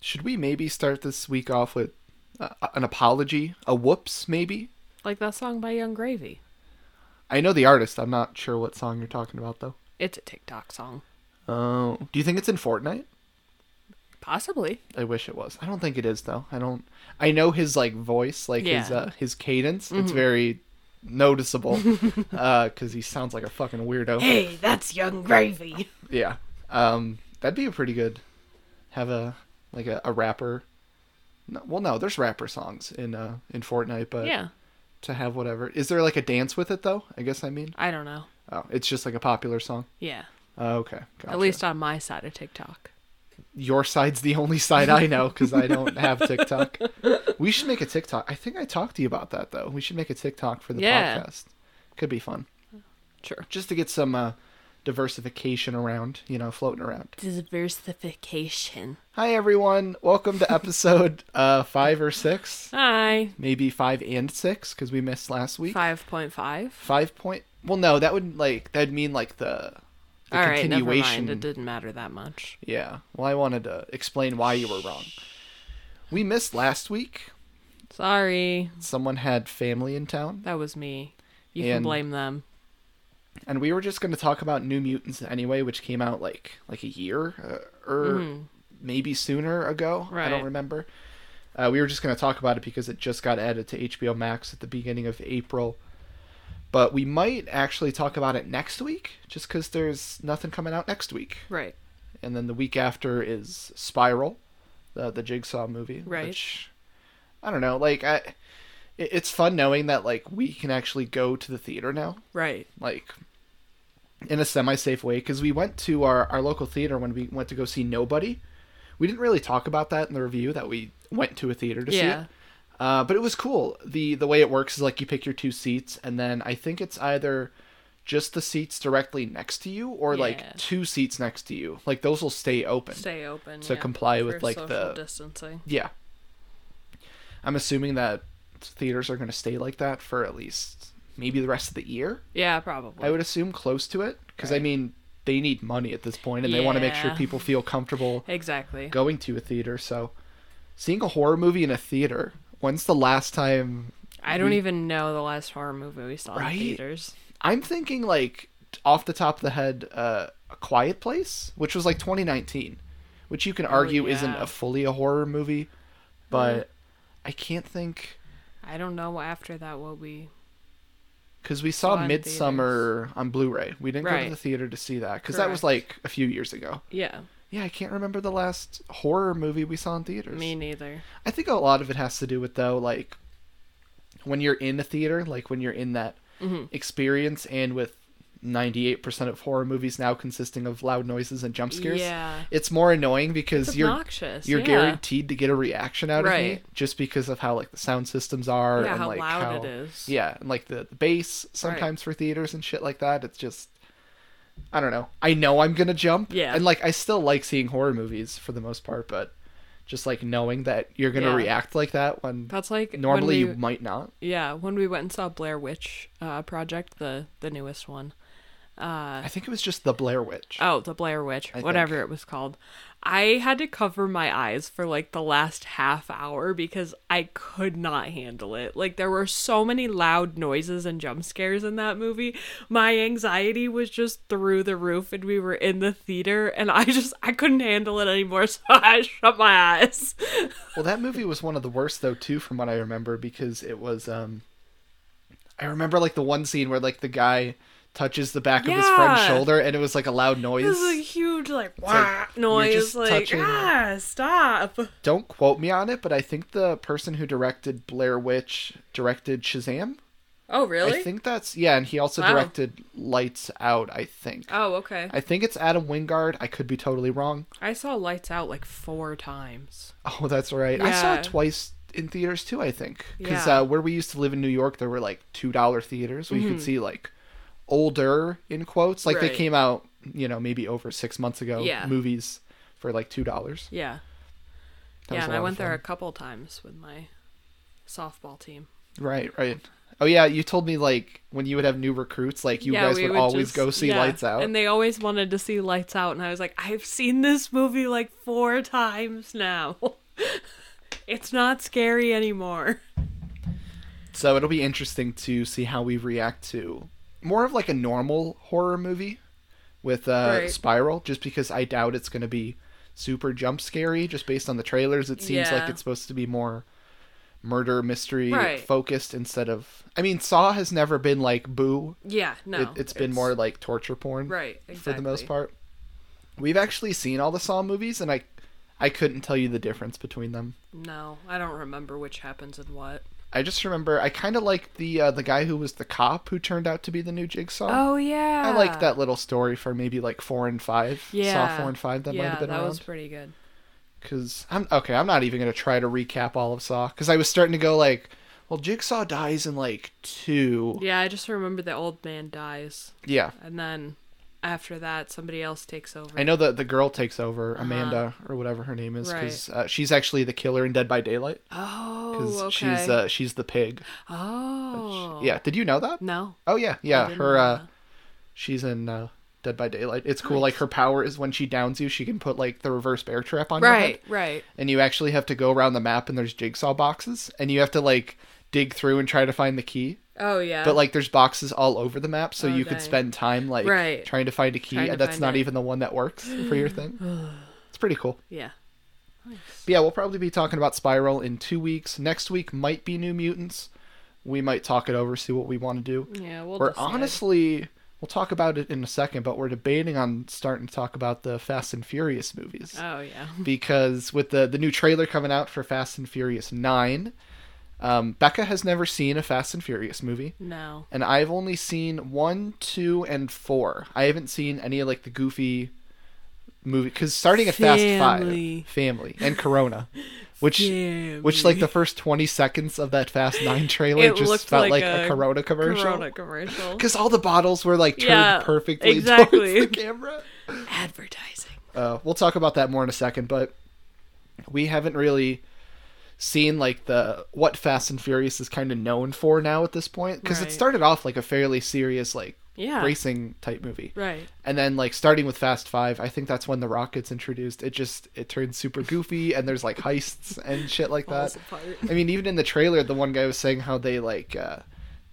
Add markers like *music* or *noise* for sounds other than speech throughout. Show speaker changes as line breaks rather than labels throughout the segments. should we maybe start this week off with uh, an apology, a whoops, maybe?
Like that song by Young Gravy.
I know the artist. I'm not sure what song you're talking about though.
It's a TikTok song.
Oh, do you think it's in Fortnite?
Possibly.
I wish it was. I don't think it is though. I don't. I know his like voice, like his
Yeah. Mm-hmm.
uh, his cadence. It's very
*laughs*
noticeable because he sounds like a fucking weirdo.
Hey, that's Young Gravy.
Yeah. Um, that'd be a pretty good. Have a like a, a rapper. No, well, no, there's rapper songs in uh in Fortnite, *laughs* but
yeah.
to have whatever. Is there like a dance with it though? I guess I mean.
I don't know.
Oh, it's just like a popular song.
Yeah.
Oh, okay. gotcha.
At least on my side of TikTok.
your side's the only side I know because I
*laughs*
don't have TikTok. We should make a TikTok. I think I talked to you about that though. We should make a TikTok for the
Yeah.
podcast. Could be fun
Sure.
just to get some uh, diversification around, you know, floating around.
Diversification.
Hi everyone, welcome to episode uh, five or six,
Hi.
maybe five and six because we missed last week.
Five point five.
Five point. Well, no, that would like that'd mean like the, the
All right, never
continuation.
mind. It didn't matter that much.
yeah. Well, I wanted to explain why you were wrong. We missed last week
Sorry,
someone had family in town,
that was me. You can
And-
blame them.
and we were just going to talk about New Mutants anyway, which came out like like a year uh, or maybe sooner ago. I
Mm-hmm. Right.
don't remember. Uh, we were just going to talk about it because it just got added to HBO Max at the beginning of April. But we might actually talk about it next week, just because there's nothing coming out next week.
Right.
And then the week after is Spiral, the the Jigsaw movie.
Right.
Which, I don't know. Like I, it, it's fun knowing that like we can actually go to the theater now
Right.
like in a semi-safe way because we went to our, our local theater when we went to go see nobody we didn't really talk about that in the review that we went to a theater to see
Yeah.
it uh, but it was cool the the way it works is like you pick your two seats and then i think it's either just the seats directly next to you or
Yeah.
like two seats next to you like those will stay open
Stay open.
So
yeah,
comply
for
with, like,
social
the-
distancing.
yeah i'm assuming that theaters are going to stay like that for at least maybe the rest of the year
Yeah, probably.
I would assume close to it because I
Right.
mean they need money at this point and they want to make sure
Yeah.
people feel
*laughs*
comfortable
Exactly.
going to a theater. So seeing a horror movie in a theater. When's the last time?
I don't even know the last horror movie we saw
Right?
in theaters.
I'm thinking like off the top of the head, uh, A Quiet Place, which was like 2019, which you can argue isn't
Oh, yeah. Hmm.
a fully a horror movie, but I can't think
I don't know after that what we.
because we saw
Saw in theaters.
Midsummer on Blu-ray. We didn't go to
Right.
the theater to see that because that was like a few years ago.
Yeah,
Yeah, I can't remember the last horror movie we saw in theaters.
me neither.
I think a lot of it has to do with though, like when you're in a theater, like when you're in that
Mm-hmm.
experience, and with 98% of horror movies now consisting of loud noises and jump scares,
Yeah.
it's more annoying because
It's
you're
obnoxious.
you're
yeah.
guaranteed to get a reaction out of me
Right.
just because of how like the sound systems are
Yeah,
and
how
like
loud
how
it is.
yeah, and like the, the bass sometimes for theaters and shit like that. It's just I don't know. I know I'm gonna jump.
Yeah.
And like I still like seeing horror movies for the most part, but just like knowing that you're gonna
Yeah.
react like that when
That's like
normally
when we,
you might not.
yeah when we went and saw Blair Witch uh, Project the the newest one.
I think it was just the Blair Witch.
Oh, the Blair Witch,
think.
whatever it was called. I had to cover my eyes for like the last half hour because I could not handle it. Like there were so many loud noises and jump scares in that movie. My anxiety was just through the roof and we were in the theater and I just I couldn't handle it anymore *laughs* so I shut my eyes.
Well, that movie was one of the worst though too, from what I remember, because it was. um I remember like the one scene where like the guy touches the back of his friend's
Yeah.
shoulder, and it was like a loud
It was a
noise.
huge like,
like,
wah noise
just
like
touching it.
ah stop.
Don't quote me on it, but I think the person who directed Blair Witch directed Shazam.
Oh really?
I think that's yeah, and he also
Wow.
directed Lights Out. I think.
oh okay.
I think it's Adam Wingard. I could be totally wrong.
I saw Lights Out like four times.
Oh, that's right. I saw
Yeah.
it twice in theaters too. I think because
Yeah.
uh, where we used to live in New York, there were like two dollar theaters where you could see like older in quotes, like they
Mm-hmm. Right.
came out you know maybe over six months ago
Yeah.
movies for like two dollars.
Yeah.
That
yeah,
was a
and I
lot of
went there
fun.
a couple times with my softball team.
Right, right. Oh yeah, you told me like when you would have new recruits, like you
Yeah,
guys
we
would,
would
always
just-
go see
yeah,
Lights Out.
And they always wanted to see Lights Out, and I was like, I've seen this movie like four times now. *laughs* it's not scary anymore.
So it'll be interesting to see how we react to more of like a normal horror movie with uh,
Right.
Spiral, just because I doubt it's going to be super jump scary. Just based on the trailers, it seems
Yeah.
like it's supposed to be more murder mystery
Right.
focused instead of. I mean, Saw has never been like boo.
Yeah, no.
it, it's been more like torture porn
right
for the most
exactly.
part. We've actually seen all the Saw movies, and I, I couldn't tell you the difference between them.
No, I don't remember which happens and what.
I just remember I kind of like the uh, the guy who was the cop who turned out to be the new Jigsaw.
Oh yeah,
I like that little story for maybe like four and five. Saw
Yeah.
four and five that
yeah,
might have been
that
around.
was pretty good.
Cause I'm okay. I'm not even gonna try to recap all of Saw because I was starting to go like, well, Jigsaw dies in like two.
Yeah, I just remember the old man dies,
Yeah,
and then after that, somebody else takes over.
I know that the girl takes over Amanda or whatever her name is
Uh-huh. Right.
because uh, she's actually the killer in Dead by Daylight because
oh, okay.
she's uh, she's the pig.
oh,
Yeah, did you know that?
No,
Oh yeah, yeah.
didn't
Her
know
uh
that.
she's in uh Dead by Daylight. It's cool. Like her power is when she downs you, she can put like the reverse bear trap on your head.
right, right.
And you actually have to go around the map and there's jigsaw boxes and you have to like dig through and try to find the key.
Oh yeah,
But like there's boxes all over the map so
Oh,
you
dang.
could spend time like
Right.
trying to find a key
Trying to
and that's
find
not
it.
even the one that works for your
*sighs*
thing. it's pretty cool.
yeah,
But yeah, we'll probably be talking about Spiral in 2 weeks. Next week might be New Mutants. We might talk it over, see what we want to do
yeah. We'll
we're
decide.
honestly we'll talk about it in a second but we're debating on starting to talk about the fast and furious movies
Oh yeah,
because with the the new trailer coming out for fast and furious 9 um, becca has never seen a fast and furious movie
no.
and i've only seen one two and four i haven't seen any of like the goofy movie because starting at
Family.
fast five family and
*laughs*
corona which which like the first 20 seconds of that fast 9 trailer
*laughs* It
just
looked
felt like,
like
a,
a
corona commercial *laughs*
Corona commercial
because all the bottles were like turned
Yeah,
perfectly *laughs*
exactly.
towards the camera.
advertising.
Uh, we'll talk about that more in a second, but we haven't really seen like the what Fast and Furious is kind of known for now at this point because
Right.
it started off like a fairly serious like
Yeah,
racing type movie,
right.
and then like starting with Fast Five, I think that's when the rock gets introduced. It just it turns super goofy and there's like heists and shit like that.
Falls apart.
I mean, even in the trailer, the one guy was saying how they like uh,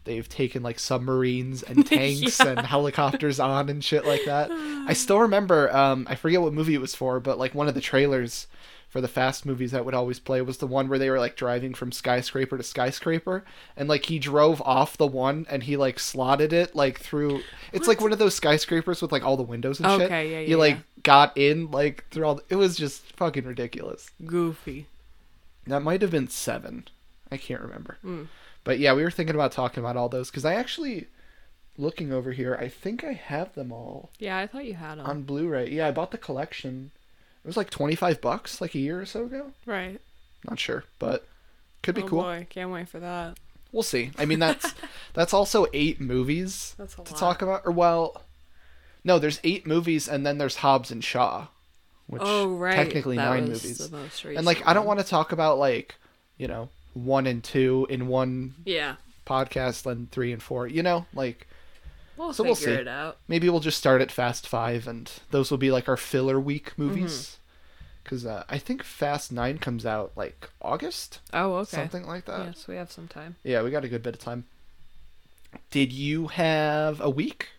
they've taken like submarines and tanks
*laughs* Yeah.
and helicopters on and shit like that. I still remember. Um, I forget what movie it was for, but like one of the trailers for the fast movies that would always play was the one where they were like driving from skyscraper to skyscraper and like he drove off the one and he like slotted it like through it's like one of those skyscrapers with like all the windows and shit
Okay, yeah,
he
yeah,
like
yeah.
got in like through all the... it was just fucking ridiculous
Goofy.
that might have been seven. I can't remember.
Hmm.
But yeah, we were thinking about talking about all those because I actually, looking over here, I think I have them all
Yeah, I thought you had them.
on Blu-ray. Yeah, I bought the collection. It was like twenty-five bucks, like a year or so ago.
right.
Not sure, but could be
oh
cool.
boy, can't wait for that.
We'll see. I mean,
*laughs*
that's that's also eight movies
That's a
to
lot.
talk about. Or well, no, there's eight movies, and then there's Hobbs and Shaw, which
oh right,
technically
that
nine
was
movies.
The most
and like,
recent
I don't
one.
want to talk about like, you know, one and two in one
Yeah,
podcast then three and four you know like
we'll
So
figure
we'll see.
it out.
maybe we'll just start at fast five and those will be like our filler week
Mm-hmm.
movies because uh, i think fast nine comes out like august
Oh okay.
something like that
Yes, we have some time.
yeah we got a good bit of time did you have a week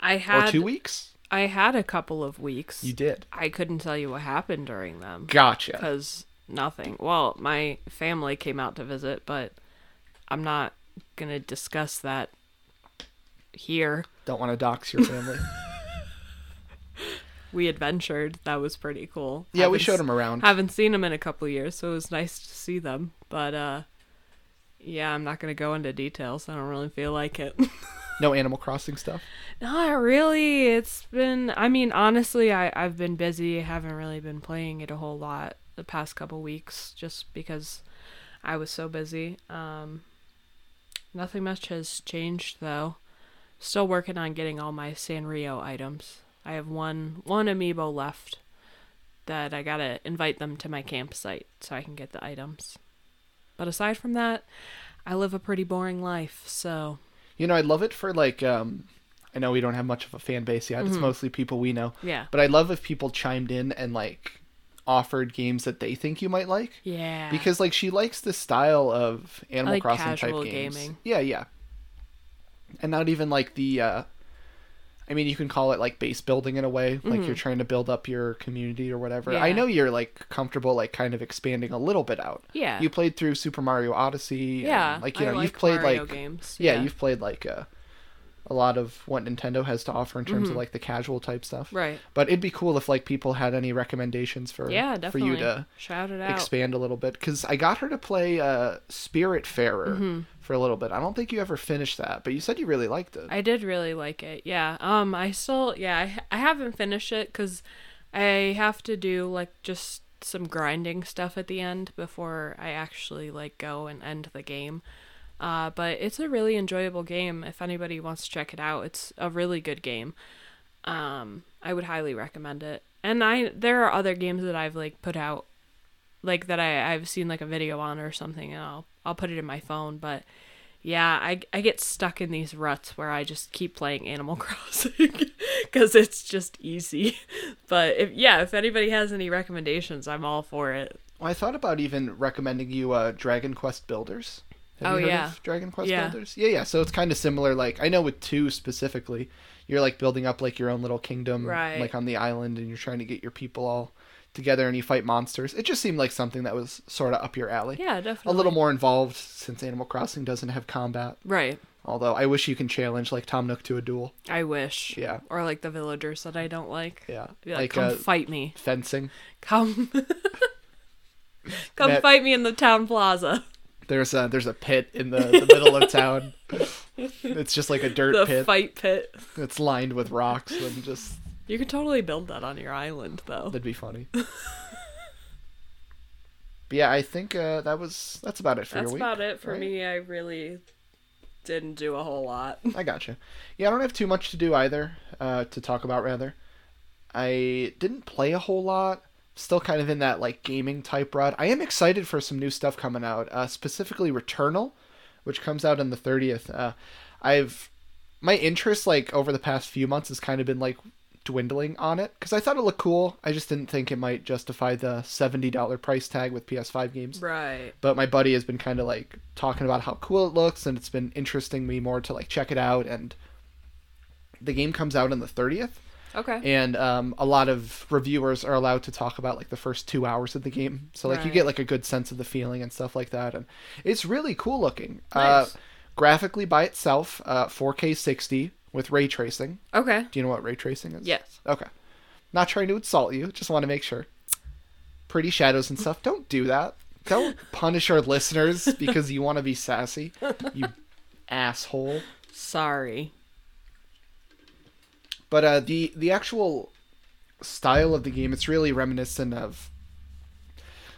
I had
or two weeks
I had a couple of weeks.
you did
I couldn't tell you what happened during them
gotcha
because nothing. Well, my family came out to visit, but I'm not gonna discuss that here.
don't want to dox your
*laughs*
family
We adventured. That was pretty cool.
yeah we
Haven't
showed them around
haven't seen them in a couple years, so it was nice to see them. But uh yeah, I'm not gonna go into details. I don't really feel like it.
no animal crossing stuff
not really. It's been I mean, honestly, I, I've been busy. I haven't really been playing it a whole lot the past couple weeks just because I was so busy. Um nothing much has changed though. Still working on getting all my Sanrio items. I have one one amiibo left that I gotta invite them to my campsite so I can get the items. But aside from that, I live a pretty boring life, so
You know, I love it for like um I know we don't have much of a fan base yet.
Mm-hmm.
It's mostly people we know.
Yeah.
But I love if people chimed in and like offered games that they think you might like.
yeah.
Because like she likes this style of Animal
like
Crossing
casual
type games.
gaming.
Yeah, yeah. And not even like the uh I mean you can call it like base building in a way, like you're trying to build up your community or whatever. I
Mm-hmm. Yeah.
know you're like comfortable like kind of expanding a little bit out.
Yeah.
You played through Super Mario Odyssey. and,
yeah.
like you
I
know,
like
you've played
Mario
like
games.
yeah, you've played like uh, a lot of what Nintendo has to offer in terms of like the casual type stuff.
Mm-hmm. Right.
But it'd be cool if like people had any recommendations for
Yeah,
for
definitely.
you to
shout it out.
expand a little bit because I got her to play uh, Spirit
Mm-hmm.
for a little bit. I don't think you ever finished that, but you said you really liked it.
I did really like it. Yeah. Um I still yeah, I, I haven't finished it cuz I have to do like just some grinding stuff at the end before I actually like go and end the game. Uh but it's a really enjoyable game if anybody wants to check it out. It's a really good game. Um I would highly recommend it. And I there are other games that I've like put out like that I I've seen like a video on or something and I'll I'll put it in my phone, but yeah, I, I get stuck in these ruts where I just keep playing Animal *laughs* Crossing because it's just easy. But if yeah, if anybody has any recommendations, I'm all for it.
Well, I thought about even recommending you uh, Dragon Quest Builders. Have
Oh,
you heard
yeah.
of Dragon Quest
Yeah.
Builders? Yeah, yeah. So it's kind of similar. Like I know with two specifically, you're like building up like your own little kingdom,
Right.
like on the island, and you're trying to get your people all together and you fight monsters. It just seemed like something that was sort of up your alley.
Yeah,
A
definitely.
little more involved since Animal Crossing doesn't have combat.
Right.
Although I wish you can challenge like Tom Nook to a duel.
I wish.
Yeah.
Or like the villagers that I don't like.
Yeah,
Be like,
like,
come
uh,
fight me.
fencing.
Come. *laughs* come
Matt-
fight me in the town plaza.
There's a there's a pit in the, the middle of
*laughs*
town. It's just like a dirt
The
pit.
fight pit.
It's lined with rocks and just
You could totally build that on your island though.
That'd be
*laughs*
funny. but yeah, I think uh, that was that's about it for
That's
your week.
about it for
right?
me. I really didn't do a whole lot.
I gotcha. Yeah, I don't have too much to do either. Uh, to talk about rather, I didn't play a whole lot. Still kind of in that like gaming type rod. I am excited for some new stuff coming out. Uh, specifically Returnal, which comes out on the thirtieth. Uh, I've my interest like over the past few months has kind of been like dwindling on it because I thought it looked cool. I just didn't think it might justify the seventy dollar price tag with PS5 games.
Right.
but my buddy has been kind of like talking about how cool it looks and it's been interesting me more to like check it out and the game comes out on the 30th
Okay.
and um, a lot of reviewers are allowed to talk about like the first two hours of the game so like you
Right.
get like a good sense of the feeling and stuff like that and it's really cool looking
Nice.
uh, graphically by itself uh, 4k 60 with ray tracing
okay.
do you know what ray tracing is
Yes.
okay not trying to insult you just want to make sure pretty shadows and stuff. Don't do that. Don't punish our listeners because you want to be sassy. You asshole.
Sorry.
But uh, the the actual style of the game, it's really reminiscent of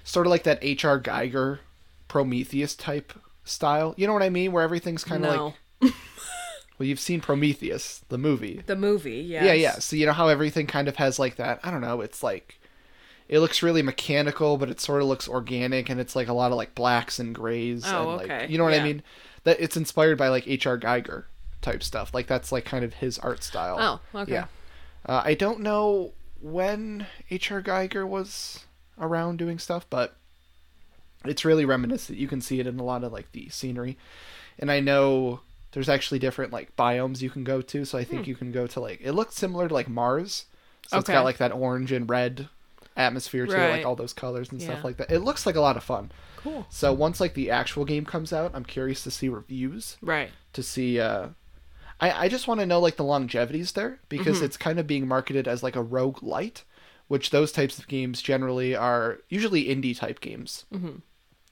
sort of like that H.R. Geiger Prometheus type style. You know what I mean? Where everything's kind of
no.
like well, you've seen Prometheus, the movie.
the movie, yes.
Yeah, yeah. So you know how everything kind of has like that. I don't know. It's like it looks really mechanical, but it sort of looks organic, and it's like a lot of like blacks and grays.
Oh,
and, like,
okay.
You know what I
Yeah.
mean? That it's inspired by like H.R. Geiger type stuff. Like that's like kind of his art style.
Oh, okay.
Yeah. Uh, I don't know when H.R. Geiger was around doing stuff, but it's really reminiscent. You can see it in a lot of like the scenery, and I know there's actually different like biomes you can go to. So I think you can go to like it looks similar to like Mars. So it's got
Hmm. Okay.
like that orange and red atmosphere to it, like
Right.
all those colors and stuff
Yeah.
like that. It looks like a lot of fun.
Cool.
So once like the actual game comes out, I'm curious to see reviews
Right.
to see uh I, I just want to know like the longevity's there because
Mm-hmm.
it's kind of being marketed as like a rogue light, which those types of games generally are usually indie type games, mm-hmm.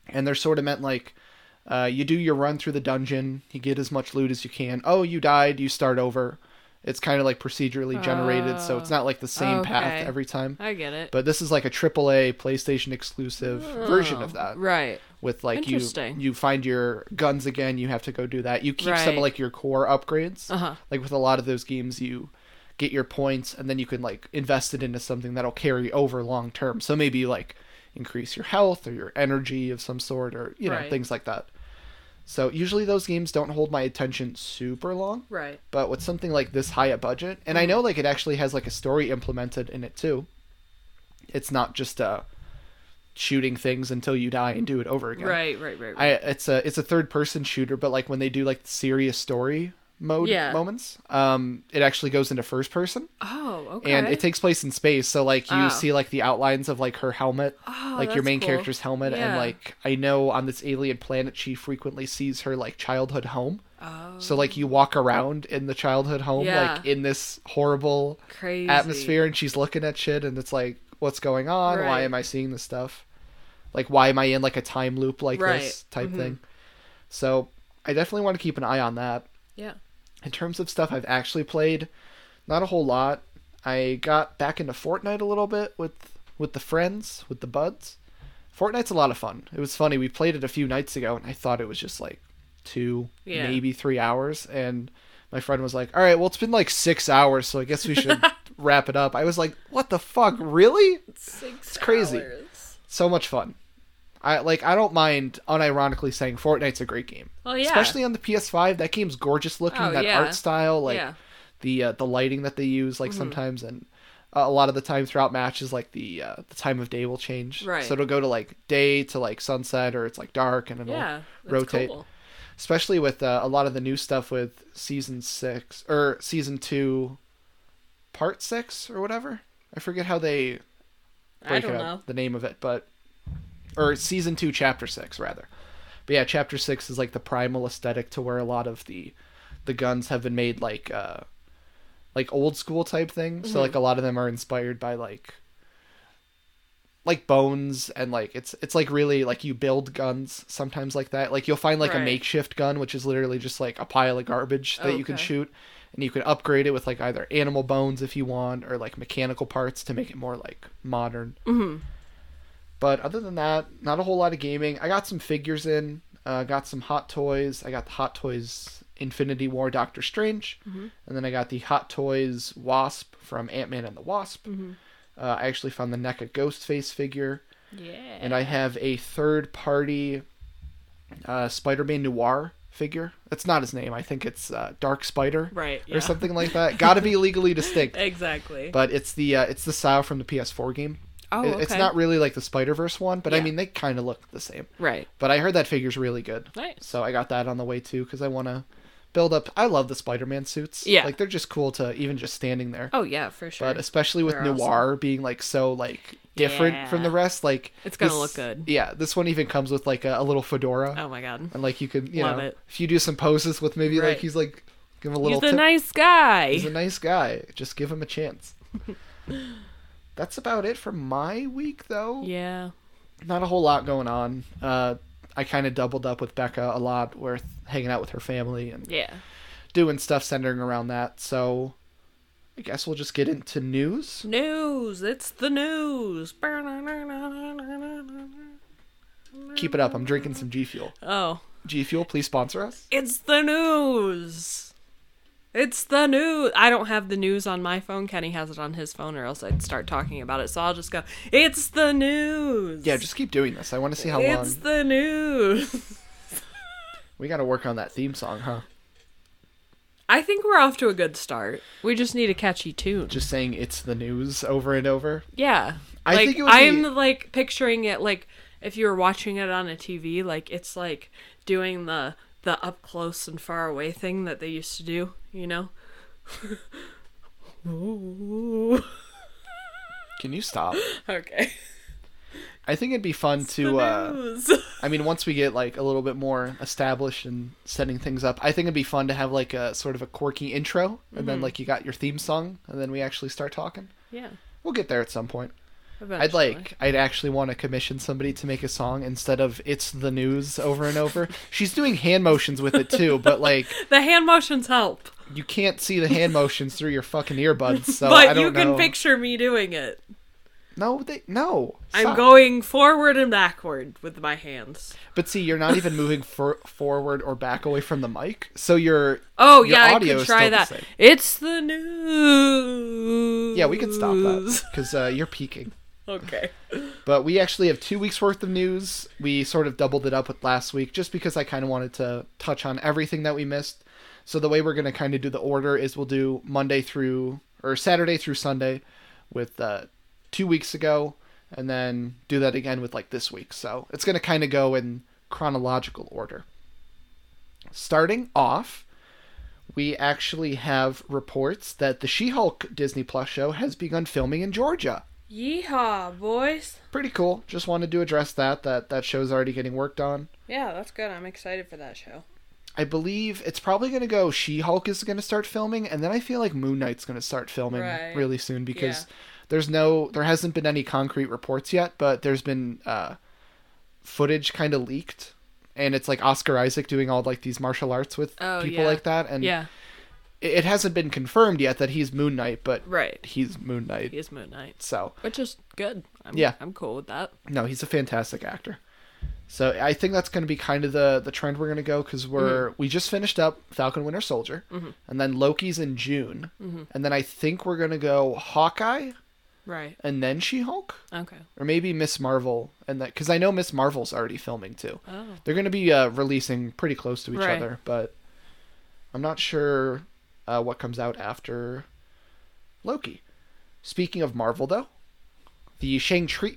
and they're sort of meant like uh, you do your run through the dungeon, you get as much loot as you can. Oh, you died, you start over. It's kind of like procedurally generated, so it's not like the same path
Okay.
every time.
I get it.
But this is like a AAA PlayStation exclusive version of that
right.
with like you
Interesting.
you find your guns again you have to go do that you keep some
Right.
of like your core upgrades
Uh-huh.
like with a lot of those games you get your points and then you can like invest it into something that'll carry over long term so maybe like increase your health or your energy of some sort or you know
Right.
things like that So usually those games don't hold my attention super long,
Right.
but with something like this high a budget, and
Mm-hmm.
I know like it actually has like a story implemented in it too. It's not just uh shooting things until you die and do it over again.
Right, right, right,
I
right.
it's a it's a third person shooter, but like when they do like serious story mode
Yeah.
moments, um, it actually goes into first person
oh, okay.
and it takes place in space. So like you
Oh.
see like the outlines of like her helmet,
Oh,
like your
that's
main
cool.
character's helmet, and
Yeah.
like I know on this alien planet she frequently sees her like childhood home.
oh,
So like you walk around in the childhood home,
Yeah.
like in this horrible
crazy
atmosphere, and she's looking at shit, and it's like, what's going on? Why
Right.
am I seeing this stuff? Like, why am I in like a time loop like
Right.
this type
Mhm.
thing? So I definitely want to keep an eye on that.
Yeah.
In terms of stuff I've actually played, not a whole lot. I got back into Fortnite a little bit with with the friends, with the buds. Fortnite's a lot of fun. It was funny. We played it a few nights ago and I thought it was just like 2
Yeah.
maybe 3 hours and my friend was like, "All right, well it's been like 6 hours, so I guess we should wrap it up." I was like, "What the fuck? Really?"
Six it's
crazy. So much fun. I like I don't mind unironically saying Fortnite's a great game.
Well, Oh, yeah.
Especially on the PS5, that game's gorgeous looking.
Oh,
that
yeah.
art style, like
yeah. Mm-hmm.
the uh, the lighting that they use, like sometimes and uh, a lot of the time throughout matches, like the uh, the time of day will change.
Right.
So it'll go to like day to like sunset, or it's like dark, and it'll
Yeah. That's
rotate.
Cool.
Especially with uh, a lot of the new stuff with season six or season two, part six or whatever. I forget how they
I
break it
don't
up,
know.
the name of it, but or season two, chapter six rather. But yeah, chapter six is like the primal aesthetic to where a lot of the the guns have been made like uh like old school type thing.
Mm-hmm.
So like a lot of them are inspired by like like bones and like it's it's like really like you build guns sometimes like that. Like you'll find like a
Right.
makeshift gun which is literally just like a pile of garbage that you can
Okay.
shoot and you can upgrade it with like either animal bones if you want or like mechanical parts to make it more like modern.
Mm-hmm.
But other than that, not a whole lot of gaming. I got some figures in, uh, got some Hot Toys. I got the Hot Toys Infinity War Doctor Strange,
Mm-hmm.
and then I got the Hot Toys Wasp from Ant Man and the Wasp.
Mm-hmm.
Uh, I actually found the NECA Ghostface figure,
Yeah.
and I have a third party uh, Spider Man Noir figure. That's not his name. I think it's uh, Dark Spider
right.
or
Yeah.
something like that. Gotta
*laughs*
be legally distinct.
*laughs* Exactly.
But it's the uh, it's the style from the PS4 game.
oh,
It-
okay.
It's not really like the Spider Verse one, but I
Yeah.
mean they kind of look the same.
right.
But I heard that figure's really good,
Nice.
so I got that on the way too because I want to build up. I love the Spider Man suits.
Yeah.
like they're just cool to even just standing there.
Oh yeah, for sure.
But especially with
They're awesome.
Noir being like so like different from
Yeah.
the rest, like
It's gonna
this-
look good.
Yeah, this one even comes with like a, a little fedora,
oh my god.
and like you can you
Love
know
it.
if you do some poses with maybe like
Right.
he's like give him a
He's
little
a
tip.
nice guy.
He's a nice guy. Just give him a
*laughs*
chance. That's about it for my week, though.
yeah.
Not a whole lot going on. Uh, I kind of doubled up with Becca a lot, with hanging out with her family and
Yeah.
doing stuff centering around that. So I guess we'll just get into news.
News. It's the news.
Keep it up. I'm drinking some G Fuel.
Oh,
G Fuel, please sponsor us.
it's the news. It's the news. I don't have the news on my phone. Kenny has it on his phone, or else I'd start talking about it. So I'll just go. It's the news.
Yeah, just keep doing this. I want to see how long.
It's the news. *laughs*
We got to work on that theme song, huh?
I think we're off to a good start. We just need a catchy tune.
Just saying it's the news over and over.
Yeah.
I
like,
think it would
I'm
be-
like picturing it like if you were watching it on a TV, like it's like doing the the up close and far away thing that they used to do, you know? *laughs* Ooh.
Can you stop?
Okay.
I think it'd be fun to.
The
Uh,
news. *laughs*
I mean, once we get like a little bit more established and setting things up, I think it'd be fun to have like a sort of a quirky intro, and then
Mm-hmm.
like you got your theme song, and then we actually start talking.
yeah.
We'll get there at some point. I'd
eventually.
like, I'd actually want to commission somebody to make a song instead of "It's the News" over and
*laughs*
over. She's doing hand motions with it too, but like
the hand motions help,
you can't see the hand motions through your fucking
*laughs*
earbuds, so I
but
don't
you can
know.
picture me doing it.
No, they no.
I'm
stop.
going forward and backward with my hands.
But see, you're not even moving for- forward or back away from the mic, so you're.
Oh
Your
yeah, I
audio
could
is
try
still the
that.
same.
it's the news.
Yeah, we can stop that because uh, you're peaking.
*laughs* Okay.
But we actually have two weeks worth of news. We sort of doubled it up with last week just because I kind of wanted to touch on everything that we missed. So the way we're going to kind of do the order is we'll do Monday through or Saturday through Sunday with uh, two weeks ago, and then do that again with like this week. So it's going to kind of go in chronological order. Starting off, we actually have reports that the She Hulk Disney Plus show has begun filming in Georgia.
Yeehaw, boys.
Pretty cool. Just wanted to address that that that show's already getting worked on.
Yeah, that's good. I'm excited for that show.
I believe it's probably going to go She Hulk is going to start filming, and then I feel like Moon Knight's going to start filming
Right.
really soon because there's no, there hasn't been any concrete reports yet, but there's been uh, footage kind of leaked, and it's like Oscar Isaac doing all like these martial arts with
Oh,
people
yeah.
like that, and
Yeah,
it, it hasn't been confirmed yet that he's Moon Knight, but
right.
he's Moon Knight.
He is Moon Knight,
So
which is good. I'm,
Yeah.
I'm cool with that.
no, he's a fantastic actor. So I think that's going to be kind of the the trend we're going to go because we're we just finished up Falcon Winter Soldier, and then Loki's in June, and then I think we're going to go Hawkeye
Right.
and then She Hulk,
Okay.
or maybe Miss Marvel and that because I know Miss Marvel's already filming too.
Oh.
They're going to be uh, releasing pretty close to each
Right.
other, but I'm not sure uh, what comes out after Loki. Speaking of Marvel, though, the Shang Chi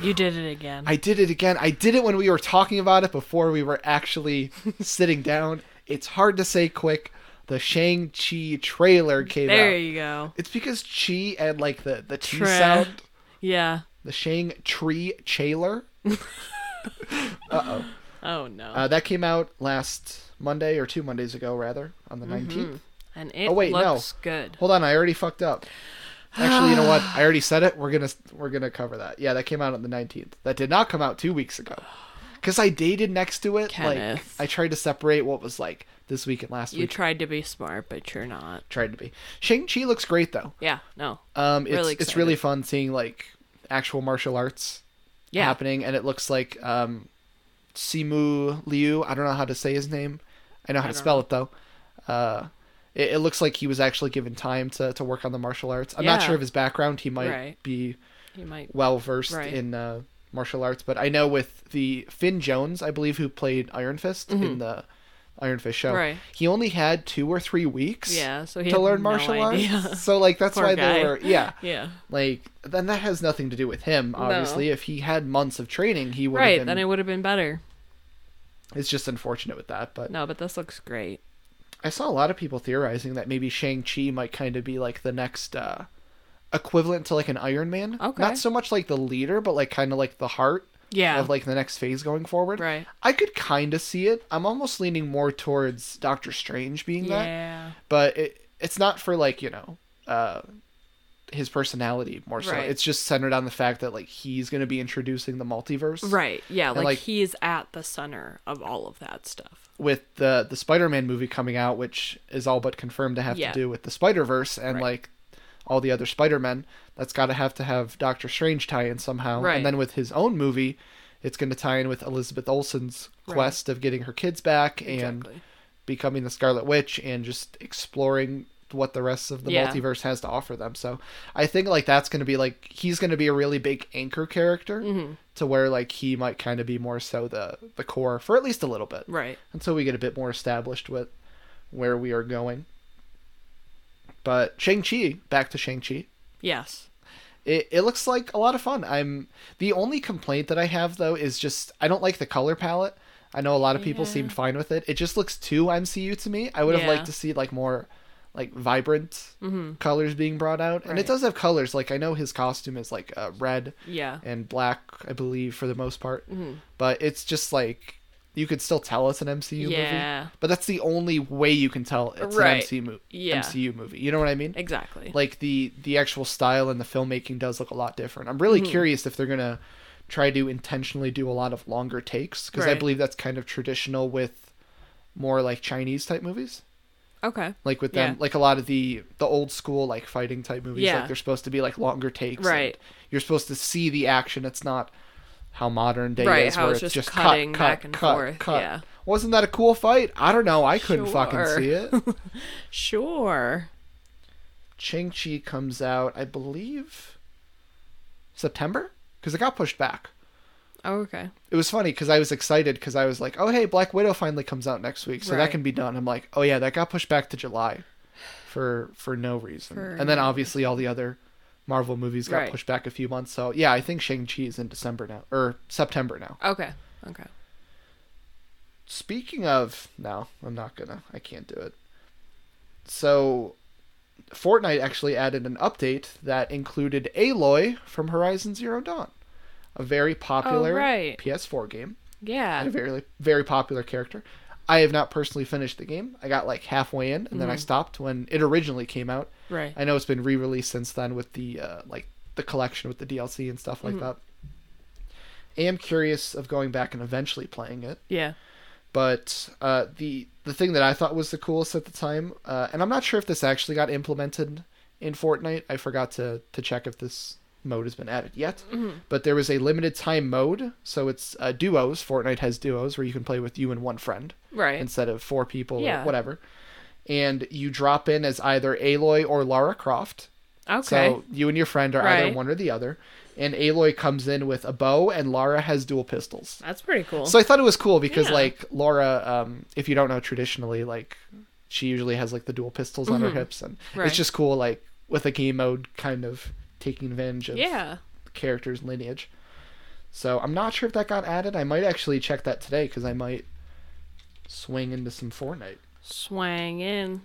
You did it again.
I did it again. I did it when we were talking about it before we were
*laughs*
actually sitting down. It's hard to say quick. The Shang Chi trailer came
there
out.
you go.
It's because Chi and like the the T
Tre.
sound,
Yeah.
the Shang Tree trailer.
Oh no.
Uh, that came out last Monday or two Mondays ago, rather, on
Mm-hmm.
the 19th
and it
oh, wait, no.
looks good.
Hold on, I already fucked up. Actually, you know what? I already said it. We're gonna we're gonna cover that. Yeah, that came out on the nineteenth. That did not come out two weeks ago, because I dated next to it.
Kenneth.
Like I tried to separate what was like this week and last
You
week.
tried to be smart, but you're not.
tried to be. Shang Chi looks great though.
Yeah. No.
Um, it's
Really
it's really fun seeing like actual martial arts
Yeah.
happening, and it looks like um, Simu Liu. I don't know how to say his name. I know how to
don't
spell it though. Uh, it, it looks like he was actually given time to, to work on the martial arts. I'm not
Yeah.
sure of his background. He might
Right.
be
You might.
well versed
Right.
in uh, martial arts, but I know with the Finn Jones, I believe, who played Iron Fist in the Iron Fist show,
Mm-hmm. Right.
he only had two or three weeks.
Yeah. So he
To
had
learn
no
martial
idea.
arts, so like that's
*laughs* Poor
why
guy.
they were, yeah,
yeah.
like then that has nothing to do with him obviously if he had months of training he would
Right.
have been
Then it would have been better.
it's just unfortunate with that but
No, but this looks great.
i saw a lot of people theorizing that maybe shang-chi might kind of be like the next uh equivalent to like an iron man
Okay.
not so much like the leader but like kind of like the heart
Yeah.
of like the next phase going forward
Right.
i could kind of see it i'm almost leaning more towards doctor strange being that
Yeah.
but it, it's not for like you know uh his personality more so
Right.
it's just centered on the fact that like he's going to be introducing the multiverse
Right. Yeah. Like,
like-
he's at the center of all of that stuff.
with the the spider-man movie coming out which is all but confirmed to have
Yeah.
to do with the spider-verse and
Right.
like all the other spider-men that's got to have to have doctor strange tie in somehow
Right.
and then with his own movie it's going to tie in with elizabeth olsen's
Right.
quest of getting her kids back and
Exactly.
becoming the Scarlet Witch and just exploring what the rest of the
Yeah.
multiverse has to offer them. So I think like that's going to be like he's going to be a really big anchor character to where like he might kind of be more so the the core for at least a little bit
Right.
until we get a bit more established with where we are going. But Shang-Chi, back to Shang-Chi.
Yes.
It, it looks like a lot of fun. I'm the only complaint that I have though is just I don't like the color palette. I know a lot of people
Yeah.
seemed fine with it. It just looks too MCU to me. I would have
Yeah. Mm-hmm.
liked to see like more like vibrant colors being brought out. And
Right.
it does have colors. Like I know his costume is like uh, red
Yeah. Mm-hmm.
and black, I believe for the most part. But it's just like you could still tell it's an MCU movie.
Yeah.
But that's the only way you can tell it's
Right.
an MCU, mo-
Yeah.
MCU movie. You know what I mean?
Exactly.
like the the actual style and the filmmaking does look a lot different. I'm
Mm-hmm.
really curious if they're gonna try to intentionally do a lot of longer takes because I
Right.
believe that's kind of traditional with more like Chinese type movies.
okay.
Like with them,
Yeah.
like a lot of the the old school like fighting type movies,
Yeah.
like they're supposed to be like longer takes. and
Right.
You're supposed to see the action. It's not how modern day
Right,
is,
how
where
it's
it's
just
just
cutting
cut, cut,
back and
cut,
forth,
cut.
yeah.
Wasn't that a cool fight? I don't know. I couldn't fucking
Sure.
see it.
Sure.
Chang Chi comes out, I believe, September because it got pushed back.
Oh, okay.
It was funny because I was excited because I was like, oh hey, Black Widow finally comes out next week, so
Right.
that can be done. I'm like, oh yeah, that got pushed back to July for for no reason.
For
and then obviously all the other Marvel movies got
Right.
pushed back a few months. So yeah, I think Shang Chi is in December now or September now.
Okay. Okay.
Speaking of, no, I'm not gonna. I can't do it. So, Fortnite actually added an update that included Aloy from Horizon Zero Dawn, a very popular
right.
PS4 game and
Yeah.
a very very popular character. I have not personally finished the game. I got like halfway in and then I stopped when it originally came out.
Right.
I know it's been re-released since then with the uh, like the collection with the DLC and stuff like that. I am curious of going back and eventually playing it
Yeah.
but uh, the the thing that I thought was the coolest at the time, uh, and I'm not sure if this actually got implemented in Fortnite. I forgot to to check if this mode has been added yet.
Mm-hmm.
But there was a limited time mode, so it's uh, duos. Fortnite has duos where you can play with you and one friend
Right.
instead of four people
Yeah.
or whatever. And you drop in as either Aloy or Lara Croft.
Okay.
So you and your friend are
Right.
either one or the other. And Aloy comes in with a bow, and Lara has dual pistols.
That's pretty cool.
So I thought it was cool because
Yeah.
like Laura, um, if you don't know traditionally, like she usually has like the dual pistols on her hips, and
Mm-hmm. Right.
it's just cool like with a game mode kind of taking advantage of
yeah.
characters' lineage. So I'm not sure if that got added. I might actually check that today because I might swing into some Fortnite.
Swang in.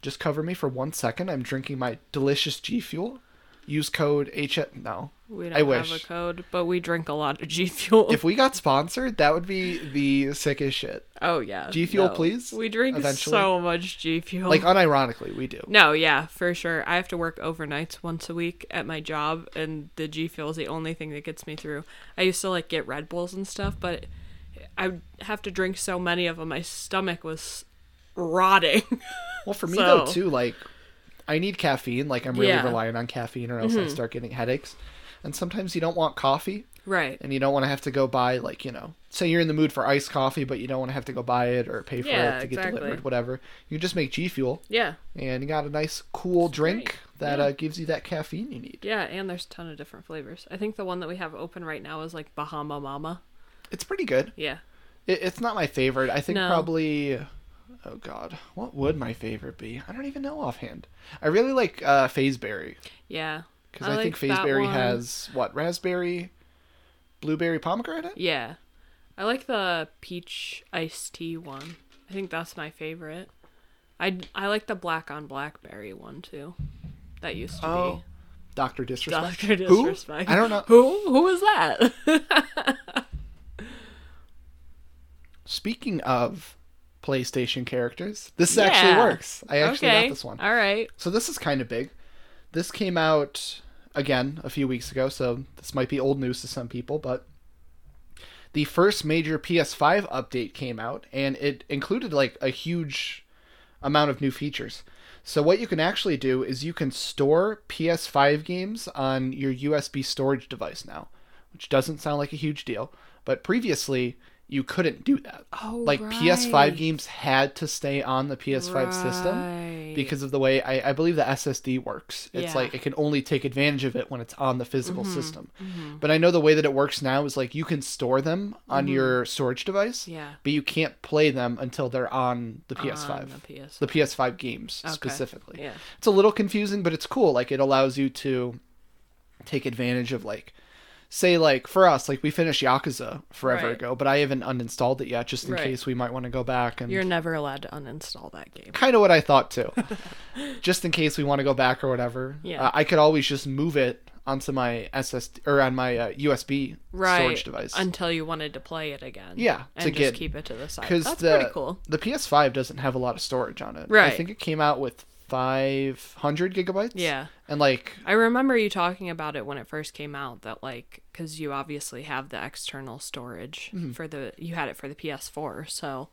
Just cover me for one second. I'm drinking my delicious G Fuel. Use code H. No,
We don't
I wish.
have a code, but we drink a lot of *laughs* G Fuel.
if we got sponsored, that would be the sickest shit.
oh yeah.
G Fuel, please,
We drink
eventually.
so much G Fuel. *laughs*
Like unironically, we do.
no, yeah, for sure. I have to work overnights once a week at my job, and the G Fuel is the only thing that gets me through. I used to like get Red Bulls and stuff, but I would have to drink so many of them, my stomach was rotting. *laughs*
Well, for me though
So-
too, like I need caffeine. Like I'm really
Yeah. Mm-hmm.
reliant on caffeine, or else I start getting headaches. And sometimes you don't want coffee,
right.
and you don't want to have to go buy like you know, say you're in the mood for iced coffee, but you don't want to have to go buy it or pay for
Yeah,
it to get
exactly.
delivered, whatever. You just make G Fuel,
Yeah.
and you got a nice cool drink that
Yeah.
uh, gives you that caffeine you need.
Yeah, and there's a ton of different flavors. I think the one that we have open right now is like Bahama Mama.
It's pretty good.
Yeah.
It, it's not my favorite. I think
No.
probably. Oh God, what would my favorite be? I don't even know offhand. I really like uh, Fazeberry.
Yeah.
Because I, think
like that
Fazeberry
one.
has what raspberry, blueberry, pomegranate.
Yeah. I like the peach iced tea one. I think that's my favorite. I, I like the black on blackberry one too. That used to
Oh, Doctor
be
Disrespect.
*laughs* Doctor Disrespect.
Who? I don't know.
Who who was
*laughs*
that?
Speaking of PlayStation characters, this actually
Yeah.
works. I actually
okay.
got this one.
All right.
So this is kind of big. This came out again a few weeks ago, so this might be old news to some people, but the first major PS5 update came out and it included like a huge amount of new features. So what you can actually do is you can store PS5 games on your USB storage device now, which doesn't sound like a huge deal, but previously you couldn't do that.
Oh,
like PS5 games had to stay on the PS5 system
Right.
because of the way I, I believe the SSD works. It's
Yeah. Mm-hmm.
like it can only take advantage of it when it's on the physical system. But I know the way that it works now is like you can store them on your storage device,
Mm-hmm. Yeah.
but you can't play them until they're on the PS5.
On
the,
the PS.
PS5 games
Okay.
specifically.
Yeah.
It's a little confusing, but it's cool. Like it allows you to take advantage of like say like for us like we finished Yakuza forever
Right.
ago, but I haven't uninstalled it yet just in
Right.
case we might want to go back and
You're never allowed to uninstall that game.
kind of what I thought too. *laughs* just in case we want to go back or whatever.
Yeah.
Uh, I could always just move it onto my SSD or on my uh, USB
Right.
storage device.
Until you wanted to play it again.
Yeah,
And
to
just
get-
keep it to the side.
Because
That's
the
pretty cool.
the PS5 doesn't have a lot of storage on it.
Right.
I think it came out with 500 gigabytes.
Yeah.
And like
I remember you talking about it when it first came out that like cuz you obviously have the external storage
Mm-hmm.
for the you had it for the PS4, so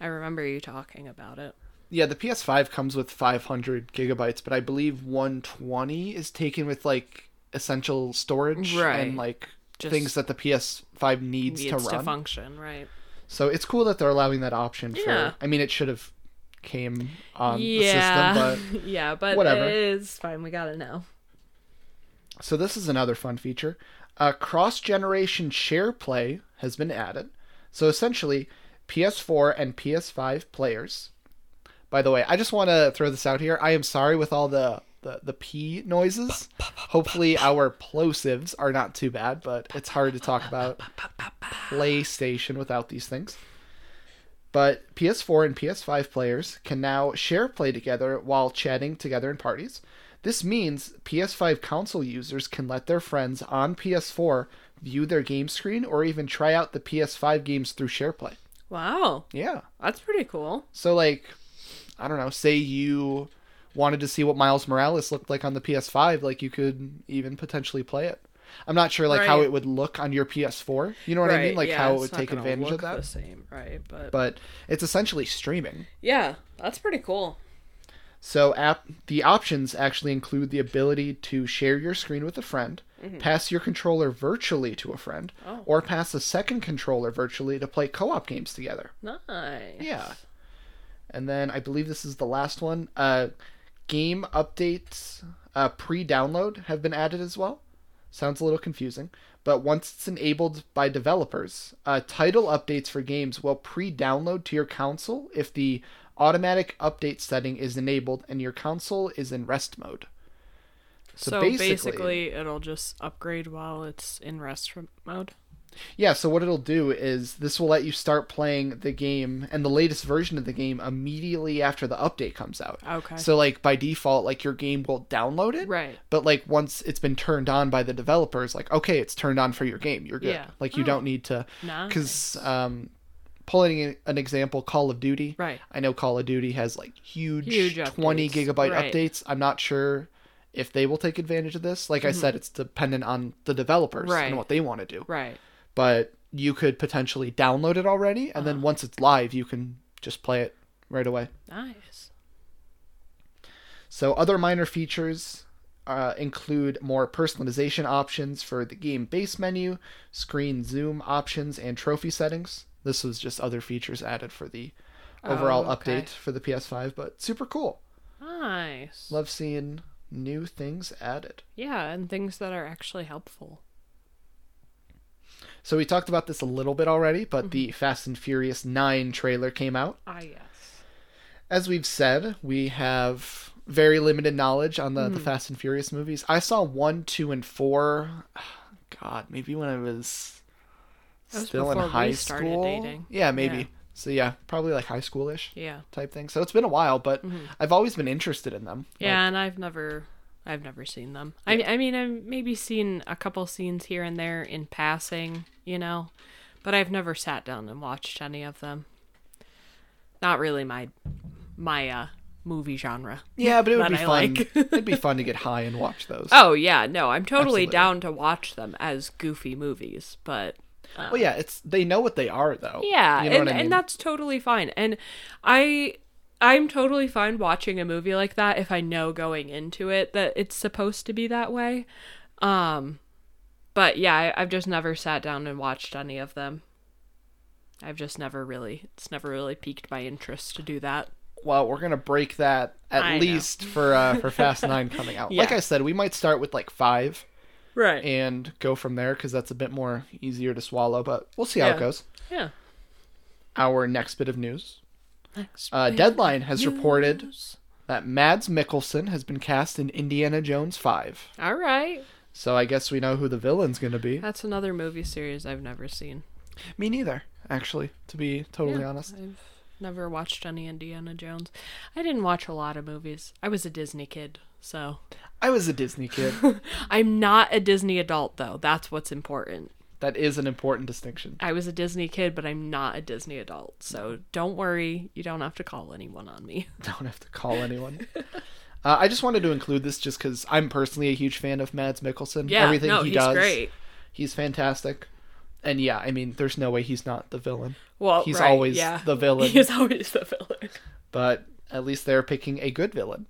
I remember you talking about it.
yeah, the PS5 comes with 500 gigabytes, but I believe 120 is taken with like essential storage
Right.
and like
Just
things that the PS5 needs,
Needs
to
to,
run.
function, right?
So it's cool that they're allowing that option
Yeah.
for I mean it should have came on
yeah.
the system,
*laughs* yeah, but
whatever.
it is fine. We got it now.
but So this is another fun feature. Uh, Cross generation share play has been added. So essentially, PS4 and PS5 players. By the way, I just want to throw this out here. I am sorry with all the the, the P noises. Hopefully, our plosives are not too bad, but it's hard to talk
*laughs*
about PlayStation without these things. But PS4 and PS5 players can now share play together while chatting together in parties. This means PS5 console users can let their friends on PS4 view their game screen or even try out the PS5 games through SharePlay.
Wow.
Yeah.
That's pretty cool.
So, like, I don't know, say you wanted to see what Miles Morales looked like on the PS5, like, you could even potentially play it. I'm not sure, like, how
Right.
it would look on your PS4. You know what I mean? Like, how it would take advantage of that.
The same, right? But,
But it's essentially streaming.
yeah, that's pretty cool.
So app the options actually include the ability to share your screen with a friend, pass your controller virtually to a friend,
Oh.
or pass a second controller virtually to play co-op games together.
Nice.
Yeah. And then I believe this is the last one. Uh, game updates uh, pre-download have been added as well. Sounds a little confusing, but once it's enabled by developers, uh, title updates for games will pre-download to your console if the automatic update setting is enabled and your console is in rest mode.
So, basically, it'll just upgrade while it's in rest re- mode.
Yeah, so what it'll do is this will let you start playing the game and the latest version of the game immediately after the update comes out.
Okay.
So like by default, like your game will download it.
Right.
But like once it's been turned on by the developers, like okay, it's turned on for your game. You're good.
Yeah. Oh.
Like you don't need to.
Nice.
Because um, pulling an- an example, Call of Duty.
Right.
I know Call of Duty has like huge,
Huge
twenty
updates.
gigabyte
Right.
updates. I'm not sure if they will take advantage of this. Like I said, it's dependent on the developers
Mm-hmm. Right.
and what they want to do
Right.
but you could potentially download it already and
Uh-huh.
then once it's live you can just play it right away
Nice.
so other minor features uh, include more personalization options for the game base menu screen zoom options and trophy settings this was just other features added for the overall
Oh, okay.
update for the ps5 but super cool
Nice.
love seeing new things added
Yeah, and things that are actually helpful.
so we talked about this a little bit already but the
Mm-hmm.
fast and furious 9 trailer came out
Ah, yes.
as we've said, we have very limited knowledge on the, the
Hmm.
Fast and Furious movies. I saw one, two, and four. *sighs* God, maybe when I was,
That was
still in
before we
high
started
school.
dating.
Yeah, maybe.
Yeah.
So yeah, probably like high schoolish
Yeah.
type thing. So it's been a while, but I've always been interested in them.
Mm-hmm. Yeah, and I've never I've never seen them. I I mean I've maybe seen a couple scenes here and there in passing, you know, but I've never sat down and watched any of them. Not really my my uh movie genre.
yeah, but it would
That
be
I
fun.
like.
*laughs* It'd be fun to get high and
*laughs*
watch those.
Oh yeah, no, I'm totally
Absolutely.
down to watch them as goofy movies, but
Well, yeah, it's they know what they are though.
Yeah,
you know
and,
what I mean.
and that's totally fine. And I I'm totally fine watching a movie like that if I know going into it that it's supposed to be that way. Um but yeah, I, I've just never sat down and watched any of them. I've just never really it's never really piqued my interest to do that.
well, we're gonna break that at
I know.
least for uh, for
*laughs*
Fast Nine coming out. Like
Yeah.
I said, we might start with like five.
Right.
and go from there because that's a bit more easier to swallow. But we'll see how
Yeah.
it goes.
yeah.
Our next bit of news:
Next
uh,
bit
Deadline has
news.
reported that Mads Mikkelsen has been cast in Indiana Jones Five.
All right.
So I guess we know who the villain's going to be.
That's another movie series I've never seen.
Me neither, actually, to be totally
Yeah,
honest.
I've never watched any Indiana Jones. I didn't watch a lot of movies. I was a Disney kid, so
I was a Disney
*laughs*
kid.
I'm not a Disney adult though. That's what's important.
that is an important distinction. *laughs*
I was a Disney kid, but I'm not a Disney adult. So don't worry, you don't have to call anyone on me. *laughs*
Don't have to call anyone. Uh, I just wanted to include this just because I'm personally a huge fan of Mads Mikkelsen.
Yeah,
Everything
no,
he
he's
does,
great.
he's fantastic. And yeah, I mean, there's no way he's not the villain.
Well,
he's
right,
always
yeah.
the villain.
*laughs* He's always the villain.
but at least they're picking a good villain.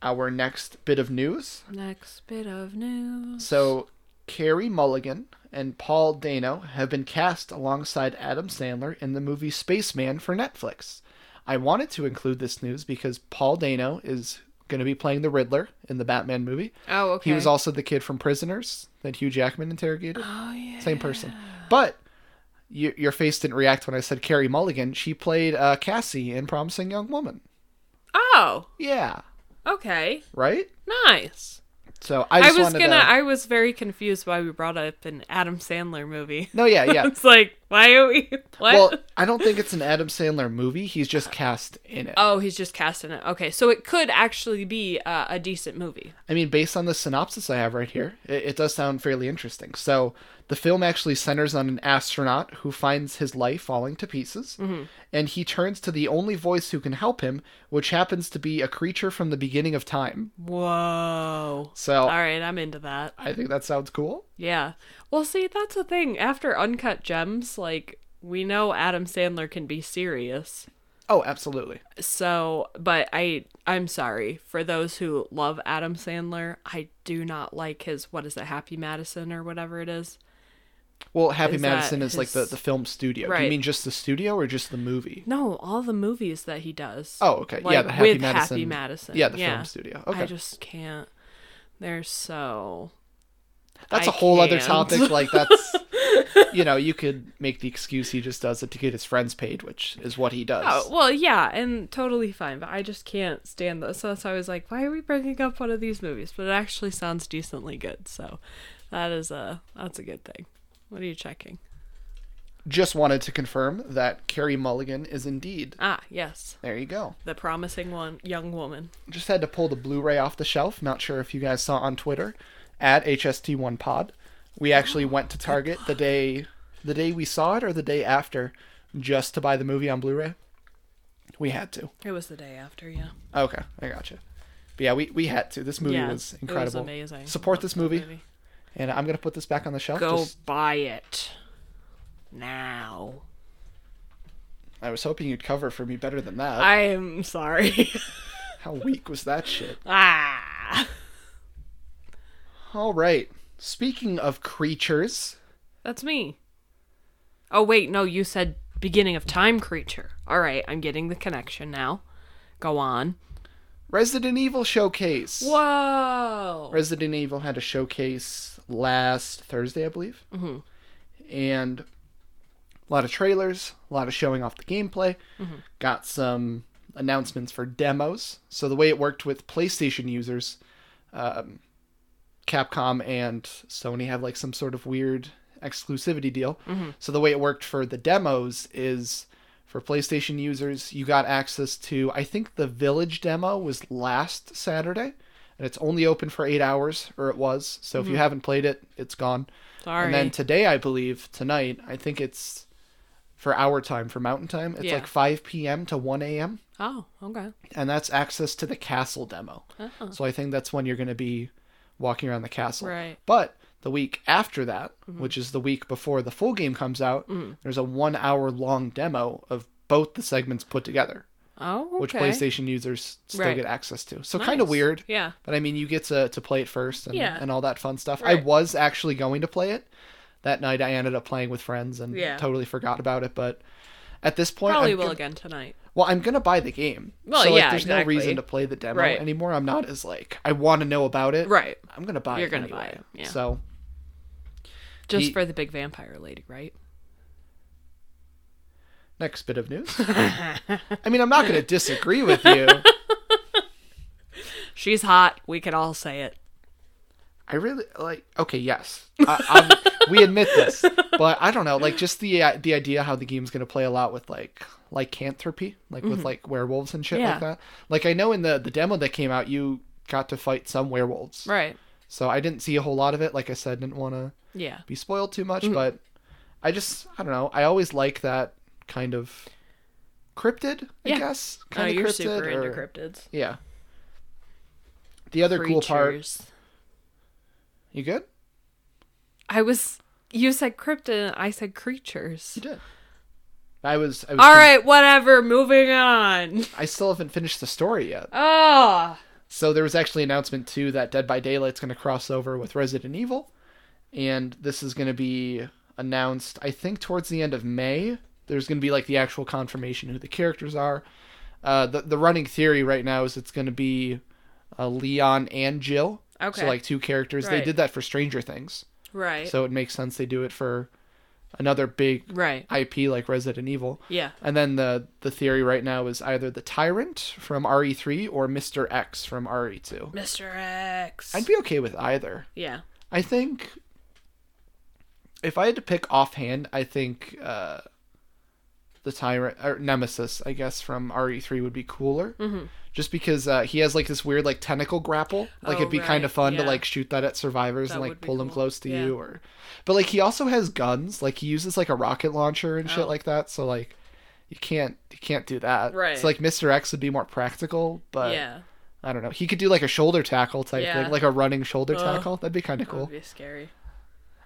Our next bit of news.
Next bit of news.
So, Carrie Mulligan and Paul Dano have been cast alongside Adam Sandler in the movie Spaceman for Netflix. I wanted to include this news because Paul Dano is going to be playing the Riddler in the Batman movie.
Oh, okay.
He was also the kid from Prisoners that Hugh Jackman interrogated.
Oh, yeah.
Same person. But y- your face didn't react when I said Carrie Mulligan. She played uh, Cassie in Promising Young Woman.
Oh,
Yeah,
okay.
right.
Nice.
So I
I,
just
was
wanted
gonna.
to.
I was very confused why we brought up an Adam Sandler movie. *laughs*
No, yeah, yeah.
it's like why are we? *laughs* What?
well, I don't think it's an Adam Sandler movie. He's just cast in it.
oh, he's just casting it. Okay, so it could actually be uh, a decent movie.
I mean, based on the synopsis I have right here, it, it does sound fairly interesting. So, the film actually centers on an astronaut who finds his life falling to pieces,
Mm-hmm.
and he turns to the only voice who can help him, which happens to be a creature from the beginning of time.
Whoa.
So,
All right, I'm into that.
I think that sounds cool.
Yeah. Well, see, that's the thing. After Uncut Gems, like, we know Adam Sandler can be serious.
Oh, absolutely.
So, but I I'm sorry for those who love Adam Sandler. I do not like his what is it, Happy Madison or whatever it is.
Well, Happy
Is that
Madison is like the,
his-
the film studio. Do you
Right.
mean just the studio or just the movie?
No, all the movies that he does.
Oh, okay. yeah,
Like,
the Happy
with
Madison.
Happy Madison.
Yeah, the
Yeah.
film studio. Okay.
I just can't. They're so
That's a
I
whole other
can't.
topic. Like
*laughs*
that's, you know, you could make the excuse he just does it to get his friends paid, which is what he does.
Oh, well, yeah, and totally fine, but I just can't stand this. So that's why I was like, why are we bringing up one of these movies? But it actually sounds decently good, so that is a that's a good thing. What are you checking?
Just wanted to confirm that Carrie Mulligan is indeed.
Ah, yes,
There you go.
the promising one, young woman.
Just had to pull the Blu-ray off the shelf. Not sure if you guys saw on Twitter at HST1Pod. We actually
Oh.
went to Target the day the day we saw it or the day after just to buy the movie on Blu-ray. We had to.
It was the day after, yeah.
Okay, I gotcha. But yeah, we, we had to. This movie
yeah,
was
it
incredible.
amazing.
Support
Love
this
that
movie. And I'm gonna put this back on the shelf.
Go
Just-
buy it now.
I was hoping you'd cover for me better than that.
I am sorry. *laughs*
How weak was that shit?
ah,
All right. Speaking of creatures,
that's me. Oh wait, no, you said beginning of time creature. All right, I'm getting the connection now. Go on.
Resident Evil showcase.
Whoa.
Resident Evil had a showcase last Thursday, I believe. Mm-hmm. And a lot of trailers, a lot of showing off the gameplay. Got some announcements for demos. So the way it worked with PlayStation users, um, Capcom and Sony have like some sort of weird exclusivity deal. So the way it worked for the demos is for PlayStation users, you got access to I think the Village demo was last Saturday, and it's only open for eight hours, or it was. So if you haven't played it, it's gone.
Sorry.
And then today, I believe tonight, I think it's for our time for Mountain Time. It's
Yeah.
like 5 p.m. to 1 a.m.
oh, okay.
And that's access to the castle demo.
Uh-huh.
So I think that's when you're going to be walking around the castle.
Right. Mm-hmm.
But the week after that, which is the week before the full game comes out,
Mm.
there's a one hour long demo of both the segments put together,
Oh, okay.
which PlayStation users still
Right.
get access to. So kind of
Nice.
weird.
Yeah.
But I mean, you get to, to play it first and,
Yeah.
and all that fun stuff. I
Right.
was actually going to play it. That night I ended up playing with friends and
Yeah.
totally forgot about it. But at this point,
Probably
I'm
will
gonna-
again tonight.
well, I'm going to buy the game.
Well,
so, like,
yeah,
there's
exactly.
no reason to play the demo
Right.
anymore. I'm not as, like, I want to know about it.
Right.
I'm going to buy
You're
it.
gonna
anyway.
buy it, yeah.
So,
Just
Ye-
for the big vampire lady, right?
next bit of
*laughs*
news. I mean, I'm not going to disagree with you.
She's hot. We could all say it.
I really like. Okay, yes, I, I'm, we admit this, but I don't know. Like, just the uh, the idea how the game's gonna play a lot with like lycanthropy, like with like werewolves and shit
Mm-hmm. Yeah.
like that. Like, I know in the the demo that came out, you got to fight some werewolves,
Right.
so I didn't see a whole lot of it. Like I said, didn't want to
Yeah.
be spoiled too
Mm.
much, but I just I don't know. I always like that kind of cryptid, I
Yeah.
guess.
Oh,
Kind of
you're super into
or-
cryptids.
Yeah. The other cool part,
Creatures.
you good?
I was. You said cryptid. I said creatures.
You did. I was. I was
All
con-
right. Whatever. Moving on.
I still haven't finished the story yet.
Oh.
So there was actually an announcement too that Dead by Daylight's going to cross over with Resident Evil, and this is going to be announced. I think towards the end of May. There's going to be like the actual confirmation who the characters are. Uh, the the running theory right now is it's going to be uh, Leon and Jill.
Okay.
So like two characters. They
Right.
did that for Stranger Things.
Right.
So it makes sense they do it for another big
right.
IP like Resident Evil.
Yeah.
And then the the theory right now is either the Tyrant from RE3 or Mr. X from E RE2.
Mr. X.
I'd be okay with either.
yeah.
I think if I had to pick offhand, I think uh, the tyrant or Nemesis, I guess, from RE3 would be cooler. Mm-hmm. Just because uh, he has like this weird like tentacle grapple, like
Oh,
it'd be kind
right,
of fun
yeah.
to like shoot that at survivors
That
and
would
like
be
pull them
cool,
close to
yeah.
you, or but like he also has guns, like he uses like a rocket launcher and
Oh.
shit like that. So like you can't you can't do that.
Right.
So like Mr. X would be more practical, but
yeah.
I don't know. He could do like a shoulder tackle type
Yeah.
thing, like a running shoulder
Ugh.
tackle. That'd be kind of
That would
cool.
be scary.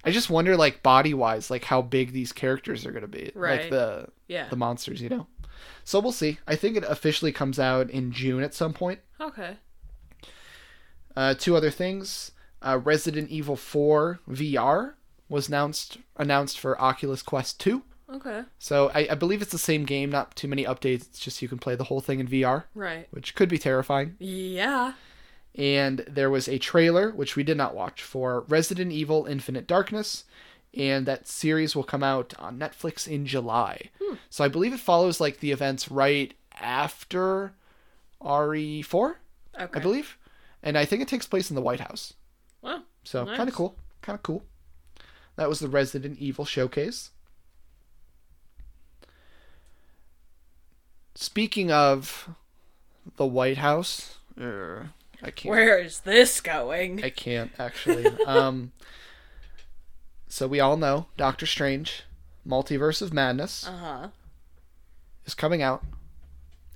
I just wonder, like body wise, like how big these characters are gonna be,
Right.
like the
Yeah.
the monsters, you know. So we'll see. I think it officially comes out in June at some point.
Okay.
Uh, two other things: uh, Resident Evil 4 VR was announced announced for Oculus Quest 2.
Okay.
So I, I believe it's the same game. Not too many updates. It's just you can play the whole thing in VR,
Right.
which could be terrifying.
Yeah.
and there was a trailer which we did not watch for Resident Evil Infinite Darkness and that series will come out on Netflix in July.
Hmm.
So I believe it follows like the events right after RE4, I
Okay.
believe. And I think it takes place in the White House.
Well,
So
Nice.
kind of cool, kind of cool. That was the Resident Evil showcase. Speaking of the White House, uh, I can't
where is this going?
I can't actually. um, so we all know Doctor Strange, Multiverse of Madness
Uh huh.
is coming out.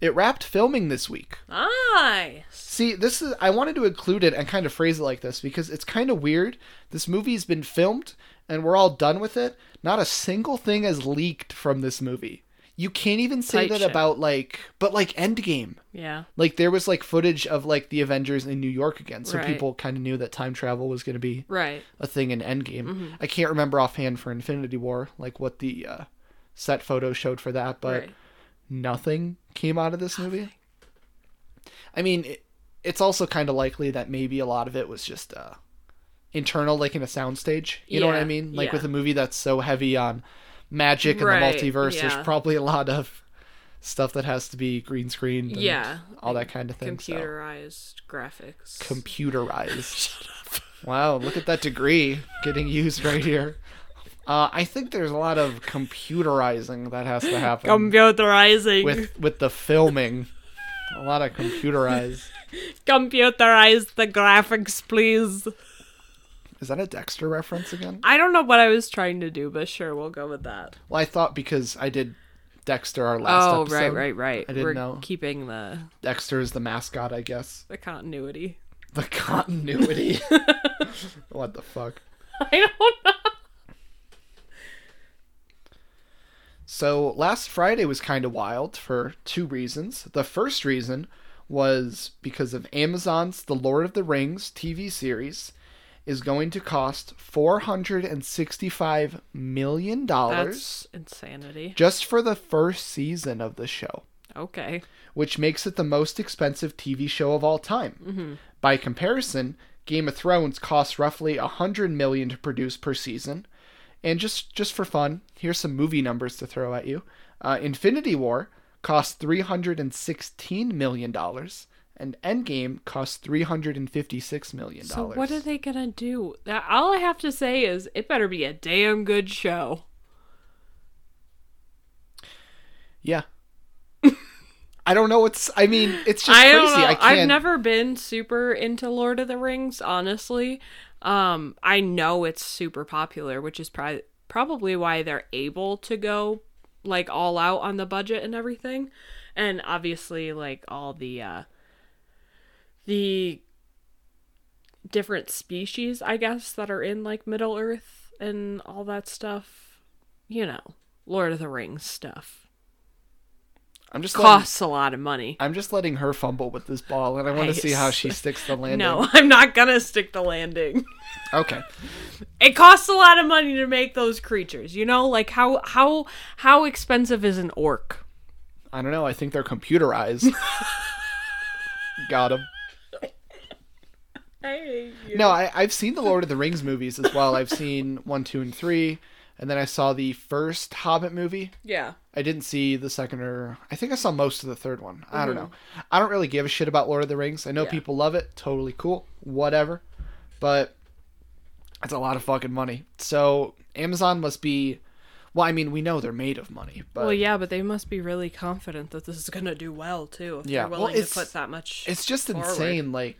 It wrapped filming this week.
Nice.
See, this is I wanted to include it and kind of phrase it like this because it's kind of weird. This movie's been filmed and we're all done with it. Not a single thing has leaked from this movie. You can't even say
Tight
that
ship.
about like but like Endgame.
Yeah.
Like there was like footage of like the Avengers in New York again, so
Right.
people kind of knew that time travel was going to be
Right.
a thing in Endgame.
Mm-hmm.
I can't remember offhand for Infinity War, like what the uh, set photo showed for that, but
right.
nothing came out of this movie. I mean, it, it's also kind of likely that maybe a lot of it was just uh, internal, like in a soundstage. You know what
Yeah,
I mean? Like
yeah.
with a movie that's so heavy on magic and
Right,
the multiverse,
yeah.
there's probably a lot of stuff that has to be green screened and
Yeah,
all that kind of thing. so-
Computerized graphics. *laughs*
computerized. Wow, look at that degree getting used right here. Uh, I think there's a lot of computerizing that has to happen
Computerizing.
with with the filming. A lot of computerized.
*laughs* Computerize the graphics, please.
Is that a Dexter reference again?
I don't know what I was trying to do, but sure, we'll go with that.
Well, I thought because I did Dexter our last
oh,
episode.
right, right, right.
I didn't
We're
know.
keeping the
Dexter is the mascot, I guess.
the continuity. *laughs*
The continuity. what the fuck?
I don't know.
So last Friday was kind of wild for two reasons. The first reason was because of Amazon's The Lord of the Rings TV series is going to cost 465 million dollars
That's insanity.
just for the first season of the show,
Okay.
which makes it the most expensive TV show of all time.
Mm-hmm.
By comparison, Game of Thrones costs roughly 100 million to produce per season. And just just for fun, here's some movie numbers to throw at you. Uh, Infinity War cost 316 million dollars, and Endgame cost 356 million
So
dollars.
what are they gonna do? Now, all I have to say is it better be a damn good show.
Yeah. *laughs* I don't know what's. I mean, it's just
I
crazy.
don't know.
I
I've
can't.
never been super into Lord of the Rings, honestly. Um, I know it's super popular, which is pri- probably why they're able to go like all out on the budget and everything. And obviously, like all the uh, the different species, I guess, that are in like Middle Earth and all that stuff. You know, Lord of the Rings stuff
I'm just letting,
costs a lot of money.
I'm just letting her fumble with this ball, and I want to see how
Nice.
she sticks the landing.
No, *laughs* I'm not gonna stick the landing.
Okay.
It costs a lot of money to make those creatures. You know, like how how how expensive is an orc?
I don't know. I think they're computerized. Got him.
I hate you.
No, I, I've seen the Lord of the Rings movies as well. I've seen one, two, and three, and then I saw the first Hobbit movie.
Yeah.
I didn't see the second or I think I saw most of the third one. I don't know. I don't really give a shit about Lord of the Rings. I know
Yeah.
people love it. Totally cool. Whatever. But it's a lot of fucking money. So Amazon must be well, I mean, we know they're made of money, but
Well, yeah, but they must be really confident that this is gonna do well too. If
Yeah,
they're
well,
willing
it's-
to put that much.
it's just
forward.
insane like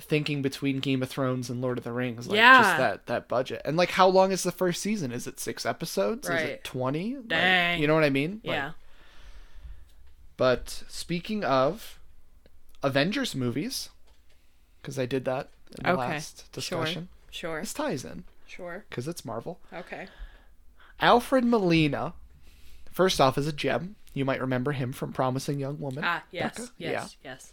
thinking between Game of Thrones and Lord of the Rings, like
Yeah.
just that that budget. And like how long is the first season? Is it 6 episodes? Is
Right.
it 20? Like,
Dang.
you know what I mean? Like,
yeah.
But speaking of Avengers movies, because I did that in the
Okay,
last discussion,
Sure.
this ties in
Sure.
because it's Marvel.
Okay.
Alfred Molina, first off, is a gem. You might remember him from Promising Young Woman.
Ah, yes,
Becca.
yes, yes.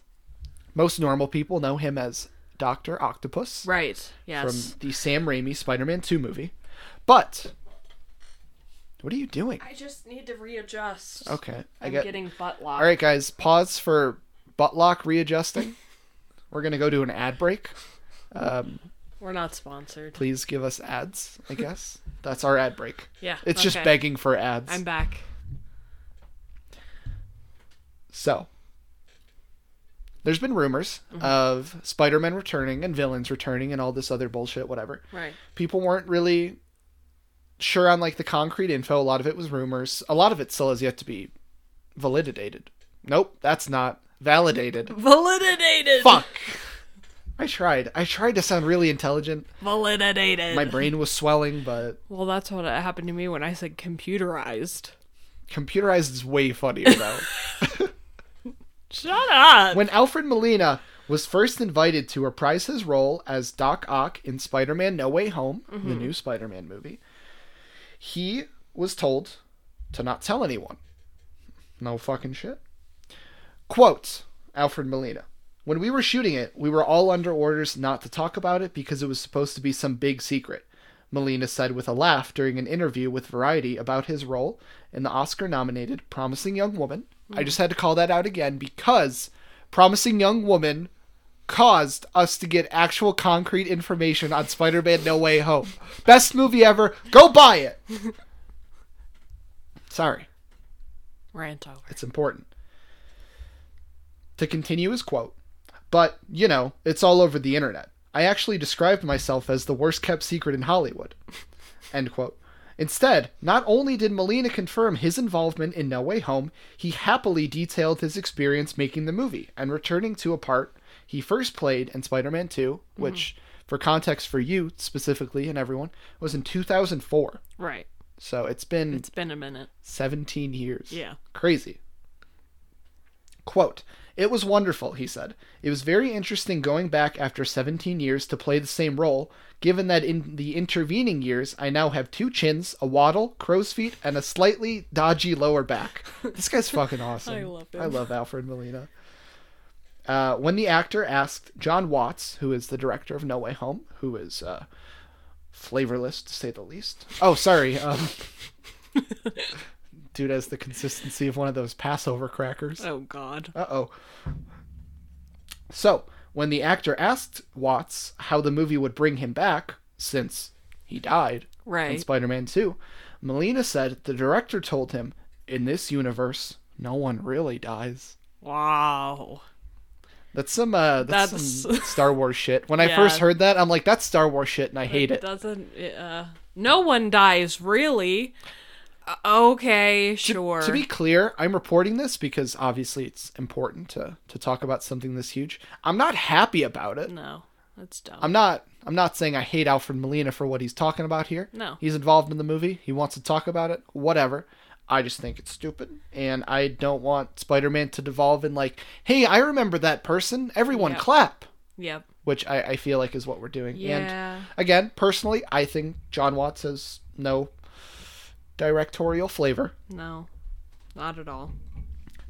Most normal people know him as Doctor Octopus
Right. Yes.
from the Sam Raimi Spider-Man 2 movie. But what are you doing?
I just need to readjust.
Okay, I
I'm
get.
getting butt locked.
All right, guys, pause for buttlock readjusting. We're gonna go to an ad break. Um,
We're not sponsored.
please give us ads, I guess. That's our ad break.
Yeah.
It's just
okay.
begging for ads.
I'm back.
So, there's been rumors
Mm-hmm.
of Spider Man returning and villains returning and all this other bullshit, whatever.
Right.
People weren't really sure on like the concrete info. A lot of it was rumors. A lot of it still has yet to be validated. Nope, that's not validated.
Validated.
Fuck. I tried. I tried to sound really intelligent.
Validated.
My brain was swelling, but
Well, that's what happened to me when I said computerized.
computerized is way funnier though.
Shut up.
When Alfred Molina was first invited to reprise his role as Doc Ock in Spider Man No Way Home, the new Spider Man movie, he was told to not tell anyone. No fucking shit. Quote Alfred Molina When we were shooting it, we were all under orders not to talk about it because it was supposed to be some big secret. Molina said with a laugh during an interview with Variety about his role in the Oscar nominated Promising Young Woman. I just had to call that out again because Promising Young Woman caused us to get actual concrete information on Spider Man No Way Home. Best movie ever. Go buy it. Sorry.
Rant over.
It's important. To continue his quote, but, you know, it's all over the internet. I actually described myself as the worst kept secret in Hollywood. *laughs* End quote. Instead, not only did Molina confirm his involvement in No Way Home, he happily detailed his experience making the movie and returning to a part he first played in Spider Man 2,
Mm-hmm.
which, for context for you specifically and everyone, was in 2004.
Right.
So it's been
It's been a minute.
17 years.
Yeah.
Crazy. Quote, It was wonderful, he said. It was very interesting going back after 17 years to play the same role, given that in the intervening years, I now have two chins, a waddle, crow's feet, and a slightly dodgy lower
*laughs*
back. This guy's fucking awesome.
I love him.
I love Alfred Molina. Uh, when the actor asked John Watts, who is the director of No Way Home, who is uh, flavorless to say the least. Oh, sorry. Um, dude has the consistency of one of those Passover crackers.
Oh God.
Uh oh. So, when the actor asked Watts how the movie would bring him back, since he died in
Right.
Spider Man 2, Molina said the director told him, In this universe, no one really dies.
wow.
That's some uh that's, some
That's-
Star Wars shit. When I
*laughs* Yeah.
first heard that, I'm like, that's Star Wars shit and I hate it.
Doesn't it, uh? No one dies really. Uh, okay. Sure.
To be clear, I'm reporting this because obviously it's important to to talk about something this huge. I'm not happy about it.
no. That's dumb.
I'm not I'm not saying I hate Alfred Molina for what he's talking about here.
No.
He's involved in the movie. He wants to talk about it. Whatever. I just think it's stupid and I don't want Spider-Man to devolve in like, "Hey, I remember that person. Everyone
Yeah.
clap."
Yep.
Which I, I feel like is what we're doing. And
Yeah.
again, personally, I think John Watts has no directorial flavor.
No. Not at all.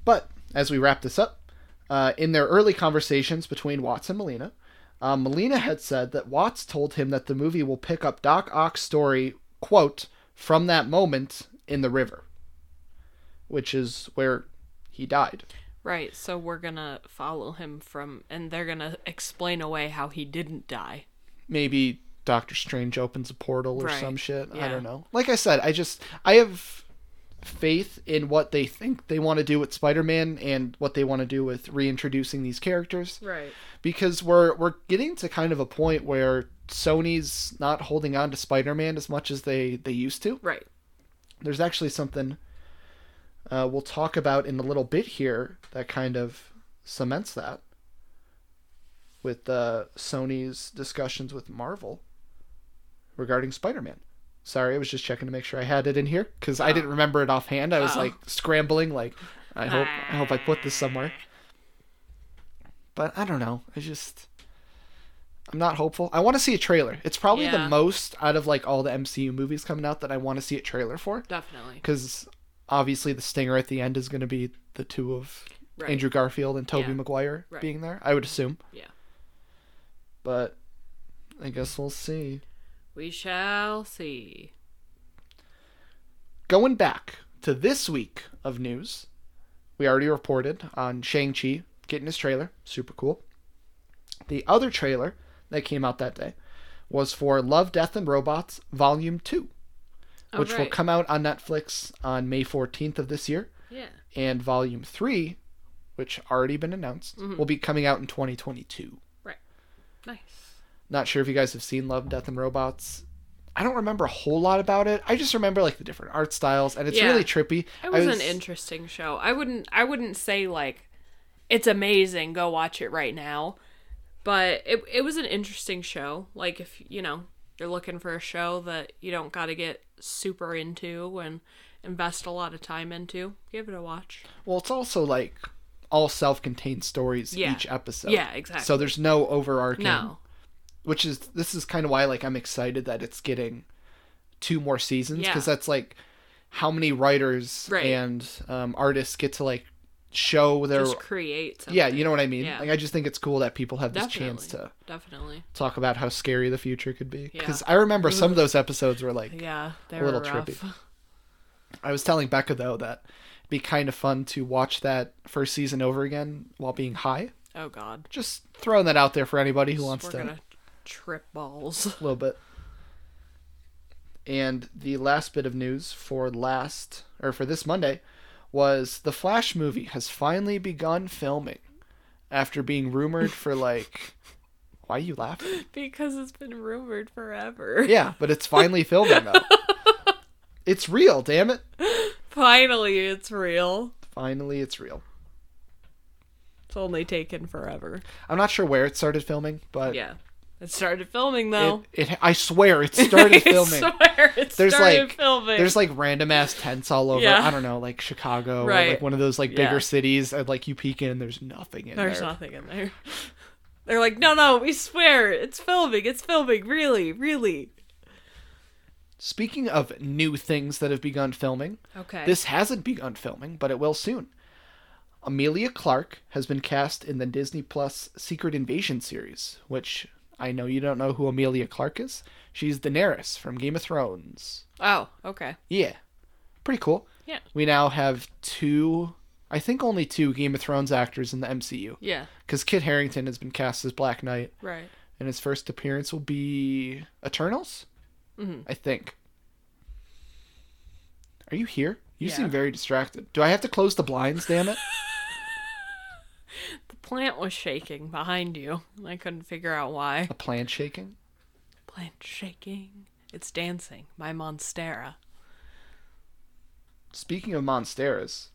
But as we wrap this up, uh, in their early conversations between Watts and Molina, um, Molina had said that Watts told him that the movie will pick up Doc Ock's story, quote, from that moment in the river, which is where he died.
Right, so we're gonna follow him from, and they're gonna explain away how he didn't die.
Maybe Doctor Strange opens a portal or
Right,
some shit. I
yeah.
don't know. Like I said, I just I have faith in what they think they want to do with Spider-Man and what they want to do with reintroducing these characters
Right.
because we're we're getting to kind of a point where Sony's not holding on to Spider-Man as much as they they used to.
Right.
There's actually something uh, we'll talk about in a little bit here that kind of cements that with uh, Sony's discussions with Marvel regarding Spider-Man. Sorry, I was just checking to make sure I had it in here because I didn't remember it offhand. I was
Oh.
like scrambling, like I hope I hope I put this somewhere. But I don't know. I just I'm not hopeful. I want to see a trailer. It's probably
Yeah.
the most out of like all the MCU movies coming out that I want to see a trailer for
Definitely.
because obviously the stinger at the end is going to be the two of
Right.
Andrew Garfield and Toby
Yeah.
Maguire
Right.
being there. I would assume.
Yeah.
But I guess we'll see.
We shall see.
Going back to this week of news, we already reported on Shang-Chi getting his trailer. Super cool. The other trailer that came out that day was for Love, Death, and Robots Volume 2,
Oh,
which will
right.
come out on Netflix on May 14th of this year.
Yeah.
and volume 3 which already been announced
Mm-hmm.
will be coming out in 2022
Right. Nice.
not sure if you guys have seen love death and robots i don't remember a whole lot about it i just remember like the different art styles and it's
Yeah.
really trippy
It was, an interesting show. I wouldn't I wouldn't say like it's amazing, go watch it right now. But it it was an interesting show. Like if, you know, you're looking for a show that you don't got to get super into and invest a lot of time into, give it a watch.
well it's also like all self-contained stories
Yeah.
each episode
Yeah, exactly.
so there's no overarching
No.
which is this is kind of why like i'm excited that it's getting two more seasons
Yeah.
because that's like how many writers
Right.
and um, artists get to like show their
Just create something.
Yeah, you know what I mean.
Yeah.
Like I just think it's cool that people have this
Definitely.
chance to
Definitely.
talk about how scary the future could be.
Yeah. Mm-hmm.
Because I remember some of those episodes were like.
Yeah, they
A
were
little
rough. *laughs*
trippy. I was telling Becca though that it'd be kind of fun to watch that first season over again while being high.
Oh god.
Just throwing that out there for anybody who wants
we're
to
gonna trip
*laughs*
balls.
a little bit. And the last bit of news for last or for this Monday was the Flash movie has finally begun filming after being rumored for like.
*laughs*
Why are you laughing?
because it's been rumored forever. *laughs*
Yeah, but it's finally filming though. it's real, damn it.
Finally, it's real.
Finally it's real.
It's only taken forever.
I'm not sure where it started filming, but
Yeah. It started filming
Uh, it,
though.
it I swear it
*laughs*
started filming.
I swear it
There's,
started
like-
filming.
There's like random ass tents all over.
Yeah.
I don't know, like Chicago or like
Right.
one of those like bigger
Yeah.
cities and like you peek in and there's nothing in
There's
there.
nothing in there. *laughs* They're like, no, no, we swear it's filming. It's filming. Really, really.
Speaking of new things that have begun filming,
Okay.
this hasn't begun filming, but it will soon. Amelia Clark has been cast in the Disney Plus Secret Invasion series, which I know you don't know who Amelia Clark is. She's Daenerys from Game of Thrones.
Oh, okay.
Yeah. Pretty cool.
Yeah.
We now have two, I think only two Game of Thrones actors in the MCU.
Yeah.
Because Kit Harrington has been cast as Black Knight,
Right.
and his first appearance will be Eternals?
Mhm.
I think. Are you here? You
Yeah.
seem very distracted. Do I have to close the blinds, damn it?
The plant was shaking behind you. and I couldn't figure out why.
*laughs* A plant shaking?
Plant shaking. It's dancing. My monstera.
Speaking of Monsteras,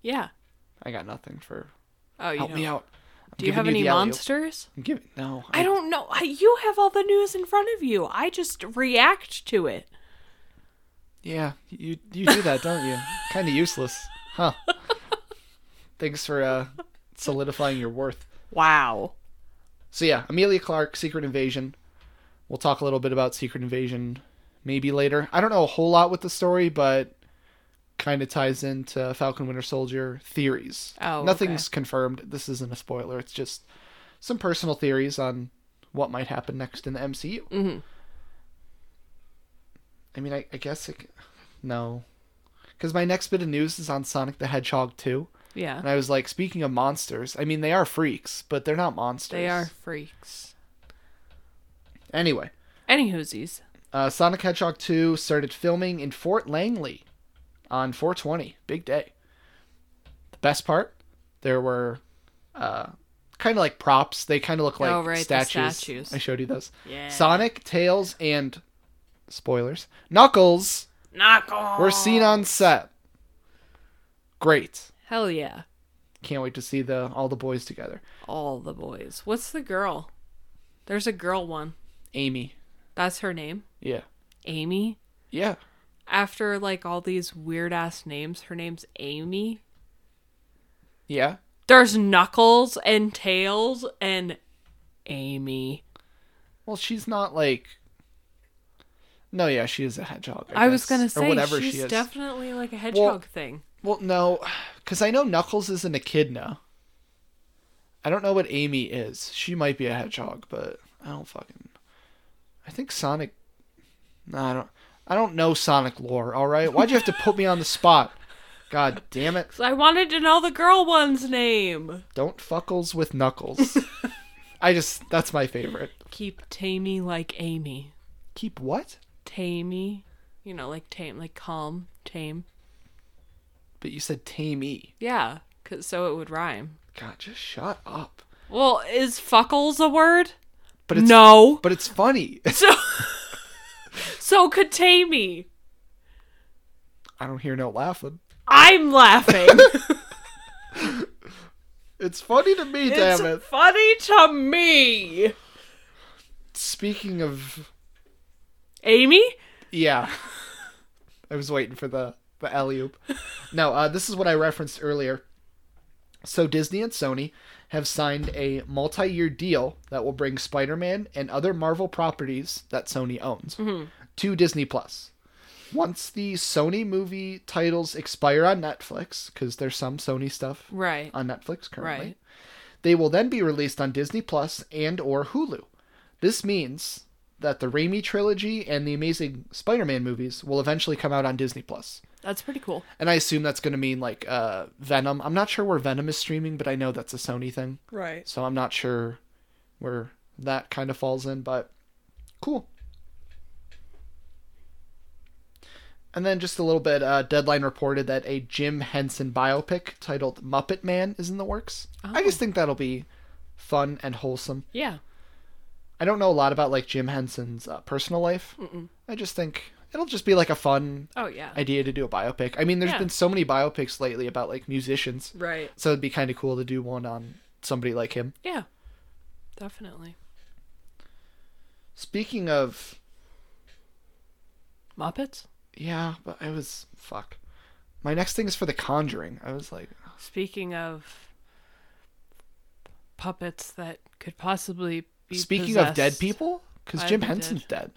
Yeah.
I got nothing for.
Oh, you
Help
know.
me out. I'm
Do you
giving
have any
the alley-oop.
monsters?
I'm giving, no.
I don't know. I, you have all the news in front of you. I just react to it.
Yeah, you you do that, don't you? kind of useless,
*laughs*
huh? Thanks for uh, solidifying your worth.
Wow.
So yeah, Amelia Clark, Secret Invasion. We'll talk a little bit about Secret Invasion maybe later. I don't know a whole lot with the story, but kind of ties into Falcon Winter Soldier theories.
Oh, okay.
nothing's confirmed. This isn't a spoiler. It's just some personal theories on what might happen next in the MCU.
hmm
I mean, I, I guess it. No. Because my next bit of news is on Sonic the Hedgehog 2.
Yeah.
And I was like, speaking of monsters, I mean, they are freaks, but they're not monsters.
They are freaks.
Anyway,
Any hoosies.
uh, Sonic Hedgehog 2 started filming in Fort Langley on 420. Big day. The best part, there were uh, kind of like props. They kind of look like
Oh, right, the
statues.
statues.
I showed you those.
Yeah.
Sonic, Tails, and spoilers. Knuckles
Knuckles.
were seen on set. Great.
Hell yeah.
Can't wait to see the all the boys together.
All the boys. What's the girl? There's a girl one.
Amy.
That's her name.
Yeah.
Amy.
Yeah.
After like all these weird ass names, her name's Amy.
Yeah.
There's Knuckles and Tails and Amy.
Well, she's not like. No, yeah, she is a hedgehog.
I, was
guess,
gonna say
or whatever
she's
she is.
definitely like a hedgehog thing.
well, no, because I know Knuckles is an echidna. I don't know what Amy is. She might be a hedgehog, but I don't fucking. I think Sonic. No, I don't. I don't know Sonic lore. All right, why'd you have to put me on the spot? God damn it!
So I wanted to know the girl one's name.
Don't fuckles with Knuckles. I just that's my favorite.
Keep Tammy like Amy.
Keep what?
Tammy, you know, like tame, like calm, tame.
But you said Tamey.
Yeah, 'cause- so it would rhyme.
God, just shut up.
Well, is fuckles a word?
But it's
no. *laughs*
But it's funny. *laughs*
So, so could Tammy.
I don't hear no laughing.
I'm
*laughs*
laughing.
It's funny to me,
it's
damn it.
funny to me.
Speaking of,
Amy?
yeah, I was waiting for the the alley oop. No, uh, this is what I referenced earlier. So Disney and Sony have signed a multi-year deal that will bring Spider-Man and other Marvel properties that Sony owns to Disney Plus. Once the Sony movie titles expire on Netflix, because there's some Sony stuff
Right.
on Netflix currently.
Right.
They will then be released on Disney Plus and or Hulu. This means that the Raimi trilogy and the Amazing Spider-Man movies will eventually come out on Disney Plus.
That's pretty cool.
And I assume that's going to mean like uh, Venom. I'm not sure where Venom is streaming, but I know that's a Sony thing,
Right.
so I'm not sure where that kind of falls in. But cool. And then just a little bit, uh, Deadline reported that a Jim Henson biopic titled Muppet Man is in the works. I just think that'll be fun and wholesome.
Yeah.
I don't know a lot about like Jim Henson's uh, personal life. I just think it'll just be like a fun
Oh, yeah.
idea to do a biopic. I mean, there's
Yeah.
been so many biopics lately about like musicians,
right.
so it'd be kind of cool to do one on somebody like him.
Yeah. Definitely.
Speaking of,
Muppets?
yeah, but I was fuck. My next thing is for The Conjuring. I was like,
Speaking of puppets that could possibly be.
speaking of dead
possessed,
people, because
by
Jim
the
Henson's dead.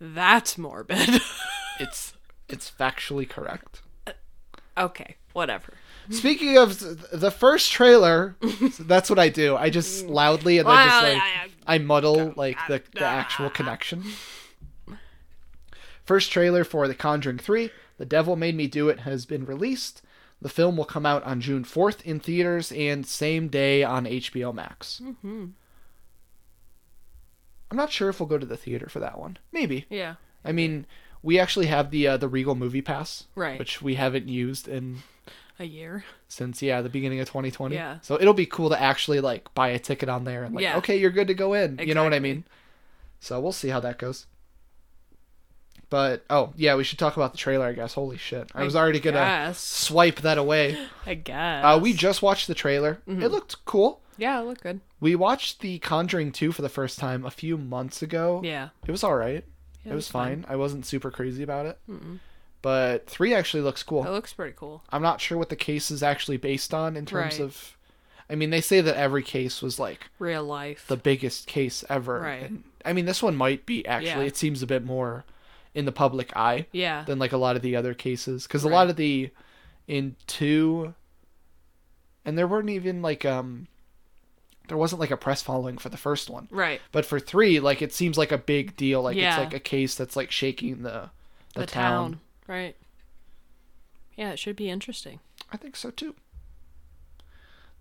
That's morbid. *laughs*
It's it's factually correct.
okay. Whatever.
Speaking of th- the first
*laughs*
trailer, that's what I do. I just loudly and then just
Wow,
like
I-
I muddle like the, the actual connection. First trailer for The Conjuring 3, The Devil Made Me Do It has been released. The film will come out on June 4th in theaters and same day on HBO Max. Mm-hmm. I'm not sure if we'll go to the theater for that one. Maybe.
Yeah.
I mean, we actually have the uh, the Regal Movie Pass,
Right.
which we haven't used in
A year.
since yeah the beginning of 2020
Yeah.
so it'll be cool to actually like buy a ticket on there and like
Yeah.
okay you're good to go in you know what i
Exactly.
mean so we'll see how that goes but oh yeah we should talk about the trailer i guess holy shit i, was already gonna
Yes.
swipe that away
*gasps* I guess.
uh, we just watched the trailer
Mm-hmm.
it looked cool
Yeah, it looked good.
we watched the conjuring 2 for the first time a few months ago
Yeah.
it was all right
Yeah,
it was
it's
fine. i wasn't super crazy about it but 3 actually looks cool
It looks pretty cool.
I'm not sure what the case is actually based on in terms
Right.
of. I mean, they say that every case was like
Real life.
the biggest case ever.
Right.
And, I mean, this one might be actually.
Yeah.
It seems a bit more in the public eye
yeah.
than like a lot of the other cases because a
Right.
lot of the in two. And there weren't even like um. There wasn't like a press following for the first one,
right.
but for three, like it seems like a big deal. Like
Yeah.
it's like a case that's like shaking the the,
The, town. Right. Yeah, it should be interesting.
I think so too.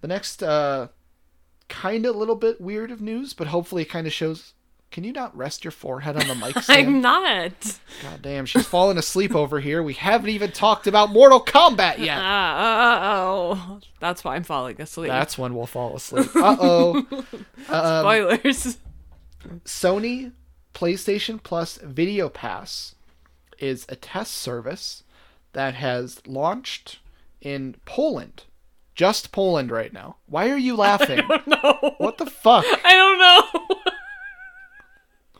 The next uh, kind of little bit weird of news, but hopefully it kind of shows. Can you not rest your forehead on the mic stand?
I'm not.
God damn, she's fallen asleep over here. We haven't even talked about Mortal Kombat yet.
*laughs* Ah, oh, that's why I'm falling asleep.
That's when we'll fall asleep. Uh oh. um,
Spoilers. *laughs*
Sony PlayStation Plus Video Pass is a test service that has launched in Poland. Just Poland right now. Why are you laughing?
no,
What the fuck?
I don't know. *laughs*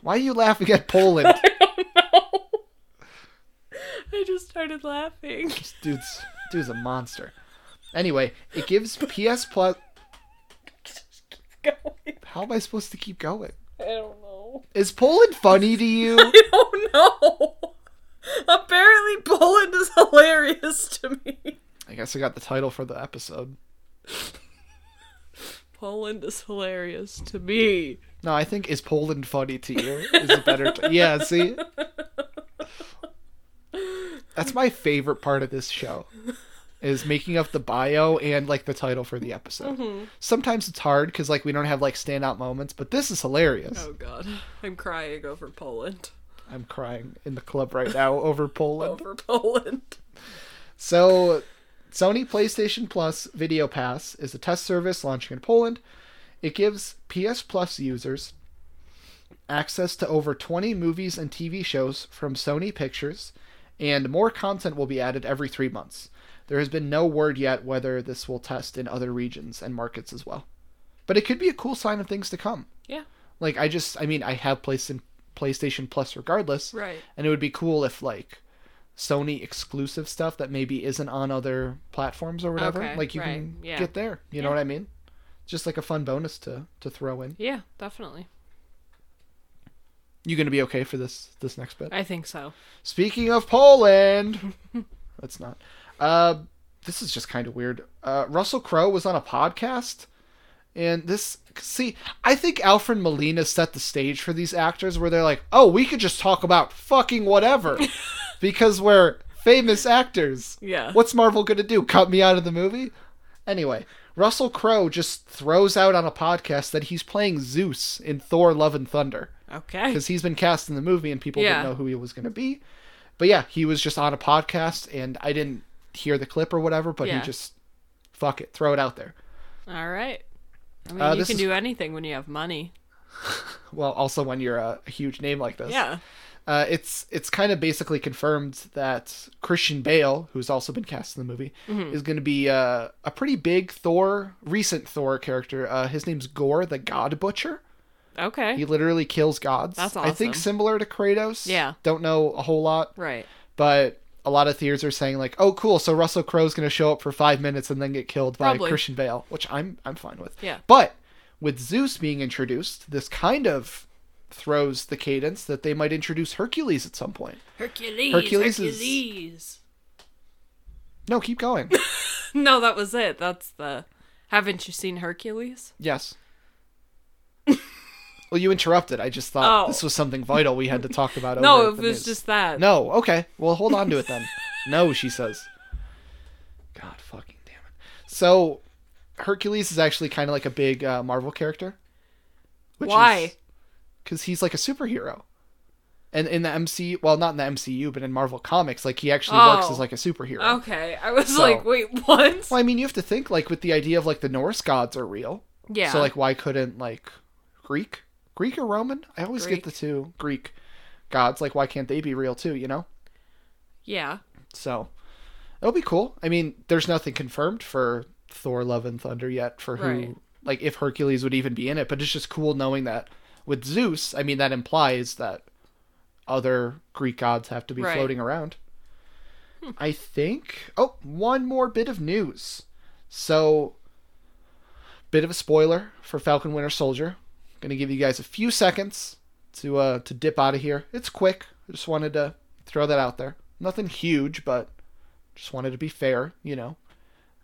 Why are you laughing at Poland?
I don't know. I just started laughing.
This dude's dude's a monster. Anyway, it gives PS Plus.
Going. I
How am I supposed to keep going?
don't know.
Is Poland funny to you?
I don't know. Apparently, Poland is hilarious to me.
I guess I got the title for the episode.
Poland is hilarious to me.
No, I think is Poland funny to you is a better. T- yeah, see, that's my favorite part of this show, is making up the bio and like the title for the episode. Sometimes it's hard because like we don't have like standout moments, but this is hilarious.
Oh god, I'm crying over Poland.
I'm crying in the club right now over Poland.
Over Poland.
So, Sony PlayStation Plus Video Pass is a test service launching in Poland. It gives PS Plus users access to over 20 movies and TV shows from Sony Pictures, and more content will be added every three months. There has been no word yet whether this will test in other regions and markets as well. But it could be a cool sign of things to come.
Yeah,
Like, I just, I mean, I have PlayStation, PlayStation Plus regardless
right.
and it would be cool if like Sony exclusive stuff that maybe isn't on other platforms or whatever,
Okay,
like you
right,
can
yeah.
get there. You know
Yeah.
what I mean? Just like a fun bonus to to throw in.
Yeah, definitely.
You gonna be okay for this this next bit?
I think so.
Speaking of Poland, that's not. Uh, this is just kind of weird. Uh, Russell Crowe was on a podcast, and this see, I think Alfred Molina set the stage for these actors where they're like, "Oh, we could just talk about fucking whatever," because we're famous actors.
Yeah.
What's Marvel gonna do? Cut me out of the movie? Anyway, Russell Crowe just throws out on a podcast that he's playing Zeus in Thor: Love and Thunder
Okay.
because he's been cast in the movie and people
Yeah.
didn't know who he was going to be. But yeah, he was just on a podcast and I didn't hear the clip or whatever, but
Yeah.
he just fuck it, throw it out there.
All right. I mean,
Uh,
you
this
can
is-
do anything when you have money.
Well, also when you're a, a huge name like this,
Yeah.
uh, it's it's kind of basically confirmed that Christian Bale, who's also been cast in the movie,
Mm-hmm.
is going to be uh, a pretty big Thor, recent Thor character. Uh, his name's Gore, the God Butcher.
Okay.
He literally kills gods.
That's
I think
awesome.
similar to Kratos.
Yeah.
don't know a whole lot.
Right.
but a lot of theaters are saying like, "Oh, cool! So Russell Crowe's going to show up for five minutes and then get killed by
Probably.
Christian Bale," which I'm I'm fine with.
Yeah.
But with Zeus being introduced, this kind of throws the cadence that they might introduce Hercules at some point.
Hercules.
Hercules is-
Hercules. *laughs*
No, keep going.
No, that was it. That's the. Haven't you seen Hercules?
yes. well, you interrupted. I just thought
Oh.
this was something vital we had to talk about.
no,
over
it
the
was
news.
just that.
No, okay. Well, hold on to it then. no, she says. God fucking damn it. So, Hercules is actually kind of like a big uh, Marvel character.
Why?
Because he's like a superhero. And in the MCU, well, not in the MCU, but in Marvel Comics, like he actually works
Oh.
as like a superhero.
Okay. I was
So-
like, wait,
*laughs*
what?
Well, I mean, you have to think like with the idea of like the Norse gods are real.
yeah.
So like, why couldn't like Greek, Greek or Roman? I always get
Greek.
the two Greek gods. Like, why can't they be real too? You know.
yeah.
So it'll be cool. I mean, there's nothing confirmed for Thor: Love and Thunder yet for who,
Right.
like, if Hercules would even be in it. But it's just cool knowing that with Zeus. I mean, that implies that other Greek gods have to be
Right. Hmm.
floating around. I think. Oh, one more bit of news. So, bit of a spoiler for Falcon Winter Soldier. Gonna give you guys a few seconds to uh to dip out of here. It's quick. I just wanted to throw that out there. Nothing huge, but just wanted to be fair, you know.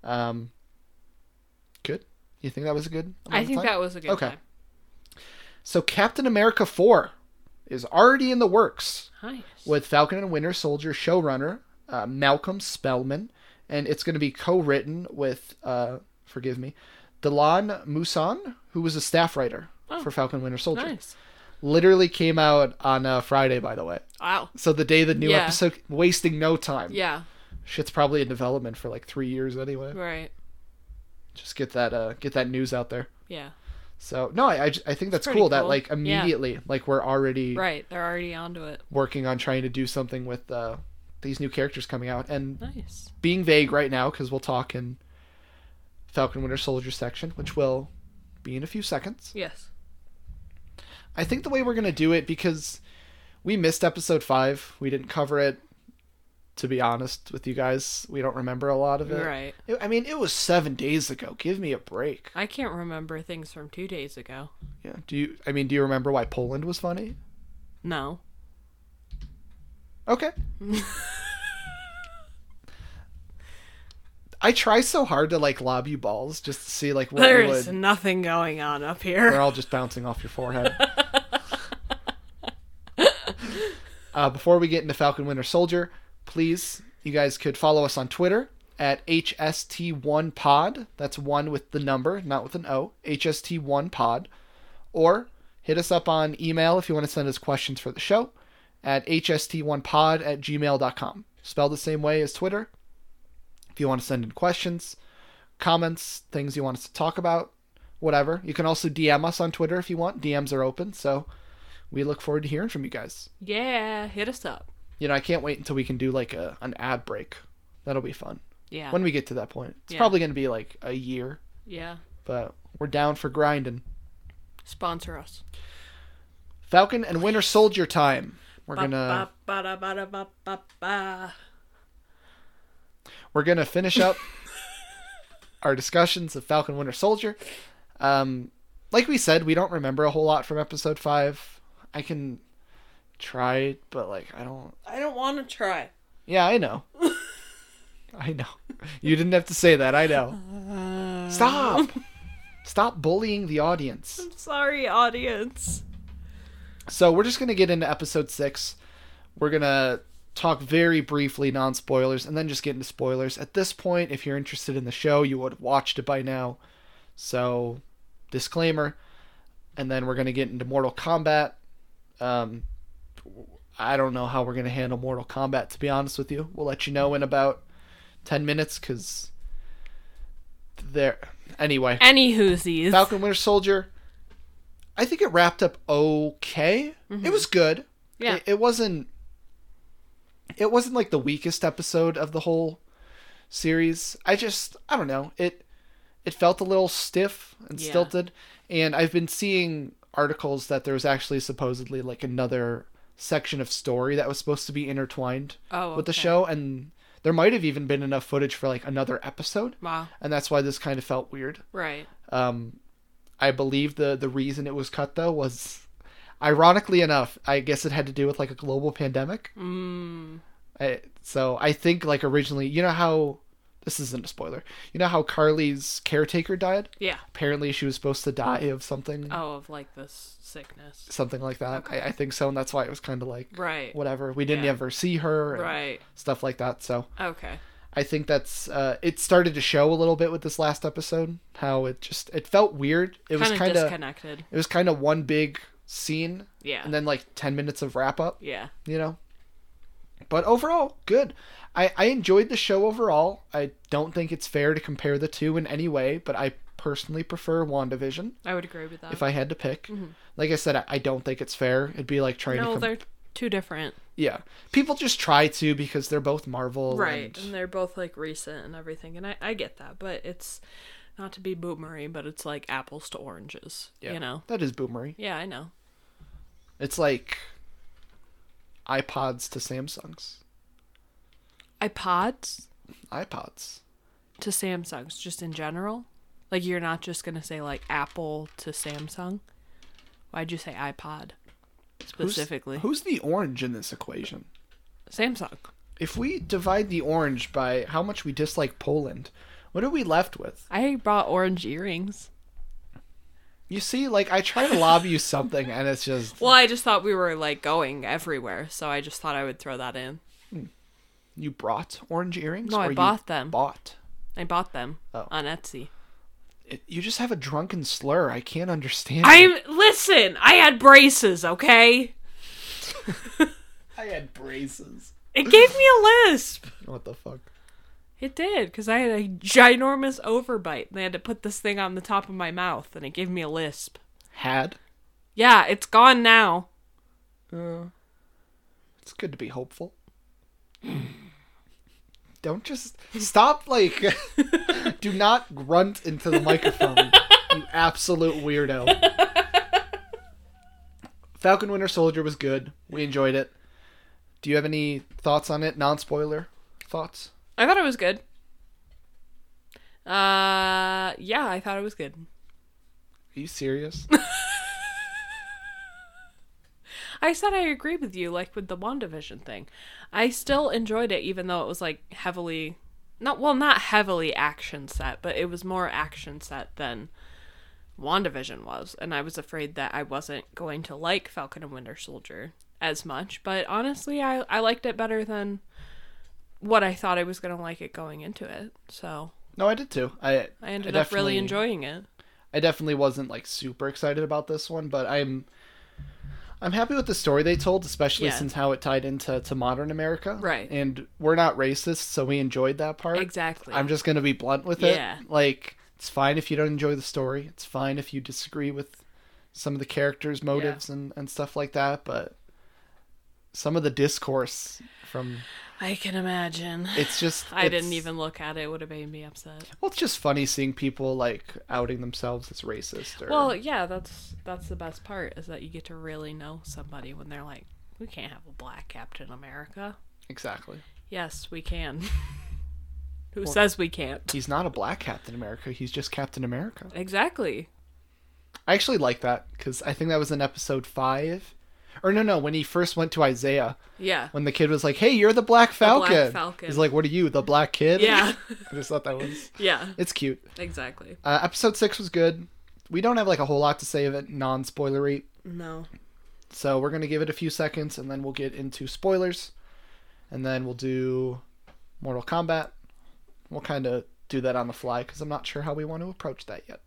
Um, good. You think that was a good? amount
I
of
think
time?
that was a good
Okay.
time.
So Captain America four is already in the works
Nice.
with Falcon and Winter Soldier showrunner uh, Malcolm Spellman, and it's going to be co-written with, uh, forgive me, Delan Musan, who was a staff writer
Oh.
for Falcon Winter Soldier,
Nice.
literally came out on uh, Friday, by the way.
Wow.
So the day the new
Yeah.
episode, wasting no time.
Yeah.
Shit's probably in development for like three years anyway.
Right.
Just get that, uh, get that news out there.
Yeah.
So no, I, I, j- I think that's cool,
pretty
that
cool.
like
Yeah.
immediately, like we're already
Right. They're already onto it.
working on trying to do something with uh, these new characters coming out and
Nice.
being vague right now because we'll talk in Falcon Winter Soldier section, which will be in a few seconds.
Yes.
I think the way we're gonna do it because we missed episode five, we didn't cover it. To be honest with you guys, we don't remember a lot of it.
Right.
It- I mean, it was seven days ago. Give me a break.
I can't remember things from two days ago.
Yeah. Do you? I mean, do you remember why Poland was funny?
No.
Okay. I try so hard to like lob you balls just to see
*laughs*
like what you
There's
would.
nothing going on up
They're
here.
all just bouncing off your forehead. uh, before we get into Falcon Winter Soldier, please, you guys could follow us on Twitter at HST1Pod. That's one with the number, not with an O. HST1Pod. Or hit us up on email if you want to send us questions for the show at HST1Pod at gmail.com. Spelled the same way as Twitter. If you want to send in questions, comments, things you want us to talk about, whatever. You can also DM us on Twitter if you want. DMs are open, so we look forward to hearing from you guys.
*laughs* Yeah. Hit us up.
You know, I can't wait until we can do like a an ad break. That'll be fun
Yeah.
when we get to that point. It's
Yeah.
probably going to be like a year,
yeah.
but we're down for grinding.
Sponsor us.
Falcon and Winter Soldier time. We're
Ba-
gonna
ba- ba- da- ba- da- ba- ba- ba.
we're gonna finish up *laughs* our discussions of Falcon Winter Soldier. Um, like we said, we don't remember a whole lot from episode five. I can try, but like I don't
I don't want to try.
Yeah, I know. I know. You didn't have to say that. I know. Stop. Stop bullying the audience.
I'm sorry, audience.
So we're just gonna get into episode six. We're gonna talk very briefly, non spoilers, and then just get into spoilers. At this point, if you're interested in the show, you would have watched it by now. So disclaimer. And then we're gonna get into Mortal Kombat. Um, I don't know how we're gonna handle Mortal Kombat. To be honest with you, we'll let you know in about ten minutes because there. Anyway,
Any whoosies.
Falcon Winter Soldier. I think it wrapped up okay. It was good.
Mm-hmm. Yeah.
It, it wasn't. It wasn't like the weakest episode of the whole series. I just I don't know it. It felt a little stiff and
Yeah.
stilted, and I've been seeing articles that there was actually supposedly like another section of story that was supposed to be intertwined
oh,
with the
okay.
show, and there might have even been enough footage for like another episode,
Wow.
and that's why this kind of felt weird.
Right.
Um, I believe the the reason it was cut though was, ironically enough, I guess it had to do with like a global pandemic.
Mm.
I, so I think like originally, you know how this isn't a spoiler. You know how Carly's caretaker died.
Yeah.
Apparently, she was supposed to die of something,
Oh, of like this sickness.
something like that. I, I think so, and that's why it was kind of like
Right.
whatever. We didn't
Yeah.
ever see her, and
Right.
stuff like that. So
Okay.
I think that's uh, it started to show a little bit with this last episode how it just it felt weird. It was
Kind of
kind of
disconnected.
it was kind of one big scene
Yeah.
and then like 10 minutes of wrap up
yeah.
you know but overall good I, I enjoyed the show overall i don't think it's fair to compare the two in any way but i personally prefer wandavision
I would agree with that.
if i had to pick like i said I, I don't think it's fair it'd be like trying
Mm-hmm. no,
to com-
they're two different.
yeah people just try to because they're both marvel
Right.
and-
And they're both like recent and everything. And I, I get that. But it's not to be boomery, but it's like apples to oranges.
yeah.
You know?
that is boomery
Yeah, I know.
it's like ipods to samsungs
iPods
ipods
to Samsungs, just in general. Like, you're not just going to say like Apple to Samsung. Why'd you say iPod
Who's-
specifically?
who's the orange in this equation
Samsung.
If we divide the orange by how much we dislike Poland, what are we left with?
I bought orange earrings.
You see, like I try to lob you something, and it's just
Well, I just thought we were like going everywhere, so I just thought I would throw that in.
you brought orange earrings.
No, I
you
bought them.
Bought.
I bought them
Oh.
on Etsy.
it, you just have a drunken slur. I can't understand.
I'm listen. I had braces. Okay,
I had braces.
it gave me a lisp.
What the fuck?
It did because I had a ginormous overbite. and They had to put this thing on the top of my mouth, and it gave me a lisp.
Had.
Yeah, it's gone now.
It's good to be hopeful. Don't just stop like *laughs* do not grunt into the microphone. you absolute weirdo. Falcon Winter Soldier was good. We enjoyed it. Do you have any thoughts on it? Non-spoiler thoughts?
I thought it was good. Uh, yeah, I thought it was good.
Are you serious?
I said I agree with you, like with the WandaVision thing. I still enjoyed it, even though it was like heavily, not well, not heavily action set, but it was more action set than WandaVision was. And I was afraid that I wasn't going to like Falcon and Winter Soldier as much, but honestly, I, I liked it better than what I thought I was going to like it going into it. So
no, I did too. I
I ended up really
definitely-
enjoying it.
I definitely wasn't like super excited about this one, but I'm I'm happy with the story they told, especially
Yeah.
since how it tied into to modern America.
Right.
And we're not racist, so we enjoyed that part.
Exactly.
I'm just gonna be blunt with
Yeah.
it. Like it's fine if you don't enjoy the story. It's fine if you disagree with some of the characters' motives and, and stuff like that, but some of the discourse from
I can imagine.
it's just
*sighs* I didn't
it's-
even look at it. Would have made me upset.
well it's just funny seeing people like outing themselves as racist or
Well, yeah, that's that's the best part is that you get to really know somebody when they're like, "We can't have a black Captain America."
exactly.
Yes, we can. *laughs* Who says we can't?
He's not a black Captain America. He's just Captain America.
Exactly.
I actually like that because I think that was in episode five, or no, no, when he first went to Isaiah,
Yeah.
when the kid was like, "Hey, you're the Black Falcon."
Falcon.
He's like, "What are you, the Black Kid?"
*laughs* Yeah.
*laughs* I just thought that was.
Yeah.
It's cute.
Exactly.
Uh, episode six was good. We don't have like a whole lot to say of it, non-spoilery,
No.
so we're gonna give it a few seconds and then we'll get into spoilers, and then we'll do Mortal Kombat. We'll kind of do that on the fly because I'm not sure how we want to approach that yet.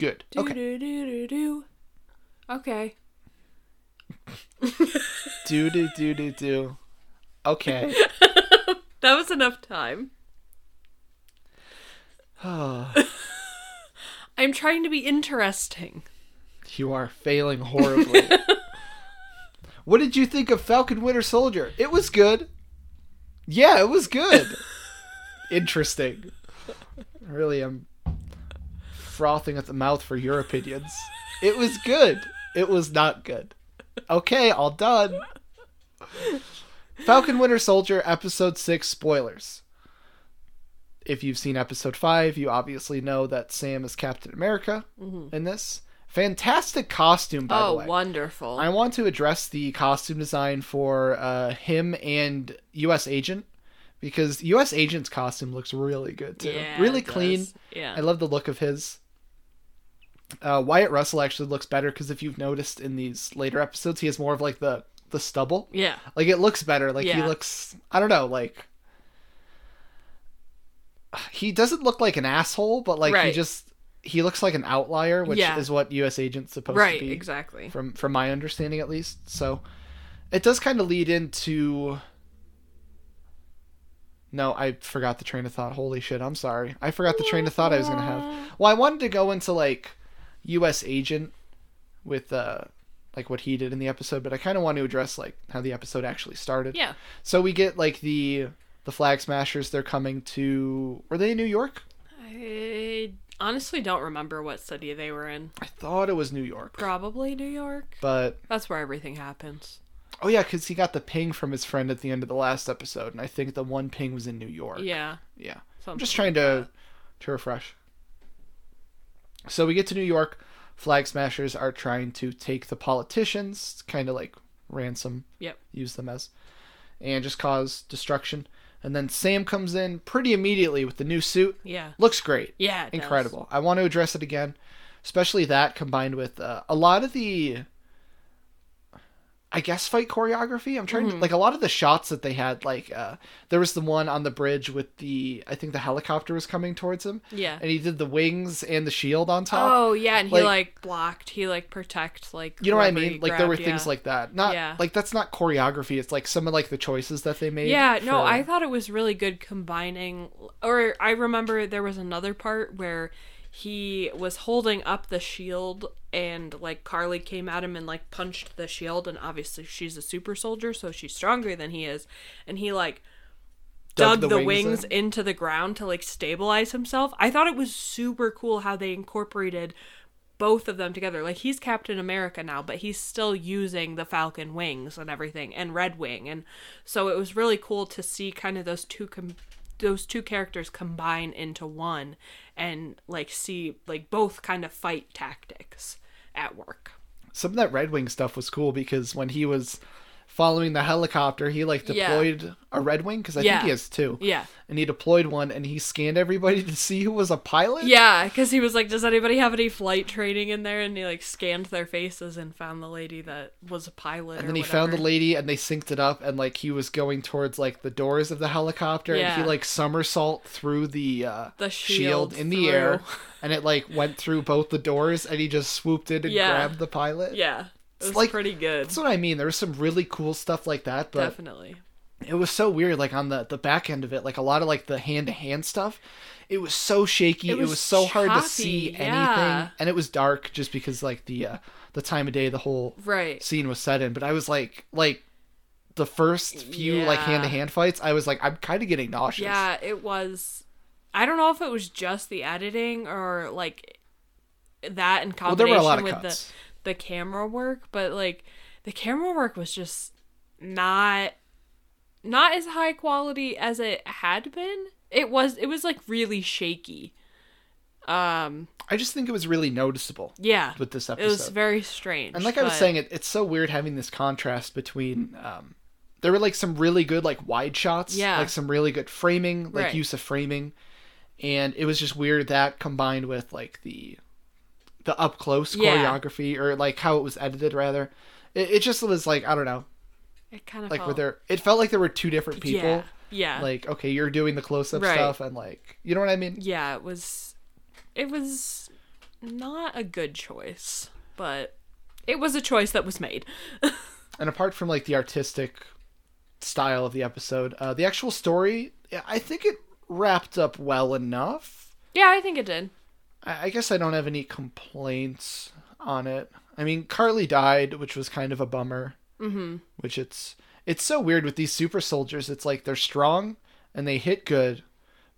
Good.
Do
okay.
do do do do. Okay.
Do do do do do. Okay.
That was enough time.
Ah,
I'm trying to be interesting.
you are failing horribly. what did you think of Falcon Winter Soldier? It was good. Yeah, it was good. Interesting. Really, I'm frothing at the mouth for your opinions. It was good. It was not good. Okay, all done. Falcon Winter Soldier, episode 6, spoilers. If you've seen episode 5, you obviously know that Sam is Captain America in this. Fantastic costume, by the
oh,
way.
wonderful.
I want to address the costume design for uh, him and U.S. Agent because U.S. Agent's costume looks really good too.
Yeah,
really
it does.
clean.
Yeah.
I love the look of his. Uh, Wyatt Russell actually looks better because if you've noticed in these later episodes, he has more of like the the stubble.
yeah.
Like it looks better. Like he
Yeah.
looks. I don't know. Like he doesn't look like an asshole, but like he
Right.
just he looks like an outlier, which
Yeah.
is what U.S. Agent's supposed
Right,
to be
exactly.
*laughs* from from my understanding at least. So it does kind of lead into No, I forgot the train of thought. Holy shit, I'm sorry. I forgot the train of thought I was going to have. Well, I wanted to go into like US agent with uh like what he did in the episode, but I kind of want to address like how the episode actually started.
Yeah.
So we get like the the flag smashers they're coming to were they in New York?
I honestly don't remember what city they were in.
I thought it was New York.
Probably New York.
But
That's where everything happens.
Oh yeah, because he got the ping from his friend at the end of the last episode, and I think the one ping was in New York.
Yeah.
yeah. I'm
Something.
just trying to to refresh. So we get to New York. Flag smashers are trying to take the politicians, kind of like ransom,
Yep.
use them as, and just cause destruction. And then Sam comes in pretty immediately with the new suit.
Yeah.
Looks great
Yeah. it does.
incredible. I want to address it again, especially that combined with uh, a lot of the. I guess fight choreography. I'm
Mm-hmm.
trying to like a lot of the shots that they had. Like uh, there was the one on the bridge with the I think the helicopter was coming towards him.
Yeah.
and he did the wings and the shield on top.
Oh yeah, and he
Like-
like blocked. He like protect like
You know what I
whoever he
mean? Like there were
grabbed,
things
yeah.
like that. Not
Yeah.
like that's not choreography. It's like some of like the choices that they made.
Yeah, no,
for-
I thought it was really good combining. Or I remember there was another part where he was holding up the shield and like Carly came at him and like punched the shield and obviously she's a super soldier so she's stronger than he is and he like dug, the, wings,
in.
into the ground to like stabilize himself. I thought it was super cool how they incorporated both of them together. Like he's Captain America now, but he's still using the Falcon wings and everything and Red Wing. And so it was really cool to see kind of those two com- those two characters combine into one and like see like both kind of fight tactics at work.
Some of that Red Wing stuff was cool because when he was following the helicopter, he like
Yeah.
deployed a Red Wing because I
Yeah.
think he has two.
Yeah.
And he deployed one and he scanned everybody *laughs* to see who was a pilot.
Yeah, because he was like, "Does anybody have any flight training in there?" And he like scanned their faces and found the lady that was a pilot.
And then he found the lady and they synced it up and like he was going towards like the doors of the helicopter and
Yeah.
he like somersault through the uh
The shield
in the air
through.
*laughs* and it like went through both the doors and he just swooped in and
Yeah.
grabbed the pilot.
Yeah, it was
like-
pretty good.
That's what I mean. There was some really cool stuff like that, but
Definitely.
it was so weird. Like on the the back end of it, like a lot of like the hand to hand stuff, it was so shaky.
It
It was,
was
so hard to see
choppy, yeah.
anything, and it was dark just because like the uh, the time of day the whole
Right.
scene was set in. But I was like like the first few like
Yeah.
hand to hand fights, I was like I'm kind of getting nauseous.
Yeah, it was. I don't know if it was just the editing or like that in
there
combination
were a lot of
with
cuts.
the the camera work, but like the camera work was just not not as high quality as it had been. It was it was like really shaky. Um
I just think it was really noticeable
yeah.
with this
It
episode.
was very strange.
And like I was
but-
saying, it, it's so weird having this contrast between. Um, there were like some really good like wide shots,
Yeah.
like some really good framing, like
Right.
use of framing, and it was just weird that combined with like the the up close
Yeah.
choreography or like how it was edited rather. It, it just was like I don't know,
it kind of
like
felt,
were there? It felt like there were two different people.
Oh. Yeah. Yeah.
Like okay, you're doing the close up
Right.
stuff, and like you know what I mean.
yeah, it was it was not a good choice, but it was a choice that was made.
and apart from like the artistic style of the episode uh, the actual story i think it wrapped up well enough
yeah, I think it did.
i, I guess i don't have any complaints on it i mean carly died which was kind of a bummer mm-hmm. which it's it's so weird with these super soldiers it's like they're strong and they hit good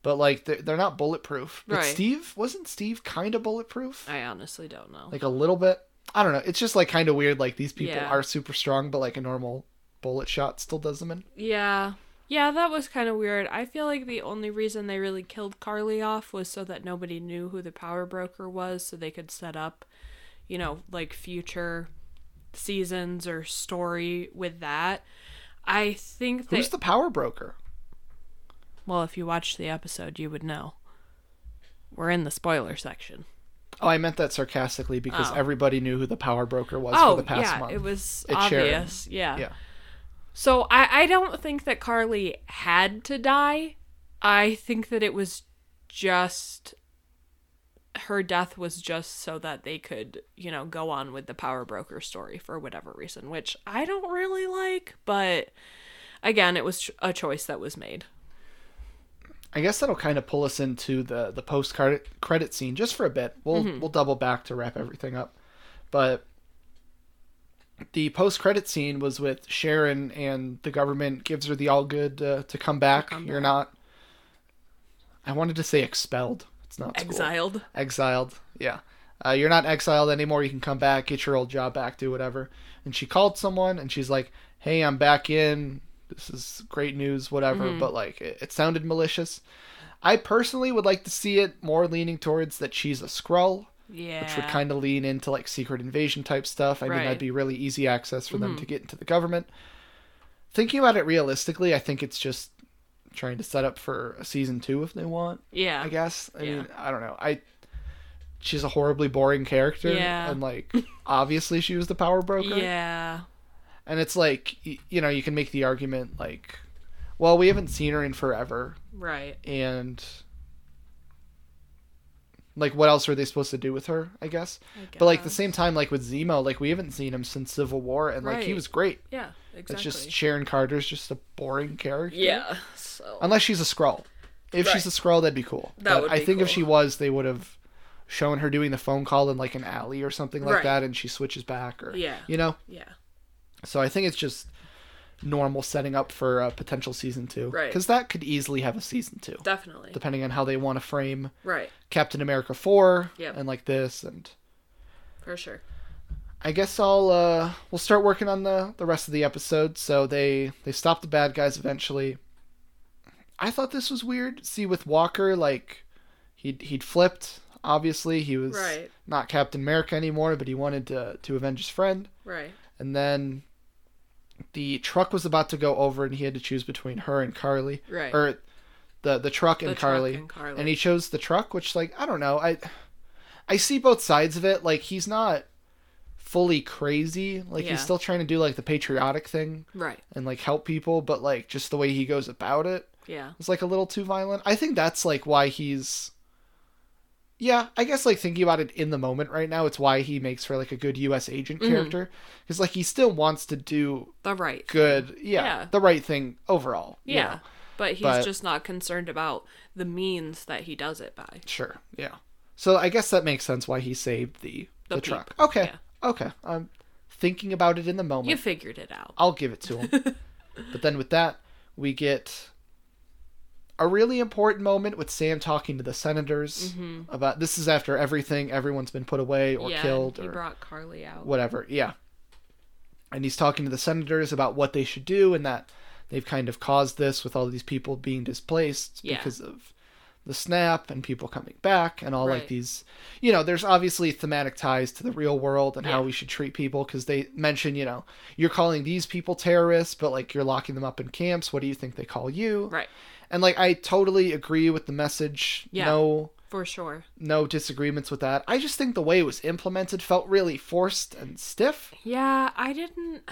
but like they're, they're not bulletproof but
Right.
steve wasn't steve kind of bulletproof
I honestly don't know.
like a little bit i don't know it's just like kind of weird like these people
Yeah.
are super strong but like a normal bullet shot still does them in
yeah. Yeah, that was kind of weird. I feel like the only reason they really killed Carly off was so that nobody knew who the power broker was so they could set up, you know, like future seasons or story with that. I think
Who's
that
the power broker?
well, if you watched the episode, you would know. We're in the spoiler section.
Oh, I meant that sarcastically because
Oh.
everybody knew who the power broker was
oh
for the past
yeah
month.
it was
It's Sharon.
obvious yeah
Yeah.
so I, I don't think that carly had to die i think that it was just her death was just so that they could you know go on with the power broker story for whatever reason which i don't really like but again it was ch- a choice that was made
I guess that'll kind of pull us into the the post credit scene just for a bit. We'll
Mm-hmm.
we'll double back to wrap everything up, but the post credit scene was with Sharon and the government gives her the all good uh, to come back.
come
You're not. I wanted to say expelled. It's not school.
exiled
exiled. Yeah. Uh, you're not exiled anymore. You can come back, get your old job back, do whatever. And she called someone and she's like, hey, I'm back in. This is great news, whatever.
Mm-hmm.
But like, it, it sounded malicious. I personally would like to see it more leaning towards that she's a Skrull,
yeah
which would kind of lean into like secret invasion type stuff. I mean,
Right. Mm-hmm.
that'd be really easy access for them to get into the government. Thinking about it realistically, I think it's just trying to set up for a season two if they want.
yeah
I guess. I
Yeah.
mean, I don't know. I she's a horribly boring character,
*laughs* Yeah.
and like obviously she was the power broker.
yeah
And it's like y- you know, you can make the argument like, well, we haven't seen her in forever,
Right.
and like what else are they supposed to do with her? I guess.
I
But like at the
guess.
same time, like with Zemo, like we haven't seen him since Civil War, and like he
Right.
was great.
Yeah.
It's
Exactly.
just Sharon Carter's just a boring character.
yeah. So.
Unless she's a scroll. If she's
Right.
a scroll, that'd be cool.
That
but
would
I
be
think if
cool.
she was, they would have shown her doing the phone call in like an alley or something like
Right.
that, and she switches back or
Yeah.
you know.
yeah.
So I think it's just normal setting up for a potential season two,
Right.
Because that could easily have a season two,
Definitely.
depending on how they want to frame
right.
Captain America four
Yep.
and like this. And
For sure.
I guess I'll uh we'll start working on the the rest of the episode. So they they stop the bad guys eventually. I thought this was weird. See with Walker like he'd he'd flipped. Obviously, he was
Right.
not Captain America anymore, but he wanted to to avenge his friend.
Right.
And then the truck was about to go over and he had to choose between her and Carly.
Right.
Or the the truck and
The truck
Carly.
and Carly.
And he chose the truck, which like I don't know. I I see both sides of it. Like he's not fully crazy. Like
Yeah.
he's still trying to do like the patriotic thing
Right.
and like help people, but like just the way he goes about it
Yeah.
is like a little too violent. I think that's like why he's yeah, I guess like thinking about it in the moment right now, it's why he makes for like a good U.S. agent
Mm-hmm.
character because like he still wants to do
The right.
good, yeah,
Yeah.
the right thing overall. you
Yeah.
know.
But he's
But-
just not concerned about the means that he does it by.
sure, yeah. So I guess that makes sense why he saved the the,
The
truck.
people,
Okay,
yeah.
okay. I'm thinking about it in the moment.
You figured it out.
I'll give it to
*laughs*
him. but then with that, we get a really important moment with Sam talking to the senators about this is after everything everyone's been put away or
Mm-hmm. yeah.
killed
he
or
brought Carly out.
whatever. Yeah. And he's talking to the senators about what they should do and that they've kind of caused this with all these people being displaced
Yeah.
because of the snap and people coming back and all like
Right.
these you know there's obviously thematic ties to the real world and how
Yeah.
we should treat people because they mention you know you're calling these people terrorists but like you're locking them up in camps what do you think they call you
Right.
and like i totally agree with the message
Yeah.
no
For sure.
no disagreements with that i just think the way it was implemented felt really forced and stiff
Yeah, I didn't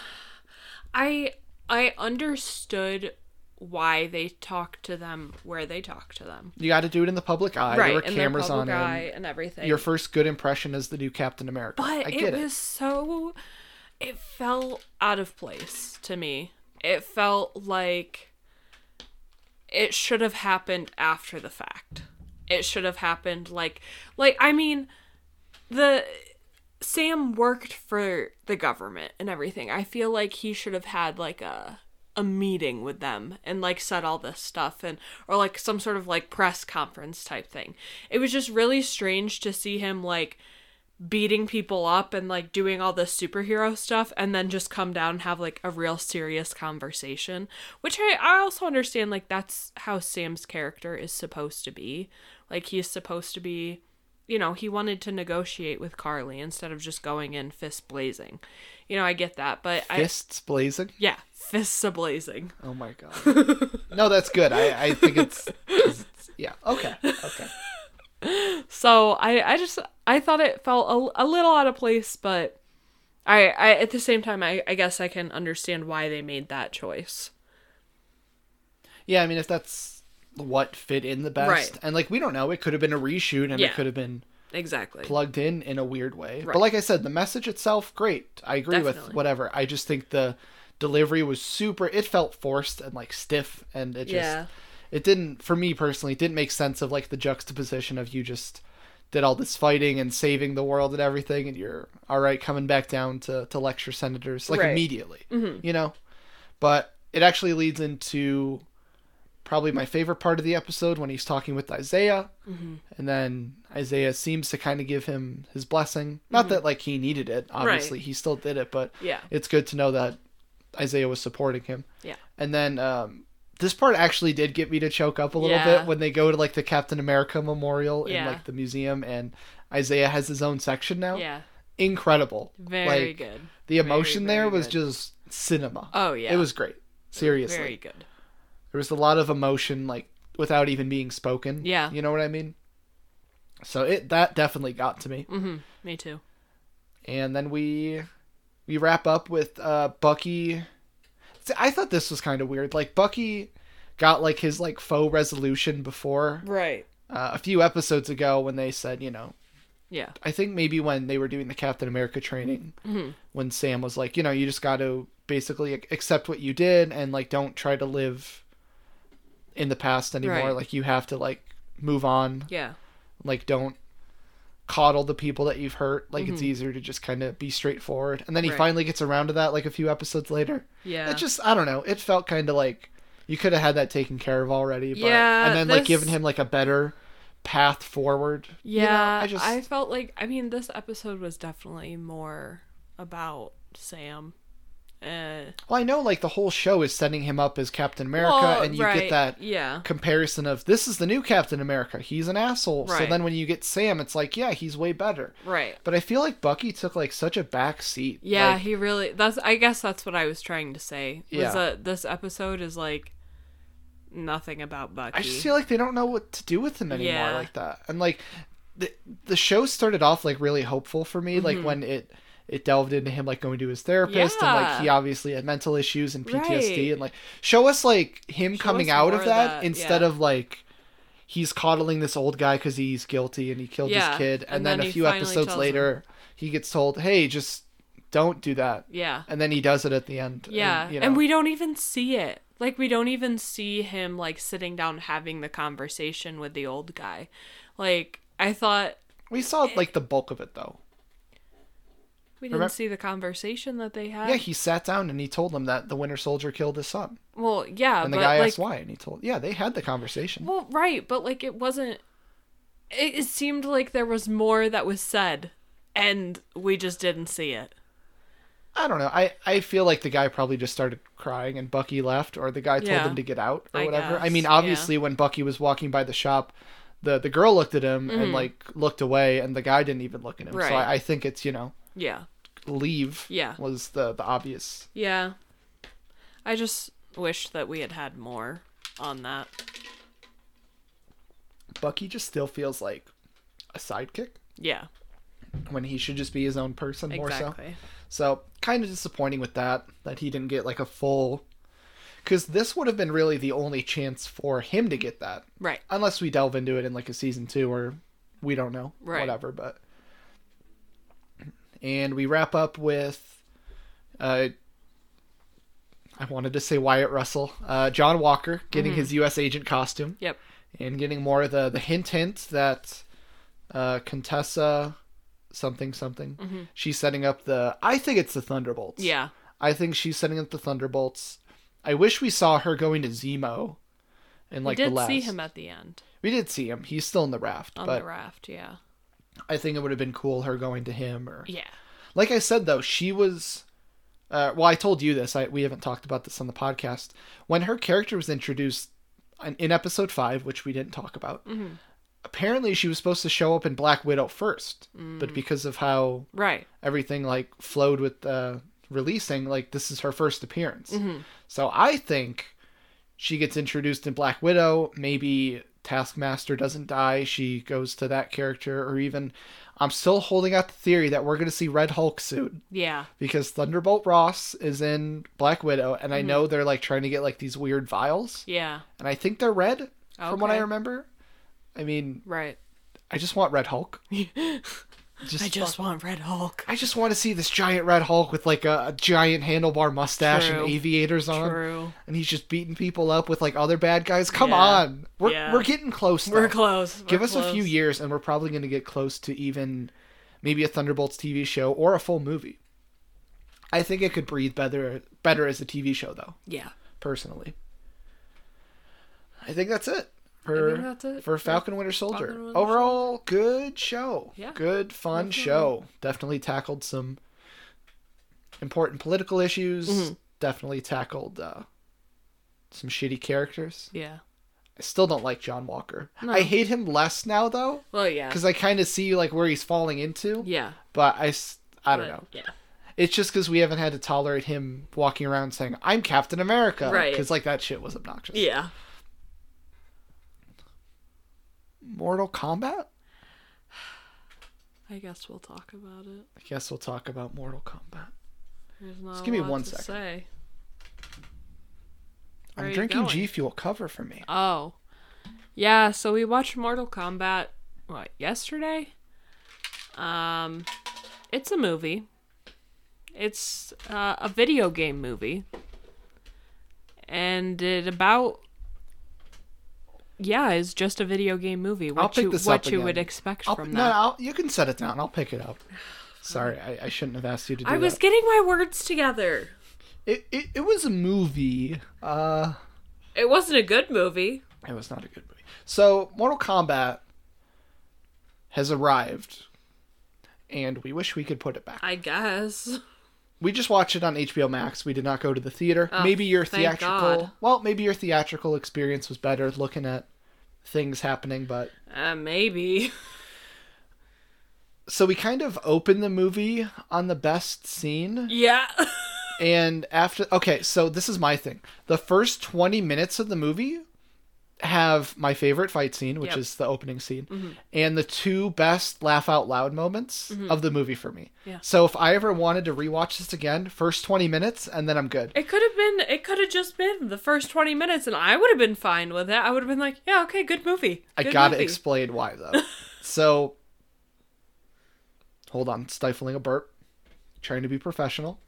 I I understood why they talked to them where they talked to them.
You got to do it in the public eye. there were
and
cameras on
eye
him.
and everything.
Your first good impression is the new Captain America.
but
I get
it
it.
was so it felt out of place to me it felt like it should have happened after the fact it should have happened like like i mean the sam worked for the government and everything i feel like he should have had like a a meeting with them and like said all this stuff and or like some sort of like press conference type thing it was just really strange to see him like beating people up and like doing all this superhero stuff and then just come down and have like a real serious conversation which I, I also understand like that's how sam's character is supposed to be like he's supposed to be you know he wanted to negotiate with carly instead of just going in fist blazing you know i get that but i
Fists blazing.
yeah fists a blazing
Oh my god.
*laughs*
no, that's good. I, I think it's, it's- yeah. Okay. Okay.
So I, I just I thought it felt a, a little out of place, but I, I at the same time I, I guess I can understand why they made that choice.
Yeah. I mean, if that's what fit in the best,
Right.
and like we don't know, it could have been a reshoot, and
Yeah.
it could have been
Exactly.
plugged in in a weird way. But
Right.
like I said, the message itself, great. I agree with
Definitely.
whatever. I just think the delivery was super. It felt forced and like stiff, and it just
Yeah.
it didn't for me personally it didn't make sense of like the juxtaposition of you just did all this fighting and saving the world and everything, and you're all right coming back down to to lecture senators like
Right.
immediately, you know. But it actually leads into probably my favorite part of the episode when he's talking with Isaiah, and then Isaiah seems to kind of give him his blessing. Not that like he needed it, obviously he still did it, but
Yeah.
it's good to know that Isaiah was supporting him.
Yeah.
And then um, this part actually did get me to choke up a little
Yeah.
bit when they go to like the Captain America Memorial in
Yeah.
like the museum, and Isaiah has his own section now.
Yeah.
Incredible.
Very
Like,
good.
The emotion
very
there was
good.
just cinema.
Oh yeah.
It was great. Seriously,
very good.
there was a lot of emotion like without even being spoken.
Yeah.
You know what I mean? So it that definitely got to me.
Mm-hmm. Me too.
And then we we wrap up with uh, Bucky. See, I thought this was kind of weird. Like Bucky got like his like faux resolution before
Right.
uh, a few episodes ago when they said, you know,
Yeah.
I think maybe when they were doing the Captain America training, when Sam was like, you know, you just got to basically ac- accept what you did and like don't try to live in the past anymore.
Right.
Like you have to like move on.
Yeah.
Like don't coddle the people that you've hurt. Like it's easier to just kind of be straightforward. And then he
Mm-hmm. Right.
finally gets around to that like a few episodes later.
Yeah.
It just I don't know. It felt kind of like you could have had that taken care of already. But,
Yeah,
and then like
this-
given him like a better path forward. You
Yeah,
know, I just
I felt like I mean this episode was definitely more about Sam. Uh,
Well, I know like the whole show is setting him up as Captain America,
well,
and you
right,
get that
Yeah.
comparison of this is the new Captain America. He's an asshole. So
Right.
then when you get Sam, it's like, yeah, he's way better.
Right.
But I feel like Bucky took like such a back seat.
Yeah,
Like,
he really that's I guess that's what I was trying to say. Was
Yeah.
that this episode is like nothing about Bucky.
I just feel like they don't know what to do with him anymore
Yeah.
like that. And like the the show started off like really hopeful for me, like
Mm-hmm.
when it it delved into him like going to his therapist and like
Yeah.
he obviously had mental issues and PTSD
Right.
and like show us like him coming
us
out
more
of
of
that,
that,
instead
yeah.
of like he's coddling this old guy because he's guilty and he killed his
Yeah,
kid and,
and
then,
then
a
he
few
finally
episodes
tells him.
later he gets told hey just don't do that
yeah.
and then he does it at the end
Yeah.
and, you know.
And we don't even see it. Like we don't even see him like sitting down having the conversation with the old guy. Like I thought
we
eh
saw like the bulk of it though
we didn't
Remem-
see the conversation that they had.
yeah he sat down and he told them that the winter soldier killed his son
Well, yeah,
And the
but
guy
like,
asked why, and he told, "Yeah, they had the conversation."
well, right, but like it wasn't. It, it seemed like there was more that was said, and we just didn't see it.
I don't know. I I feel like the guy probably just started crying, and Bucky left, or the guy told
Yeah.
him to get out, or
I
whatever. I
guess,
mean,
yeah.
obviously, when Bucky was walking by the shop, the the girl looked at him and like looked away, and the guy didn't even look at him.
Mm-hmm. Right.
So I, I think it's you know
Yeah,
leave.
Yeah.
was the the obvious.
yeah. I just wish that we had had more on that.
Bucky just still feels like a sidekick
Yeah,
when he should just be his own person more so.
exactly.
So kind of disappointing with that that he didn't get like a full. Because this would have been really the only chance for him to get that,
Right.
unless we delve into it in like a season two or we don't know,
Right.
whatever. But *clears throat* and we wrap up with, uh, I wanted to say Wyatt Russell, uh, John Walker getting his U.S. agent costume
Yep.
and getting more of the the hint hint that uh, Contessa something something she's setting up the I think it's the Thunderbolts.
Mm-hmm. Yeah.
I think she's setting up the Thunderbolts. I wish we saw her going to Zemo. And like
we
the
did
last,
see him at the end
we did see him. He's still in the raft,
on
but
the raft. Yeah.
I think it would have been cool her going to him or
Yeah.
like I said though, she was uh, well, I told you this. I we haven't talked about this on the podcast. When her character was introduced in, in episode five, which we didn't talk about, apparently she was supposed to show up in Black Widow first, but because of how
Right.
everything like flowed with uh, releasing, like this is her first appearance.
Mm-hmm.
So I think she gets introduced in Black Widow. Maybe Taskmaster doesn't die. She goes to that character, or even I'm still holding out the theory that we're going to see Red Hulk soon
Yeah.
because Thunderbolt Ross is in Black Widow, and
Mm-hmm.
I know they're like trying to get like these weird vials,
Yeah.
and I think they're red from what I
Okay.
remember. I mean,
Right.
I just want Red
*laughs*
Hulk.
I just want Red Hulk.
I just want to see this giant Red Hulk with like a, a giant handlebar mustache
True.
and aviators on,
True.
and he's just beating people up with like other bad guys. Come
Yeah.
on, we're
Yeah.
we're getting close. Though.
We're close.
Give
We're
us a few
close.
years, and we're probably going to get close to even maybe a Thunderbolts TV show or a full movie. I think it could breathe better better as a TV show, though.
Yeah.
Personally, I think that's it. For,
think that's it
for
for
Falcon Winter Soldier.
Falcon Winter
Overall, good show.
Yeah,
Good, fun show. Definitely tackled some important political issues. Definitely tackled uh, some shitty characters.
Yeah.
I still don't like John Walker. I hate him less now, though
Well, yeah.
because I kind of see like where he's falling into.
Yeah.
But I, s- I don't
but-
know.
Yeah.
It's just because we haven't had to tolerate him walking around saying I'm Captain America,
Right.
Because like that shit was obnoxious.
Yeah.
Mortal Kombat.
I guess we'll talk about it.
I guess we'll talk about Mortal Kombat.
There's not
Just
a
give me
lot
one
to
second.
say. Where are
I'm
you
drinking
going?
G Fuel. Cover for me.
Oh. Yeah, so we watched Mortal Kombat what, yesterday? Um it's a movie. It's uh, a video game movie. And it about yeah, it's just a video game movie. What
pick
you
this
what
up
you
again.
would expect
I'll,
from
no,
that.
I'll, you can set it down. I'll pick it up. Sorry, I, I shouldn't have asked you to do
I was
that.
getting my words together.
It, it, it was a movie. Uh,
It wasn't a good movie.
it was not a good movie. So, Mortal Kombat has arrived, and we wish we could put it back.
I guess. *laughs*
We just watched it on HBO Max. We did not go to the theater. maybe your
thank
theatrical,
God.
well, maybe your theatrical experience was better looking at things happening, but
Uh, maybe. *laughs*
so we kind of open the movie on the best scene
Yeah.
and after okay, so this is my thing. The first 20 minutes of the movie have my favorite fight scene, which
Yep. Mm-hmm.
is the opening scene, and the two best laugh out loud moments of the movie for me.
Mm-hmm. Yeah.
So if I ever wanted to rewatch this again, first 20 minutes and then I'm good.
It could have been. It could have just been the first twenty minutes, and I would have been fine with it. I would have been like, "Yeah, okay, good movie."
I
good
gotta
movie."
explain why though.
*laughs*
so, hold on, stifling a burp, trying to be professional.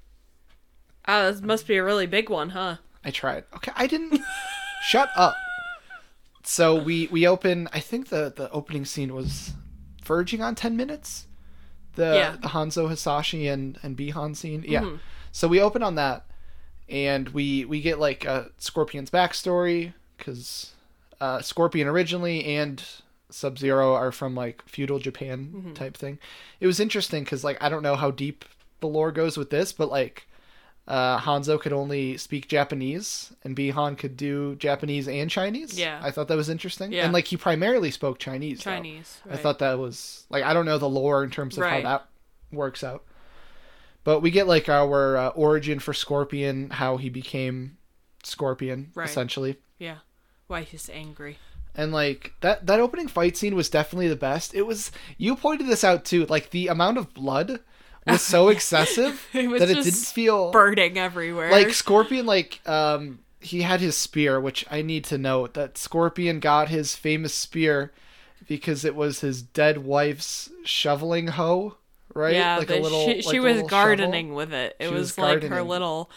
Ah, this must be a really big one, huh?
I tried. Okay, I didn't. *laughs* Shut up. So we we open. I think the the opening scene was verging on ten minutes. The
Yeah.
the Hanzo Hisashi and and Bihan scene. Yeah. So we open on that, and we we get like uh, Scorpion's backstory because uh, Scorpion originally and Sub Zero are from like feudal Japan
Mm-hmm.
type thing. It was interesting because like I don't know how deep the lore goes with this, but like uh, Hanzo could only speak Japanese, and Bihan could do Japanese and Chinese.
Yeah.
I thought that was interesting.
Yeah.
And like he primarily spoke Chinese. though.
Chinese.
I thought that was like I don't know the lore in terms of
Right.
how that works out. But we get like our uh, origin for Scorpion, how he became Scorpion
Right.
essentially.
Yeah. Why he's angry?
And like that that opening fight scene was definitely the best. It was you pointed this out too, like the amount of blood was
*laughs*
so excessive
It was
that it
just
didn't feel
Burning everywhere.
like Scorpion like um he had his spear, which I need to note that Scorpion got his famous spear because it was his dead wife's shoveling hoe, right?
yeah,
like
but she,
like
she
a
was
little
gardening
shovel.
with it. It
She
was,
was
like her
gardening.
little,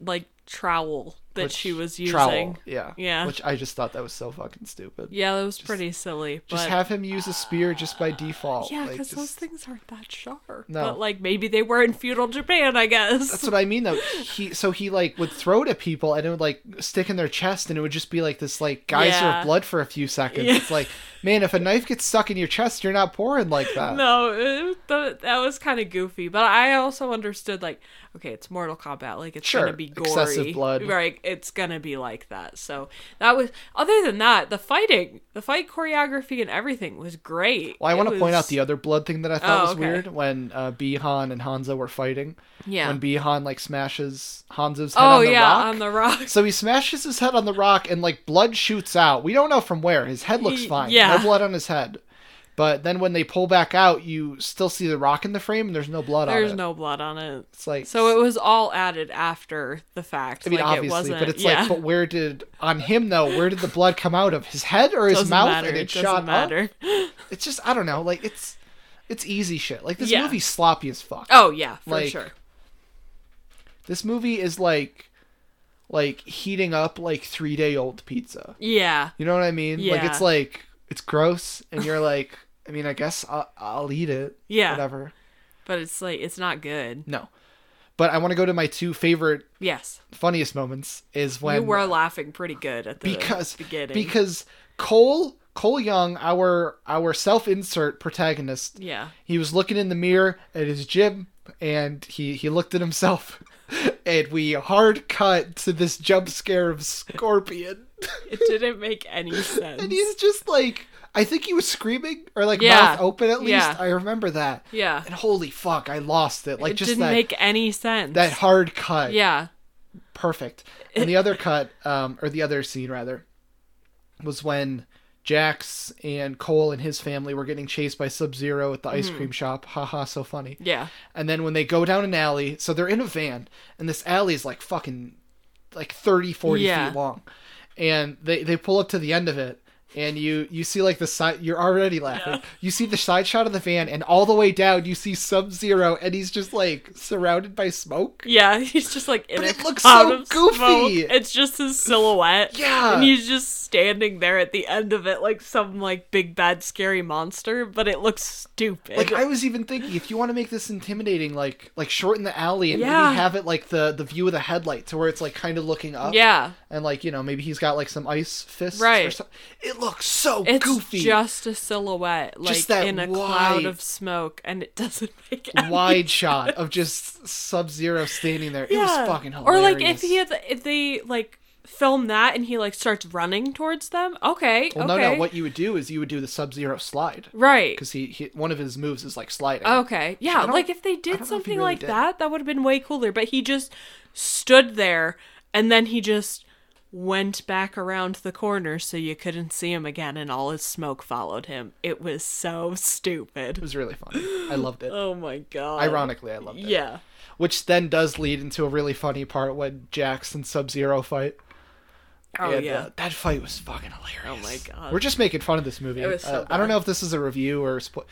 like trowel that
Which-
she was using.
trowel, yeah.
Yeah.
Which I just thought that was so fucking stupid.
Yeah, that was pretty silly. But
Just have him use a spear just by default.
yeah,
like,
because those
just-
things aren't that sharp.
No.
But like maybe they were in feudal Japan, I guess.
That's what I mean though. He so he like would throw it at people and it would like stick in their chest and it would just be like this like geyser
Yeah.
of blood for a few seconds.
Yeah.
It's
*laughs*
like, man, if a knife gets stuck in your chest, you're not pouring like that.
no, it, th- that was kind of goofy. But I also understood, like, okay, it's Mortal Kombat. Like, it's
Sure,
gonna be gory,
excessive blood.
Right, it's gonna be like that. So that was. Other than that, the fighting, the fight choreography, and everything was great.
Well, I
It
want to point out
was-
the other blood thing that I thought
Oh,
was
okay.
weird when uh, Bihan and Hanzo were fighting.
Yeah.
When Bihan like smashes Hanzo's head
oh
on the
yeah,
rock.
on
*laughs*
the rocks.
So he smashes his head on the rock and like blood shoots out. We don't know from where. His head looks
Y-
fine.
yeah.
No blood on his head. But then when they pull back out, you still see the rock in the frame and there's no blood
There's
on it.
no blood on it.
It's like
So it was all added after the fact.
I mean,
like, it
obviously,
wasn't,
but it's
yeah. *laughs*
like, but where did on him though? Where did the blood come out of his head or his
doesn't
mouth?
matter.
And it,
it doesn't
shot up.
matter. *laughs*
It's just I don't know. Like it's it's easy shit. Like this
Yeah.
movie's sloppy as fuck.
Oh yeah, for
Like,
sure.
This movie is like like heating up like 3-day-old pizza.
Yeah.
You know what I mean? Like
Yeah.
it's like it's gross and you're like I mean, I guess I'll, I'll eat it.
Yeah.
Whatever.
But it's like it's not good.
No. But I want to go to my two favorite
Yes.
funniest moments is when
you were laughing pretty good at the
because
beginning.
because Cole Cole Young, our our self-insert protagonist,
yeah,
he was looking in the mirror at his gym and he he looked at himself *laughs* and we hard cut to this jump scare of scorpion *laughs*
it didn't make any sense.
and he's just like i think he was screaming or like
Yeah.
mouth open at least
Yeah.
i remember that
yeah,
and holy fuck i lost it like
it
just
didn't
that
make any sense.
that hard cut
yeah,
perfect and the other cut um or the other scene rather was when Jax and Cole and his family were getting chased by Sub Zero at the ice cream shop. *laughs* Haha, so funny.
Yeah.
And then when they go down an alley, so they're in a van, and this alley is like fucking like 30, 40
Yeah.
feet long. And they, they pull up to the end of it, and you you see like the side, you're already laughing. You see the side shot of the van, and all the way down, you see Sub Zero, and he's just like surrounded by smoke.
Yeah, *laughs* he's just like in
But
a
it looks
cloud
so
of
goofy.
smoke. It's just his silhouette.
Yeah.
and he's just standing there at the end of it, like some like big bad scary monster. But it looks stupid.
Like I was even thinking, if you want to make this intimidating, like like shorten the alley and
Yeah.
maybe have it like the the view of the headlight to where it's like kind of looking up.
yeah,
and like you know maybe he's got like some ice fists or
Right.
something. It looks so
it's
goofy,
just a silhouette, like
Just that
in a
wide-
cloud of smoke, and it *laughs* doesn't make any *laughs*
wide shot of just Sub Zero standing there. It was fucking
Or
hilarious.
like if he had, if they like film that and he like starts running towards them. Okay,
well,
okay,
no, no. What you would do is you would do the Sub Zero slide
right? Oh.
because he, he one of his moves is like sliding.
Okay. Yeah,
don't-
like if they
don't know
did
if he
something
really
like
did.
that, that would have been way cooler, but he just stood there and then he just went back around the corner so you couldn't see him again and all his smoke followed him. It was so
It
stupid.
was really funny. I loved
*gasps*
it.
Oh my god.
Ironically, I loved it.
Yeah.
Which then does lead into a really funny part when Jax and Sub Zero fight.
Oh
And,
yeah.
uh, that fight was fucking hilarious. Oh
my God.
We're just making fun of this movie.
It was so
Uh, I don't
bad.
know if this is a review or spo-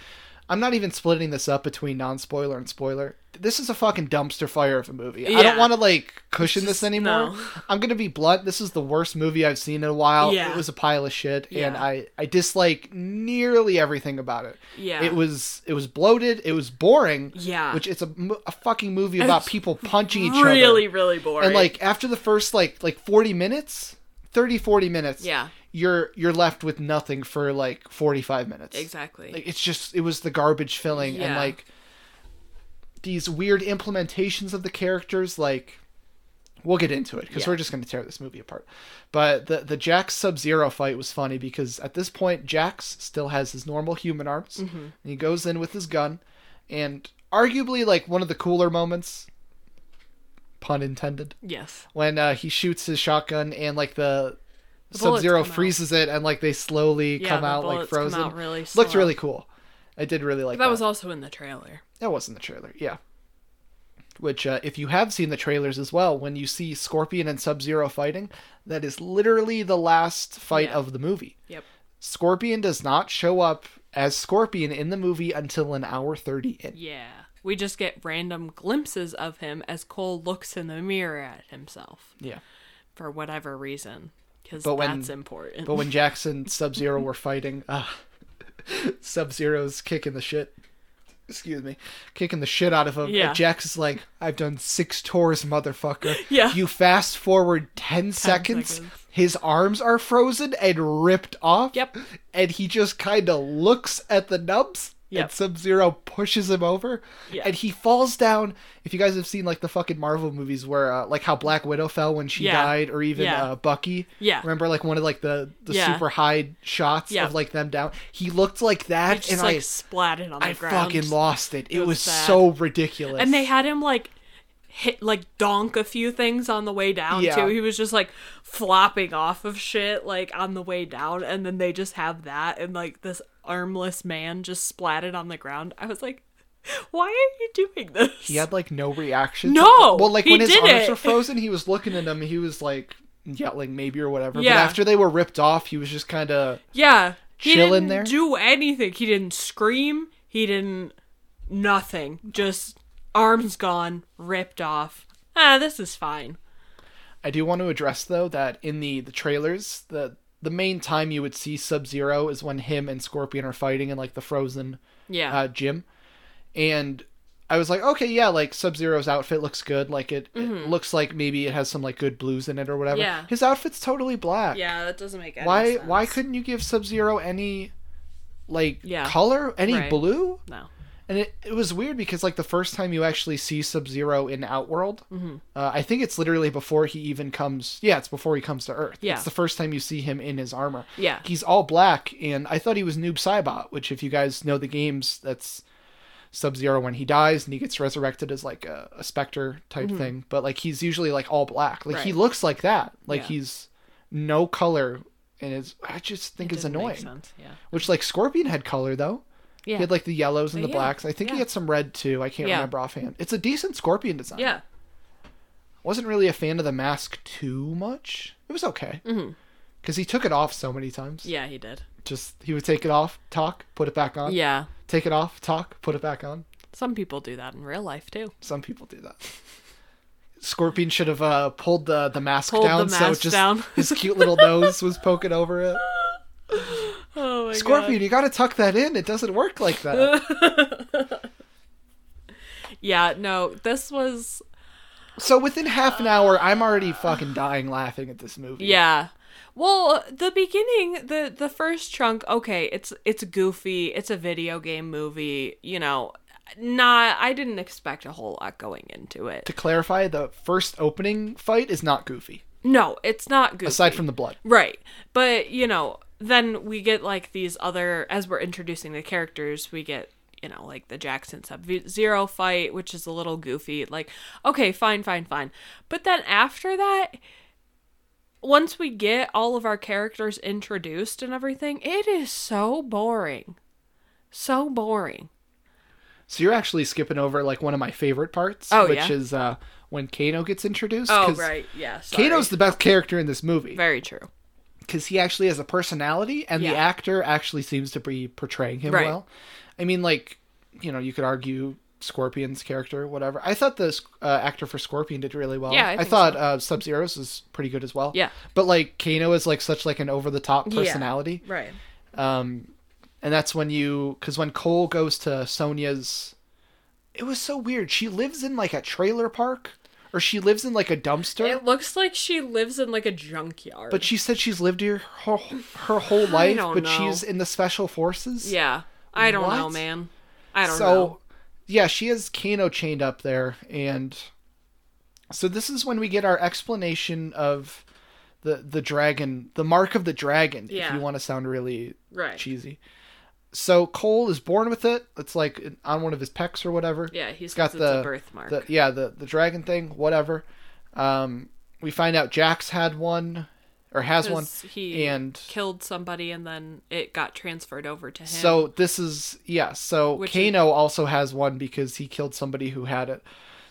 I'm not even splitting this up between non-spoiler and spoiler. This is a fucking dumpster fire of a movie. I don't
Yeah.
want to like cushion
It's
this
just-
anymore.
no. *laughs*
I'm gonna be blunt. This is the worst movie I've seen in a while.
Yeah.
It was a pile of shit, and
Yeah.
I I dislike nearly everything about it.
Yeah.
It was it was bloated. It was boring.
Yeah.
Which it's a, mo- a fucking movie about
It's
people punching each other.
really really boring.
And like after the first like like 40 minutes, 30 40 minutes,
Yeah.
you're you're left with nothing for like 45 minutes.
exactly.
Like it's just it was the garbage filling and
Yeah.
like these weird implementations of the characters like we'll get into it cuz
Yeah.
we're just going to tear this movie apart. But the the Jax Sub-Zero fight was funny because at this point Jax still has his normal human arms
Mm-hmm.
and he goes in with his gun and arguably like one of the cooler moments pun intended
yes.
when uh, he shoots his shotgun and like the, Sub
bullets
Zero
come out.
freezes it and like they slowly
Yeah,
come
the
out like
bullets come
frozen.
out really
Looked
slow.
really cool. I did really like that.
That was also in the trailer.
that was in the trailer. Yeah. Which, uh, if you have seen the trailers as well, when you see Scorpion and Sub Zero fighting, that is literally the last fight
Yeah.
of the movie.
Yep.
Scorpion does not show up as Scorpion in the movie until an hour 30 in.
Yeah. We just get random glimpses of him as Cole looks in the mirror at himself.
Yeah.
for whatever reason because
But
that's
when-
important.
But when Jackson Sub Zero were fighting, uh, *laughs* Sub Zero's kicking the shit. Excuse me, kicking the shit out of him.
Yeah.
And Jax is like, "I've done six tours, motherfucker."
*laughs* Yeah.
You fast forward ten, seconds,
seconds.
his arms are frozen and ripped off.
Yep.
And he just kind of looks at the nubs. And
Yep.
Sub Zero pushes him over,
Yeah.
and he falls down. If you guys have seen like the fucking Marvel movies, where uh, like how Black Widow fell when she
Yeah.
died, or even
Yeah.
uh, Bucky,
Yeah.
remember like one of like the the
Yeah.
super high shots
Yeah.
of like them down. He looked like
he
that,
just
and
like splatted on the
I I
ground.
fucking lost it. It,
was
was,
sad.
so ridiculous.
and they had him like hit like donk a few things on the way down
Yeah.
too. He was just like flopping off of shit like on the way down, and then they just have that and like this armless man just splatted on the ground. I was like, why are you doing this?
he had like no reaction.
No,
well, like
he
when his
did
arms
it. *laughs*
were frozen, he was looking at them. He was like yelling maybe or whatever.
Yeah.
But after they were ripped off, he was just kind of
Yeah. He
Chill in
didn't
there?
do anything. He didn't scream. He didn't nothing. Just arms gone, ripped off. Ah, this is fine.
I do want to address though that in the the trailers, the the main time you would see Sub Zero is when him and Scorpion are fighting in like the frozen
Yeah.
uh, gym, and I was like, okay, yeah, like Sub Zero's outfit looks good. Like it, it looks like maybe it has some like good blues in it or whatever.
Mm-hmm. Yeah.
His outfit's totally black.
yeah, that doesn't make any
Why
sense.
why couldn't you give Sub Zero any like
Yeah.
color, any
Right.
blue?
No.
And it, it was weird because like the first time you actually see Sub Zero in Outworld,
Mm-hmm.
uh, I think it's literally before he even comes. Yeah, it's before he comes to Earth.
Yeah.
it's the first time you see him in his armor.
Yeah.
he's all black, and I thought he was Noob Saibot, which if you guys know the games, that's Sub Zero when he dies and he gets resurrected as like a, a specter type thing. But like he's usually like all black. Like he
Mm-hmm. Right.
looks like that. Like
Yeah.
he's no color and it's I just think
It
it's
didn't make
annoying.
sense, Yeah.
Which like Scorpion had color though.
Yeah.
He had like the yellows and the
Yeah,
blacks. I think
yeah.
he had some red too. I can't
Yeah.
remember offhand. It's a decent Scorpion design.
yeah.
Wasn't really a fan of the mask too much. It was okay.
Mhm.
Cuz he took it off so many times.
Yeah, he did.
Just he would take it off, talk, put it back on.
Yeah.
Take it off, talk, put it back on.
Some people do that in real life too.
Some people do that. Scorpion should have uh, pulled the the mask
Pulled the
down so
mask
just
down.
*laughs* his cute little nose was poking over it.
Oh my
Scorpion, you got to tuck that in. It doesn't work like that.
*laughs* Yeah, no, this was
so within half an hour, I'm already fucking dying laughing at this movie.
yeah. Well, the beginning, the the first chunk, okay, it's it's goofy, it's a video game movie, you know, not I didn't expect a whole lot going into it.
To clarify, the first opening fight is not goofy,
No, it's not goofy.
aside from the blood.
Right. But, you know, then we get like these other, as we're introducing the characters, we get, you know, like the Jackson Sub Zero fight, which is a little goofy. Like, okay, fine, fine, fine. But then after that, once we get all of our characters introduced and everything, it is so boring. So boring.
So you're actually skipping over like one of my favorite parts,
Oh,
which
yeah.
is uh, when Kano gets introduced.
Oh,
'cause
right. Yeah. Sorry.
Kano's the best character in this movie
very true.
because he actually has a personality, and
Yeah.
the actor actually seems to be portraying him
Right.
well. I mean, like you know, you could argue Scorpion's character, whatever. I thought the uh, actor for Scorpion did really well.
Yeah, I think
thought uh, Sub Zero's is pretty good as well.
Yeah.
but like Kano is like such like an over the top
Yeah.
personality,
Right.
um, and that's when you because when Cole goes to Sonia's, it was so weird. She lives in like a trailer park, or she lives in like a dumpster.
It looks like she lives in like a junkyard.
But she said she's lived here her, her whole life,
don't
but
know.
she's in the special forces.
Yeah. I don't know,
What?
man. I don't
so,
know.
yeah, she has Kano chained up there, and so this is when we get our explanation of the the dragon, the mark of the dragon. If
Yeah.
you want to sound really
Right.
cheesy, so Cole is born with it. It's like on one of his pecs or whatever.
Yeah, he's
got
got
the-
the birthmark.
The, yeah, the the dragon thing, whatever. Um, we find out Jax had one, or has one,
'Cause he
and
killed somebody and then it got transferred over to him.
So this is yeah. So
Which is-
Kano also has one because he killed somebody who had it.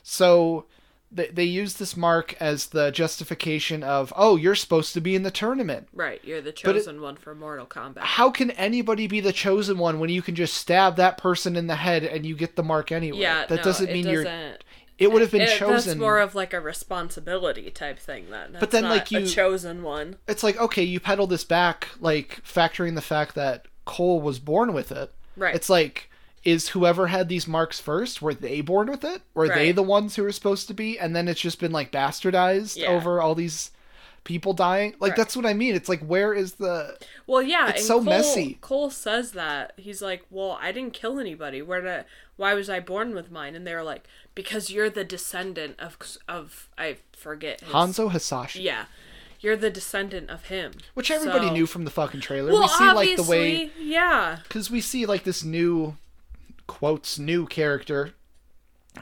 So they they use this mark as the justification of oh you're supposed to be in the tournament.
right, you're the
it-
chosen one for Mortal Kombat.
How can anybody be the chosen one when you can just stab that person in the head and you get the mark anyway?
Yeah,
that
no,
doesn't
it
mean you're.
doesn't-
It would have been
it- That's
chosen.
more of like a responsibility type thing then. That's
then,
not
like,
a
you-
chosen one.
It's like okay, you pedal this back, like factoring the fact that Cole was born with it.
Right.
It's like, is whoever had these marks first, were they born with it? Were they
Right.
the ones who were supposed to be? And then it's just been like bastardized
Yeah.
over all these people dying. Like
Right.
that's what I mean. It's like where is the
Well, yeah,
It's
and
so
Cole,
messy.
Cole says that he's like, "Well, I didn't kill anybody. Where did? I- Why was I born with mine?" And they're like, "Because you're the descendant of of I forget his,
Hanzo Hisashi,
Yeah, you're the descendant of him,
which everybody
So-
knew from the fucking trailer.
Well,
we see like
obviously,
the way
yeah,
because we see like this new quotes new character.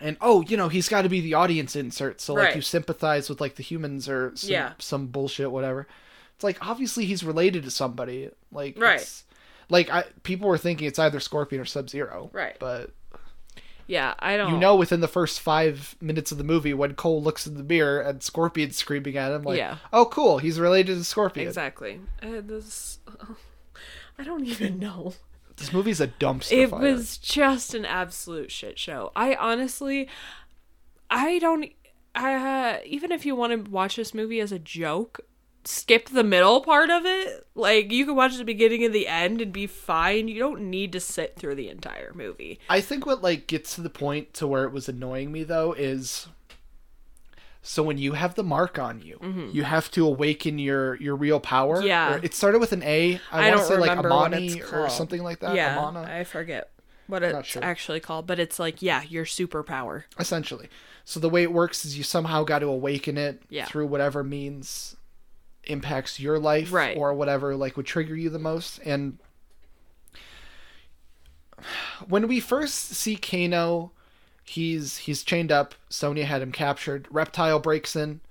And oh, you know he's got to be the audience insert, so like
Right.
you sympathize with like the humans or some,
Yeah.
some bullshit, whatever. It's like obviously he's related to somebody. Like
Right.
it's- like I people were thinking it's either Scorpion or Sub Zero.
Right. Oh.
But
yeah. I don't.
you know, within the first five minutes of the movie, when Cole looks in the mirror and Scorpion's screaming at him, like,
Yeah.
"Oh, cool, he's related to Scorpion."
exactly. Uh, this, *laughs* I don't
*laughs*
even know.
This movie's a dumpster
It
fire.
was just an absolute shit show. I honestly, I don't. I uh, even if you want to watch this movie as a joke, skip the middle part of it. Like you can watch the beginning and the end and be fine. You don't need to sit through the entire movie.
I think what like gets to the point to where it was annoying me though is so when you have the mark on you, you have to awaken your your real power.
Mm-hmm. Yeah.
Or- it started with an A. I
I
want to
don't
say like
remember what it's
Amani or
called.
something like that.
yeah,
Amana.
I forget what it's
sure.
actually called, but it's like yeah, your superpower.
essentially. So the way it works is you somehow got to awaken it
Yeah.
through whatever means impacts your life
Right.
or whatever like would trigger you the most and when we first see Kano he's he's chained up. Sonya had him captured. Reptile breaks in,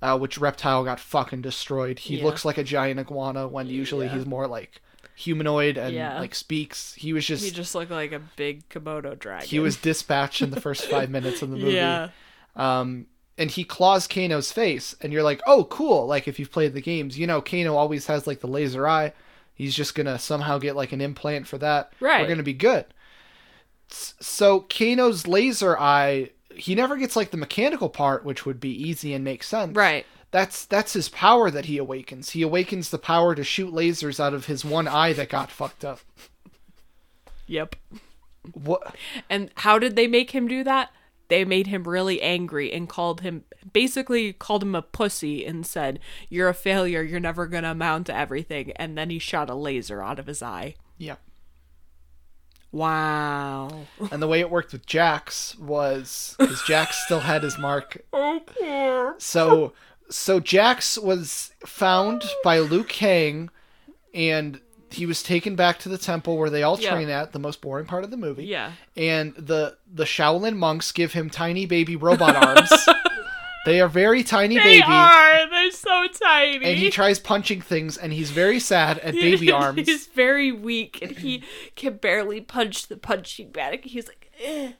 uh, which Reptile got fucking destroyed. He
Mm-hmm. Yeah.
looks like a giant iguana when usually he's more like humanoid and
Yeah.
like speaks. He was just
He
he,
just looked like a big Komodo dragon.
was dispatched in the first five minutes of
*laughs*
the movie.
Yeah.
Um, and he claws Kano's face, and you're like, oh, cool. Like if you've played the games, you know Kano always has like the laser eye. He's just gonna somehow get like an implant for that.
Right.
We're gonna be good. S- So Kano's laser eye, he never gets like the mechanical part, which would be easy and make sense.
Right.
That's that's his power that he awakens. He awakens the power to shoot lasers out of his one eye that got fucked up.
Yep.
What?
And how did they make him do that? They made him really angry and called him basically called him a pussy and said, "You're a failure. You're never going to amount to everything." And then he shot a laser out of his eye.
Yeah.
Wow.
And the way it worked with Jax was because Jax still had his mark
*laughs* Oh poor.
So so Jax was found by Liu Kang and he was taken back to the temple where they all
Yeah.
train at, the most boring part of the movie.
Yeah.
And the the Shaolin monks give him tiny baby robot
*laughs*
arms. they are very tiny
They
baby.
are. They're so tiny.
And he tries punching things and he's very sad
*laughs*
at baby arms.
He's very weak and he can barely punch the punching bag. He's like, eh,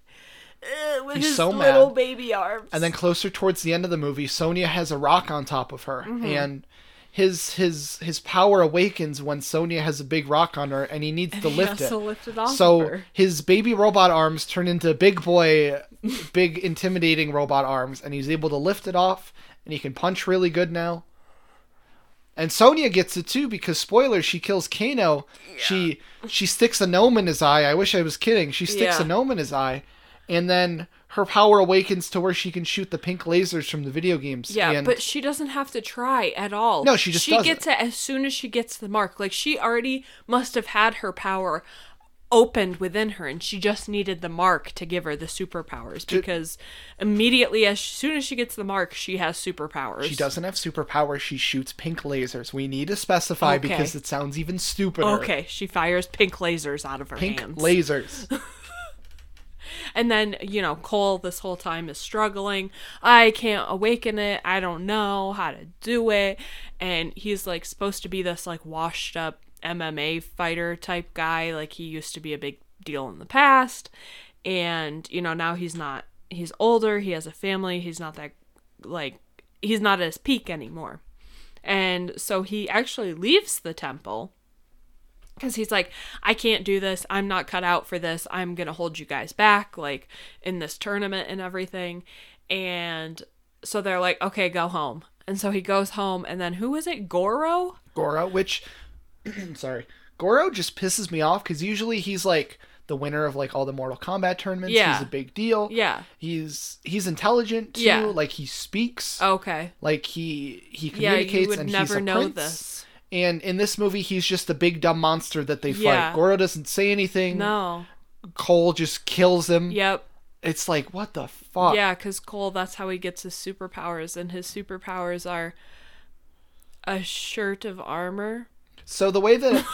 eh, with
He's
his
so mad.
little baby arms.
And then closer towards the end of the movie, Sonya has a rock on top of her,
Mm-hmm.
and his his his power awakens when Sonya has a big rock on her, and he needs to
he
lift
has
it.
to lift it off
so
of her.
his baby robot arms turn into big boy,
*laughs*
big intimidating robot arms, and he's able to lift it off, and he can punch really good now. And Sonya gets it too because spoilers, she kills Kano. She she sticks a gnome in his eye. I wish I was kidding. She sticks
Yeah.
a gnome in his eye, and then her power awakens to where she can shoot the pink lasers from the video games.
Yeah,
and
but she doesn't have to try at all.
No, she just
she
does
gets it. as soon as she gets the mark. Like she already must have had her power opened within her, and she just needed the mark to give her the superpowers. Because immediately, as soon as she gets the mark, she has superpowers.
she doesn't have superpower. She shoots pink lasers. We need to specify
Okay.
because it sounds even stupider.
Oh, Okay, she fires pink lasers out of her
Pink
hands.
lasers.
And then, you know, Cole this whole time is struggling. I can't awaken it. I don't know how to do it. And he's like supposed to be this like washed up MMA fighter type guy. Like he used to be a big deal in the past. And, you know, now he's not, he's older. He has a family. He's not that, like, he's not at his peak anymore. And so he actually leaves the temple because he's like i can't do this i'm not cut out for this i'm gonna hold you guys back like in this tournament and everything and so they're like okay go home and so he goes home and then who is it goro
Goro, which *clears throat* sorry, Goro just pisses me off because usually he's like the winner of like all the Mortal Kombat tournaments.
Yeah.
he's a big deal.
yeah
he's he's intelligent too.
Yeah.
like he speaks.
okay
Like he he
yeah
communicates
you would
and
never
he's a
know
prince.
this
And in this movie, he's just the big dumb monster that they fight.
Yeah.
Goro doesn't say anything.
no
Cole just kills him.
yep
It's like what the fuck.
Yeah, because Cole, that's how he gets his superpowers, and his superpowers are a shirt of armor.
So the way
*laughs*
that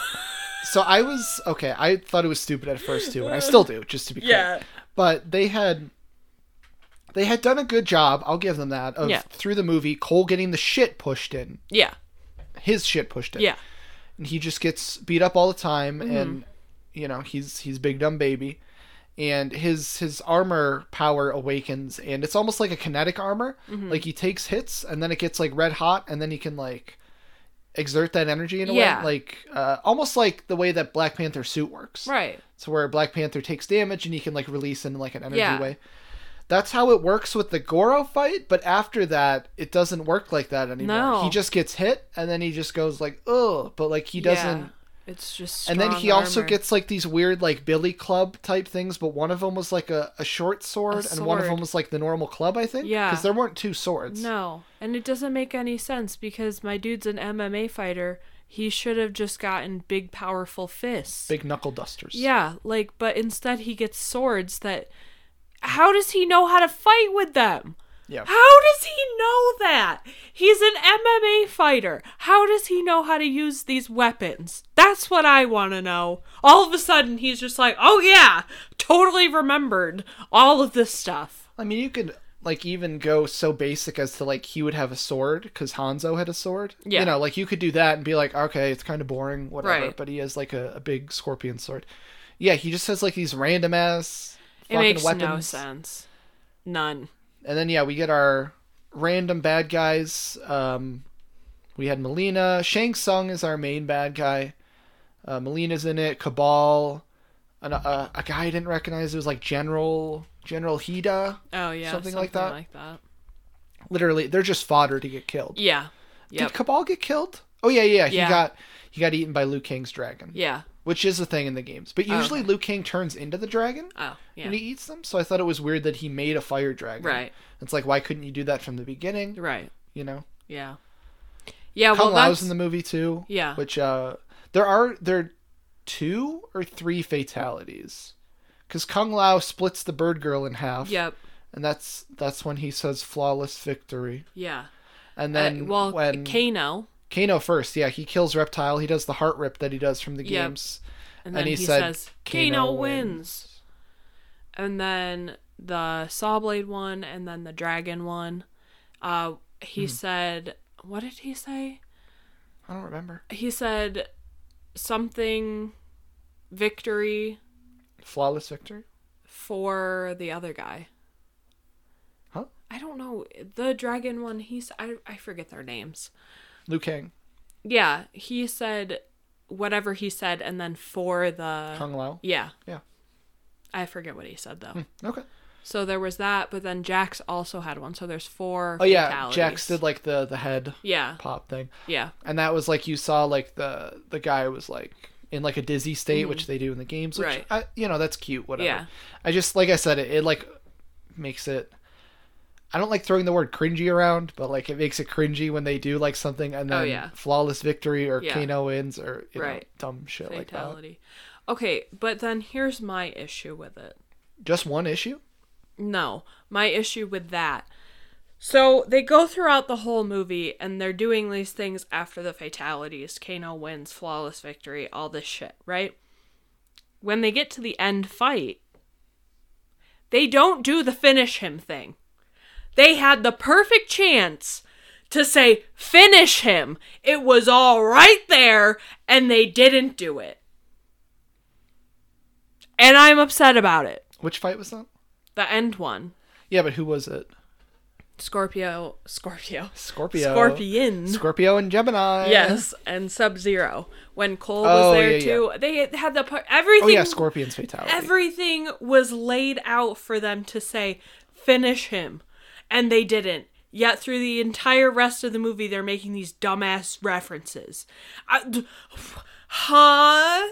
so I was okay, I thought it was stupid at first too, and I still do, just to be clear.
Yeah.
But they had they had done a good job, I'll give them that, of
Yeah.
through the movie Cole getting the shit pushed in.
Yeah,
His shit pushed in.
yeah, Mm-hmm.
And he just gets beat up all the time and you know, he's he's big dumb baby. And his his armor power awakens and it's almost like a kinetic armor.
Mm-hmm.
Like he takes hits and then it gets like red hot and then he can like exert that energy in a
Yeah.
way like uh, almost like the way that black panther suit works
right.
so where Black Panther takes damage and he can like release in like an energy
Yeah.
way. That's how it works with the Goro fight, but after that, it doesn't work like that anymore.
No.
He just gets hit and then he just goes like, "Ugh," but like he doesn't.
Yeah. It's just.
And then
strong
he also
armor.
gets like these weird like billy club type things, but one of them was like a, a short sword, and one of
sword.
them was like the normal club, I think.
Yeah.
Because there weren't two swords.
No, and it doesn't make any sense because my dude's an MMA fighter. He should have just gotten big, powerful fists.
Big knuckle dusters.
yeah, like, but instead he gets swords that. How does he know how to fight with them?
Yeah.
How does he know that? He's an MMA fighter. How does he know how to use these weapons? That's what I want to know. All of a sudden, he's just like, oh yeah, totally remembered all of this stuff.
I mean, you could like even go so basic as to like he would have a sword because Hanzo had a sword.
Yeah.
You know, like you could do that and be like, okay, it's kind of boring, whatever.
Right.
But he has like a, a big scorpion sword. Yeah, he just has like these random ass
It
fucking
makes
weapons.
no sense. None.
And then yeah, we get our random bad guys. Um, we had Melina. Shang Tsung is our main bad guy. Uh, Melina's in it. Cabal. An, uh, a, a guy I didn't recognize. It was like General General Hida.
Oh yeah,
Something like that?
Like that.
Literally, they're just fodder to get killed.
Yeah. Yep.
Did Cabal get killed? Oh yeah, yeah. He
Yeah.
got he got eaten by Liu Kang's dragon,
Yeah.
which is a thing in the games. But usually Liu Kang turns into the dragon
Oh yeah.
and he eats them. So I thought it was weird that he made a fire dragon.
Right.
It's like why couldn't you do that from the beginning?
Right.
You know.
Yeah. Yeah.
Kung
Well,
Lao's
that's
in the movie too.
Yeah.
Which uh, there are there are two or three fatalities, because Kung Lao splits the bird girl in half.
Yep.
And that's that's when he says flawless victory.
Yeah.
And
Uh,
then
well,
when
Kano,
Kano first, yeah, he kills Reptile. He does the heart rip that he does from the
Yep.
games.
and then
he
he,
said,
says Kano,
"Kano
wins.
wins."
and then the Sawblade one, and then the Dragon one. Uh, he
Hmm.
said, what did he say?
I don't remember.
He said something victory
Flawless victory.
for the other guy.
Huh?
I don't know the Dragon one. He's I I forget their names.
Liu Kang,
Yeah, he said whatever he said, and then for the
Kung Lao.
yeah
Yeah. Hmm.
I forget what he said though.
Okay.
So there was that, but then Jax also had one. So there's four.
Oh yeah,
fatalities.
Jax did like the the head
Yeah,
pop thing.
yeah,
and that was like you saw like the the guy was like in like a dizzy state which they do in the games which
Mm-hmm. Right.
I, you know that's cute whatever
Yeah.
i just like i said it, it like makes it i don't like throwing the word cringy around but like it makes it cringy when they do like something and then
Oh, yeah.
flawless victory or
Yeah.
kano wins or you know,
Right.
dumb shit like
fatality. Okay, but then here's my issue with it.
that just one issue
No, my issue with that. So they go throughout the whole movie and they're doing these things after the fatalities. Kano wins, flawless victory, all this shit, right? When they get to the end fight, they don't do the finish him thing. They had the perfect chance to say, finish him. It was all right there, and they didn't do it. And I'm upset about it.
which fight was that
The end one.
yeah but who was it
Scorpio, Scorpio,
scorpio
Scorpion.
scorpio and gemini
yes, and Sub Zero. When Cole
Oh,
was there
yeah, yeah.
too, they had the part. Everything.
oh yeah scorpion's fatality
Everything was laid out for them to say, finish him. And they didn't. Yet through the entire rest of the movie, they're making these dumbass references. I, d- *sighs* huh?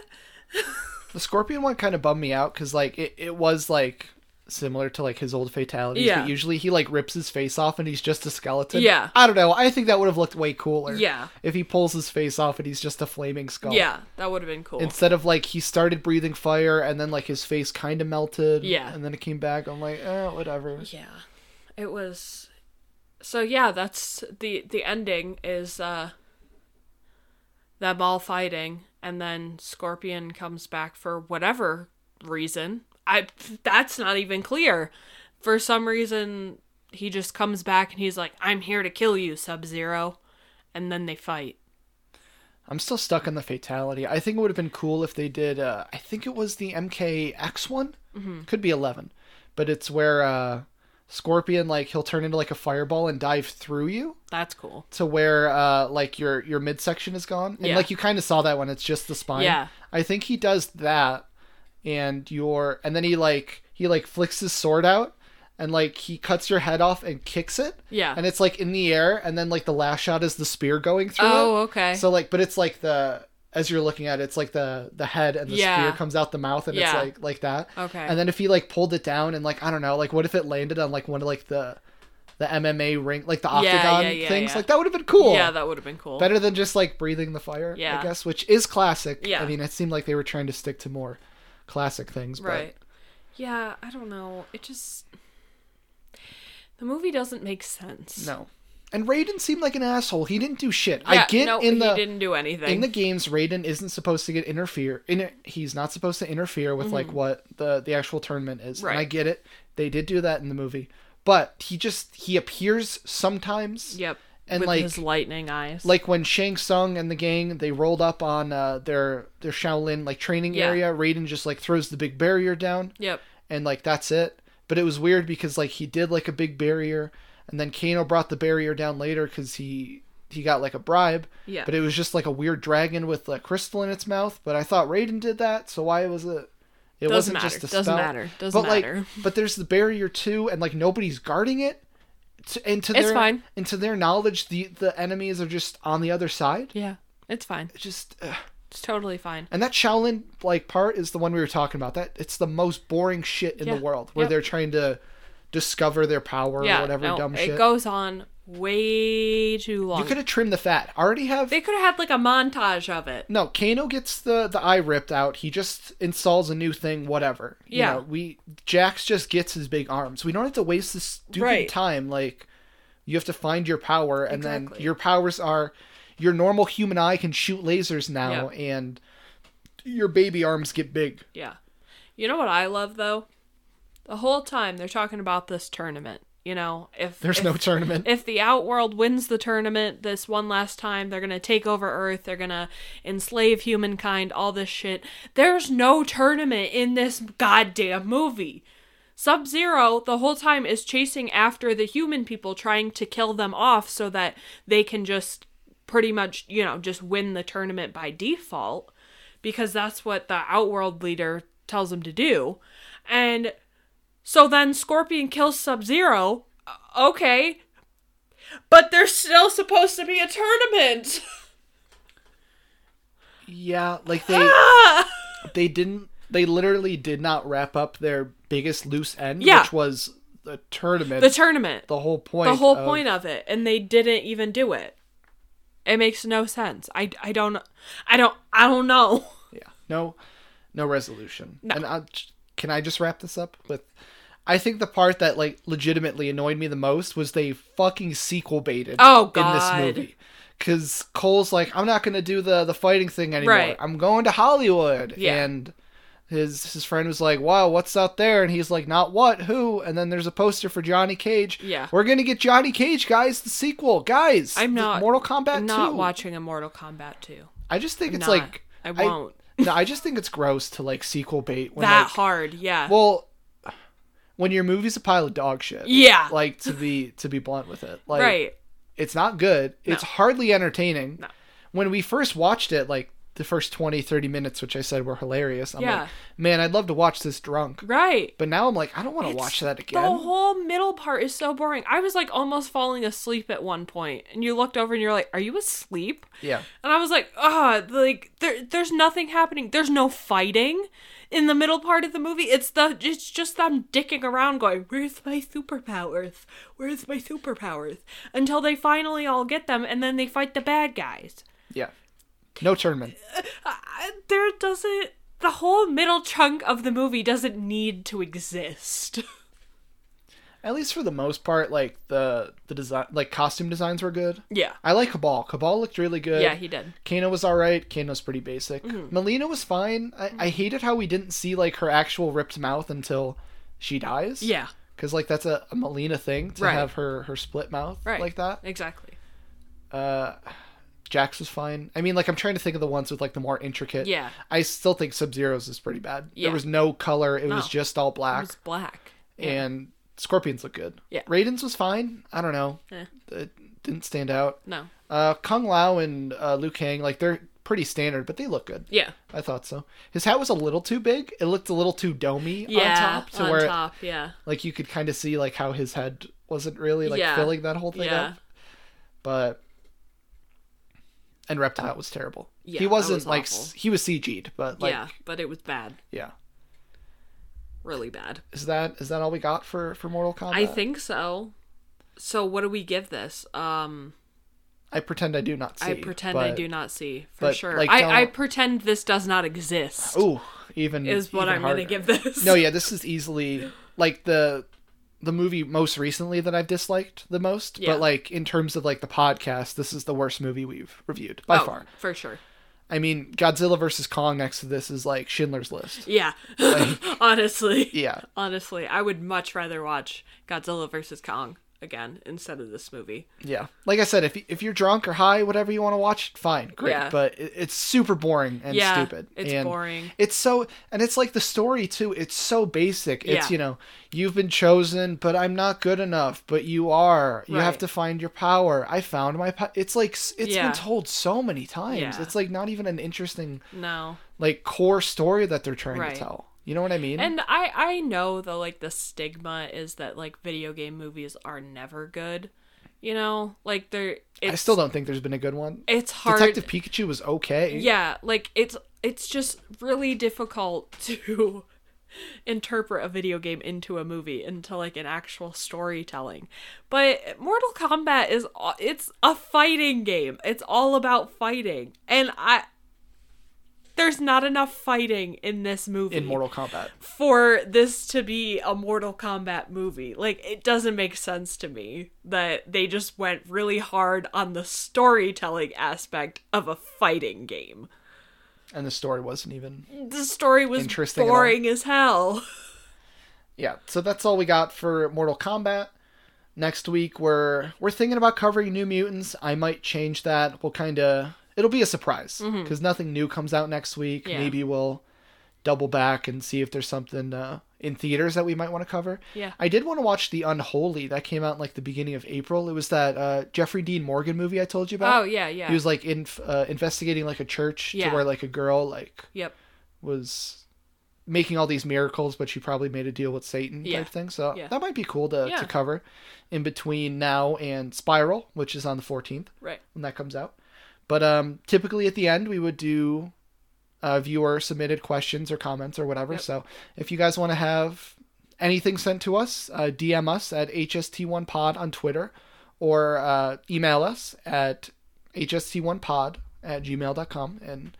The Scorpion one kind of bummed me out because like it, it was like similar to like his old fatalities,
Yeah.
but usually he like rips his face off and he's just a skeleton.
Yeah.
I don't know. I think that would have looked way cooler.
Yeah.
If he pulls his face off and he's just a flaming skull.
Yeah, that would have been cool.
Instead of like he started breathing fire and then like his face kind of melted.
Yeah.
And then it came back. I'm like, eh, whatever.
Yeah. It was so yeah, that's the the ending is uh them all fighting and then Scorpion comes back for whatever reason. I that's not even clear. For some reason he just comes back and he's like, "I'm here to kill you, Sub-Zero." And then they fight.
I'm still stuck on the fatality. I think it would have been cool if they did. Uh, I think it was the MKX one.
Mm-hmm.
Could be eleven, but it's where uh, Scorpion like he'll turn into like a fireball and dive through you
That's cool.
to where uh, like your your midsection is gone, and
Yeah.
like you kind of saw that when it's just the spine.
Yeah.
I think he does that, and your and then he like he like flicks his sword out. And like he cuts your head off and kicks it,
Yeah.
and it's like in the air, and then like the last shot is the spear going through. it.
Oh, okay.
So like, but it's like the as you're looking at it, it's like the the head and the
Yeah.
spear comes out the mouth, and it's
Yeah.
like like that.
Okay.
And then if he like pulled it down and like I don't know, like what if it landed on like one of like the the MMA ring, like the
yeah,
octagon
yeah,
things,
yeah.
like that would have been cool.
Yeah, that would have been cool.
Better than just like breathing the fire, I
Yeah.
guess, which is classic.
Yeah.
I mean, it seemed like they were trying to stick to more classic things, but
Right. Yeah, I don't know. It just The movie doesn't make sense.
No. And Raiden seemed like an asshole. He didn't do shit.
Yeah,
I get
no,
in the
he didn't do anything.
in the games Raiden isn't supposed to get interfere in he's not supposed to interfere with like what the the actual tournament is. And I
Mm-hmm. Right.
get it. They did do that in the movie. But he just he appears sometimes.
yep.
and,
With
like-
his lightning eyes.
Like when Shang Tsung and the gang they rolled up on uh, their their Shaolin like training
Yeah.
area, Raiden just like throws the big barrier down
yep.
and like that's it. But it was weird because like he did like a big barrier, and then Kano brought the barrier down later because he he got like a bribe.
Yeah.
But it was just like a weird dragon with a crystal in its mouth. But I thought Raiden did that, so why was it? It
Doesn't
wasn't
matter.
just a
Doesn't
spell.
matter. Doesn't
but, like,
matter. *laughs*
but there's the barrier too, and like nobody's guarding it. To, and to
It's
their
fine.
and to their knowledge, the the enemies are just on the other side.
Yeah. It's fine.
Just. Uh,
It's totally fine.
and that Shaolin like part is the one we were talking about. That it's the most boring shit in
Yeah.
the world, where
Yep.
they're trying to discover their power
yeah.
or whatever
no,
dumb
it
shit.
goes on way too long.
you could have trimmed the fat. Already have
They could have had like a montage of it.
no. Kano gets the the eye ripped out. He just installs a new thing. Whatever. You
Yeah.
know, we Jax just gets his big arms. We don't have to waste this stupid
Right.
time. Like you have to find your power, and then
Exactly.
your powers are your normal human eye can shoot lasers now,
Yep.
and your baby arms get big.
Yeah. You know what I love though? The whole time they're talking about this tournament. You know, if
There's
if,
no tournament.
if the Outworld wins the tournament this one last time, they're gonna take over Earth. They're gonna enslave humankind. All this shit. There's no tournament in this goddamn movie. Sub Zero the whole time is chasing after the human people, trying to kill them off so that they can just pretty much, you know, just win the tournament by default because that's what the Outworld leader tells him to do. And so then Scorpion kills Sub Zero. Okay. But there's still supposed to be a tournament.
Yeah, like they
Ah! *laughs*
they didn't they literally did not wrap up their biggest loose end,
Yeah.
which was the tournament.
the tournament.
the whole point.
the whole
of-
point of it and they didn't even do it it makes no sense i i don't i don't i don't know
Yeah. No, no resolution. And I, can I just wrap this up with? I think the part that like legitimately annoyed me the most was they fucking sequel baited.
Oh, God.
In this movie. Because Cole's like, I'm not gonna do the the fighting thing anymore.
Right.
I'm going to Hollywood.
Yeah.
And his his friend was like, Wow, what's out there? And he's like, Not what, who? And then there's a poster for Johnny Cage.
Yeah.
We're gonna get Johnny Cage, guys. The sequel, guys.
I'm
the
not-
Mortal Kombat.
i'm not
2.
watching immortal kombat 2
I just think it's
not.
like
I won't.
no, I just think it's gross to like sequel bait when
that
like,
hard yeah
well, when your movie's a pile of dog shit.
Yeah.
Like to be to be blunt with it, like
right
it's not good. It's hardly entertaining. When we first watched it, like the first 20, 30 minutes, which I said were hilarious. I'm
Yeah.
like, man, I'd love to watch this drunk.
right
But now I'm like, I don't want to watch that again.
the whole middle part is so boring i was like almost falling asleep at one point and you looked over and you're like are you asleep
Yeah.
And I was like, ah, like there, there's nothing happening. There's no fighting in the middle part of the movie. It's the, it's just them dicking around, going, "Where's my superpowers? Where's my superpowers?" Until they finally all get them, and then they fight the bad guys.
Yeah. No tournament.
I, there doesn't, the whole middle chunk of the movie doesn't need to exist. *laughs*
At least for the most part, like the the design, like costume designs were good.
yeah,
I like Cabal. Cabal looked really good.
yeah, he did.
Kano was alright. Kano's pretty basic.
Mm-hmm.
Melina was fine. I, I hated how we didn't see like her actual ripped mouth until she dies.
Yeah,
Because like that's a, a Melina thing to
Right.
have her her split mouth
right,
like that.
exactly.
Uh, Jax was fine. I mean, like I'm trying to think of the ones with like the more intricate.
Yeah.
I still think Sub Zero's is pretty bad.
Yeah.
There was no color. It was
No.
just all black.
It was black.
And Scorpions look good.
Yeah.
Raiden's was fine. I don't know.
Eh.
It didn't stand out.
No,
Uh, Kung Lao and uh, Liu Kang, like they're pretty standard, but they look good.
yeah,
I thought so. His hat was a little too big. It looked a little too domey
yeah,
on top to where
top, yeah,
like you could kind of see like how his head wasn't really like
Yeah.
filling that whole thing
yeah.
up. But and Reptile was terrible.
Yeah,
he
that
wasn't
was
like s-
awful.
he was CG'd, but like
yeah, but it was bad,
yeah.
really bad.
Is that is that all we got for for Mortal Kombat?
I think so. So what do we give this? Um
I pretend I do not see.
I pretend I
but-
do not see for
but,
sure.
like, don't-
I, I pretend this does not exist.
Ooh, even
is what
even
I'm
harder.
gonna give this.
No, yeah, this is easily like the the movie most recently that I've disliked the most,
Yeah.
but like in terms of like the podcast, this is the worst movie we've reviewed by
Oh,
far.
for sure.
I mean, Godzilla versus Kong next to this is like Schindler's List.
Yeah, *laughs* honestly,
Yeah.
honestly, I would much rather watch Godzilla versus Kong again instead of this movie.
Yeah. Like I said, if if you're drunk or high, whatever you want to watch, fine, great.
Yeah.
But it, it's super boring and
Yeah,
stupid.
it's
and
boring.
It's so and it's like the story too. It's so basic. It's
Yeah.
you know, you've been chosen, but I'm not good enough, but you are. You have
Right.
to find your power. I found my power. It's like s- it's
Yeah.
been told so many times.
Yeah.
It's like not even an interesting
No,
like core story that they're trying
Right.
to tell. You know what I mean?
and I I know the like the stigma is that like video game movies are never good. You know, like they're. It's,
I still don't think there's been a good one.
It's hard.
Detective Pikachu was okay.
yeah like it's it's just really difficult *laughs* to interpret a video game into a movie into like an actual storytelling but mortal kombat is a- it's a fighting game it's all about fighting and i there's not enough fighting in this movie
In Mortal Kombat.
for this to be a Mortal Kombat movie. Like, it doesn't make sense to me that they just went really hard on the storytelling aspect of a fighting game.
And the story wasn't even
The story was
Interesting at all.
boring as hell.
yeah so that's all we got for mortal kombat next week we're we're thinking about covering new mutants i might change that we'll kind of it'll be a surprise because nothing new comes out next week
Mm-hmm. Yeah.
maybe we'll double back and see if there's something uh, in theaters that we might want to cover
Yeah.
i did want to watch the unholy that came out in, like the beginning of april it was that uh, jeffrey dean morgan movie i told you about
Oh, yeah, yeah.
he was like in uh, investigating like a church
Yeah.
to where like a girl like
yep.
was making all these miracles, but she probably made a deal with Satan
Yeah.
type thing. So
Yeah.
that might be cool to,
Yeah.
to cover in between now and Spiral, which is on the 14th
Right.
when that comes out. But um, typically at the end, we would do uh, viewer submitted questions or comments or whatever.
Yep.
So if you guys want to have anything sent to us, uh, DM us at HST1pod on Twitter or uh, email us at HST1pod at gmail.com. And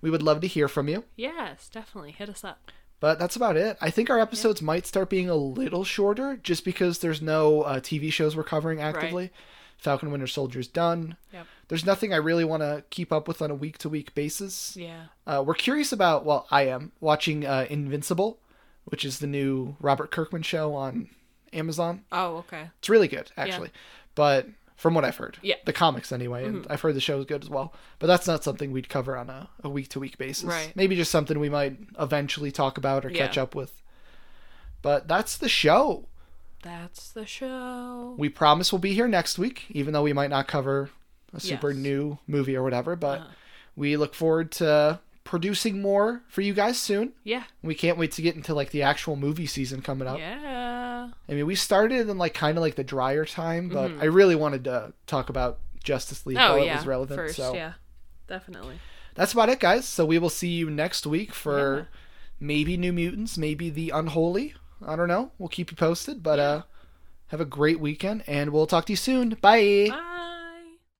we would love to hear from you.
Yes, definitely. Hit us up.
But that's about it. I think our episodes might start being a little shorter just because there's no uh, TV shows we're covering actively. Falcon Winter Soldier's done.
Yep.
There's nothing I really want to keep up with on a week to week basis.
Yeah.
Uh, we're curious about, well, I am watching uh, Invincible, which is the new Robert Kirkman show on Amazon.
Oh, okay.
It's really good, actually. But from what I've heard,
Yeah. Mm-hmm.
the comics anyway, and I've heard the show is good as well. But that's not something we'd cover on a a week to week basis.
Right.
Maybe just something we might eventually talk about or catch
Yeah.
up with. But that's the show.
That's the show.
We promise we'll be here next week, even though we might not cover a super
Yes. Uh-huh.
new movie or whatever. But we look forward to producing more for you guys soon.
Yeah.
We can't wait to get into like the actual movie season coming up.
Yeah.
I mean, we started in like kind of like the drier time, but I really wanted to talk about Justice League
Mm-hmm. Oh,
while it
yeah.
was relevant.
First,
so
yeah. Definitely.
that's about it, guys. So we will see you next week for maybe New Mutants, maybe The Unholy. I don't know. We'll keep you posted, but uh, have a great weekend, and we'll talk to you soon. Bye.
Bye.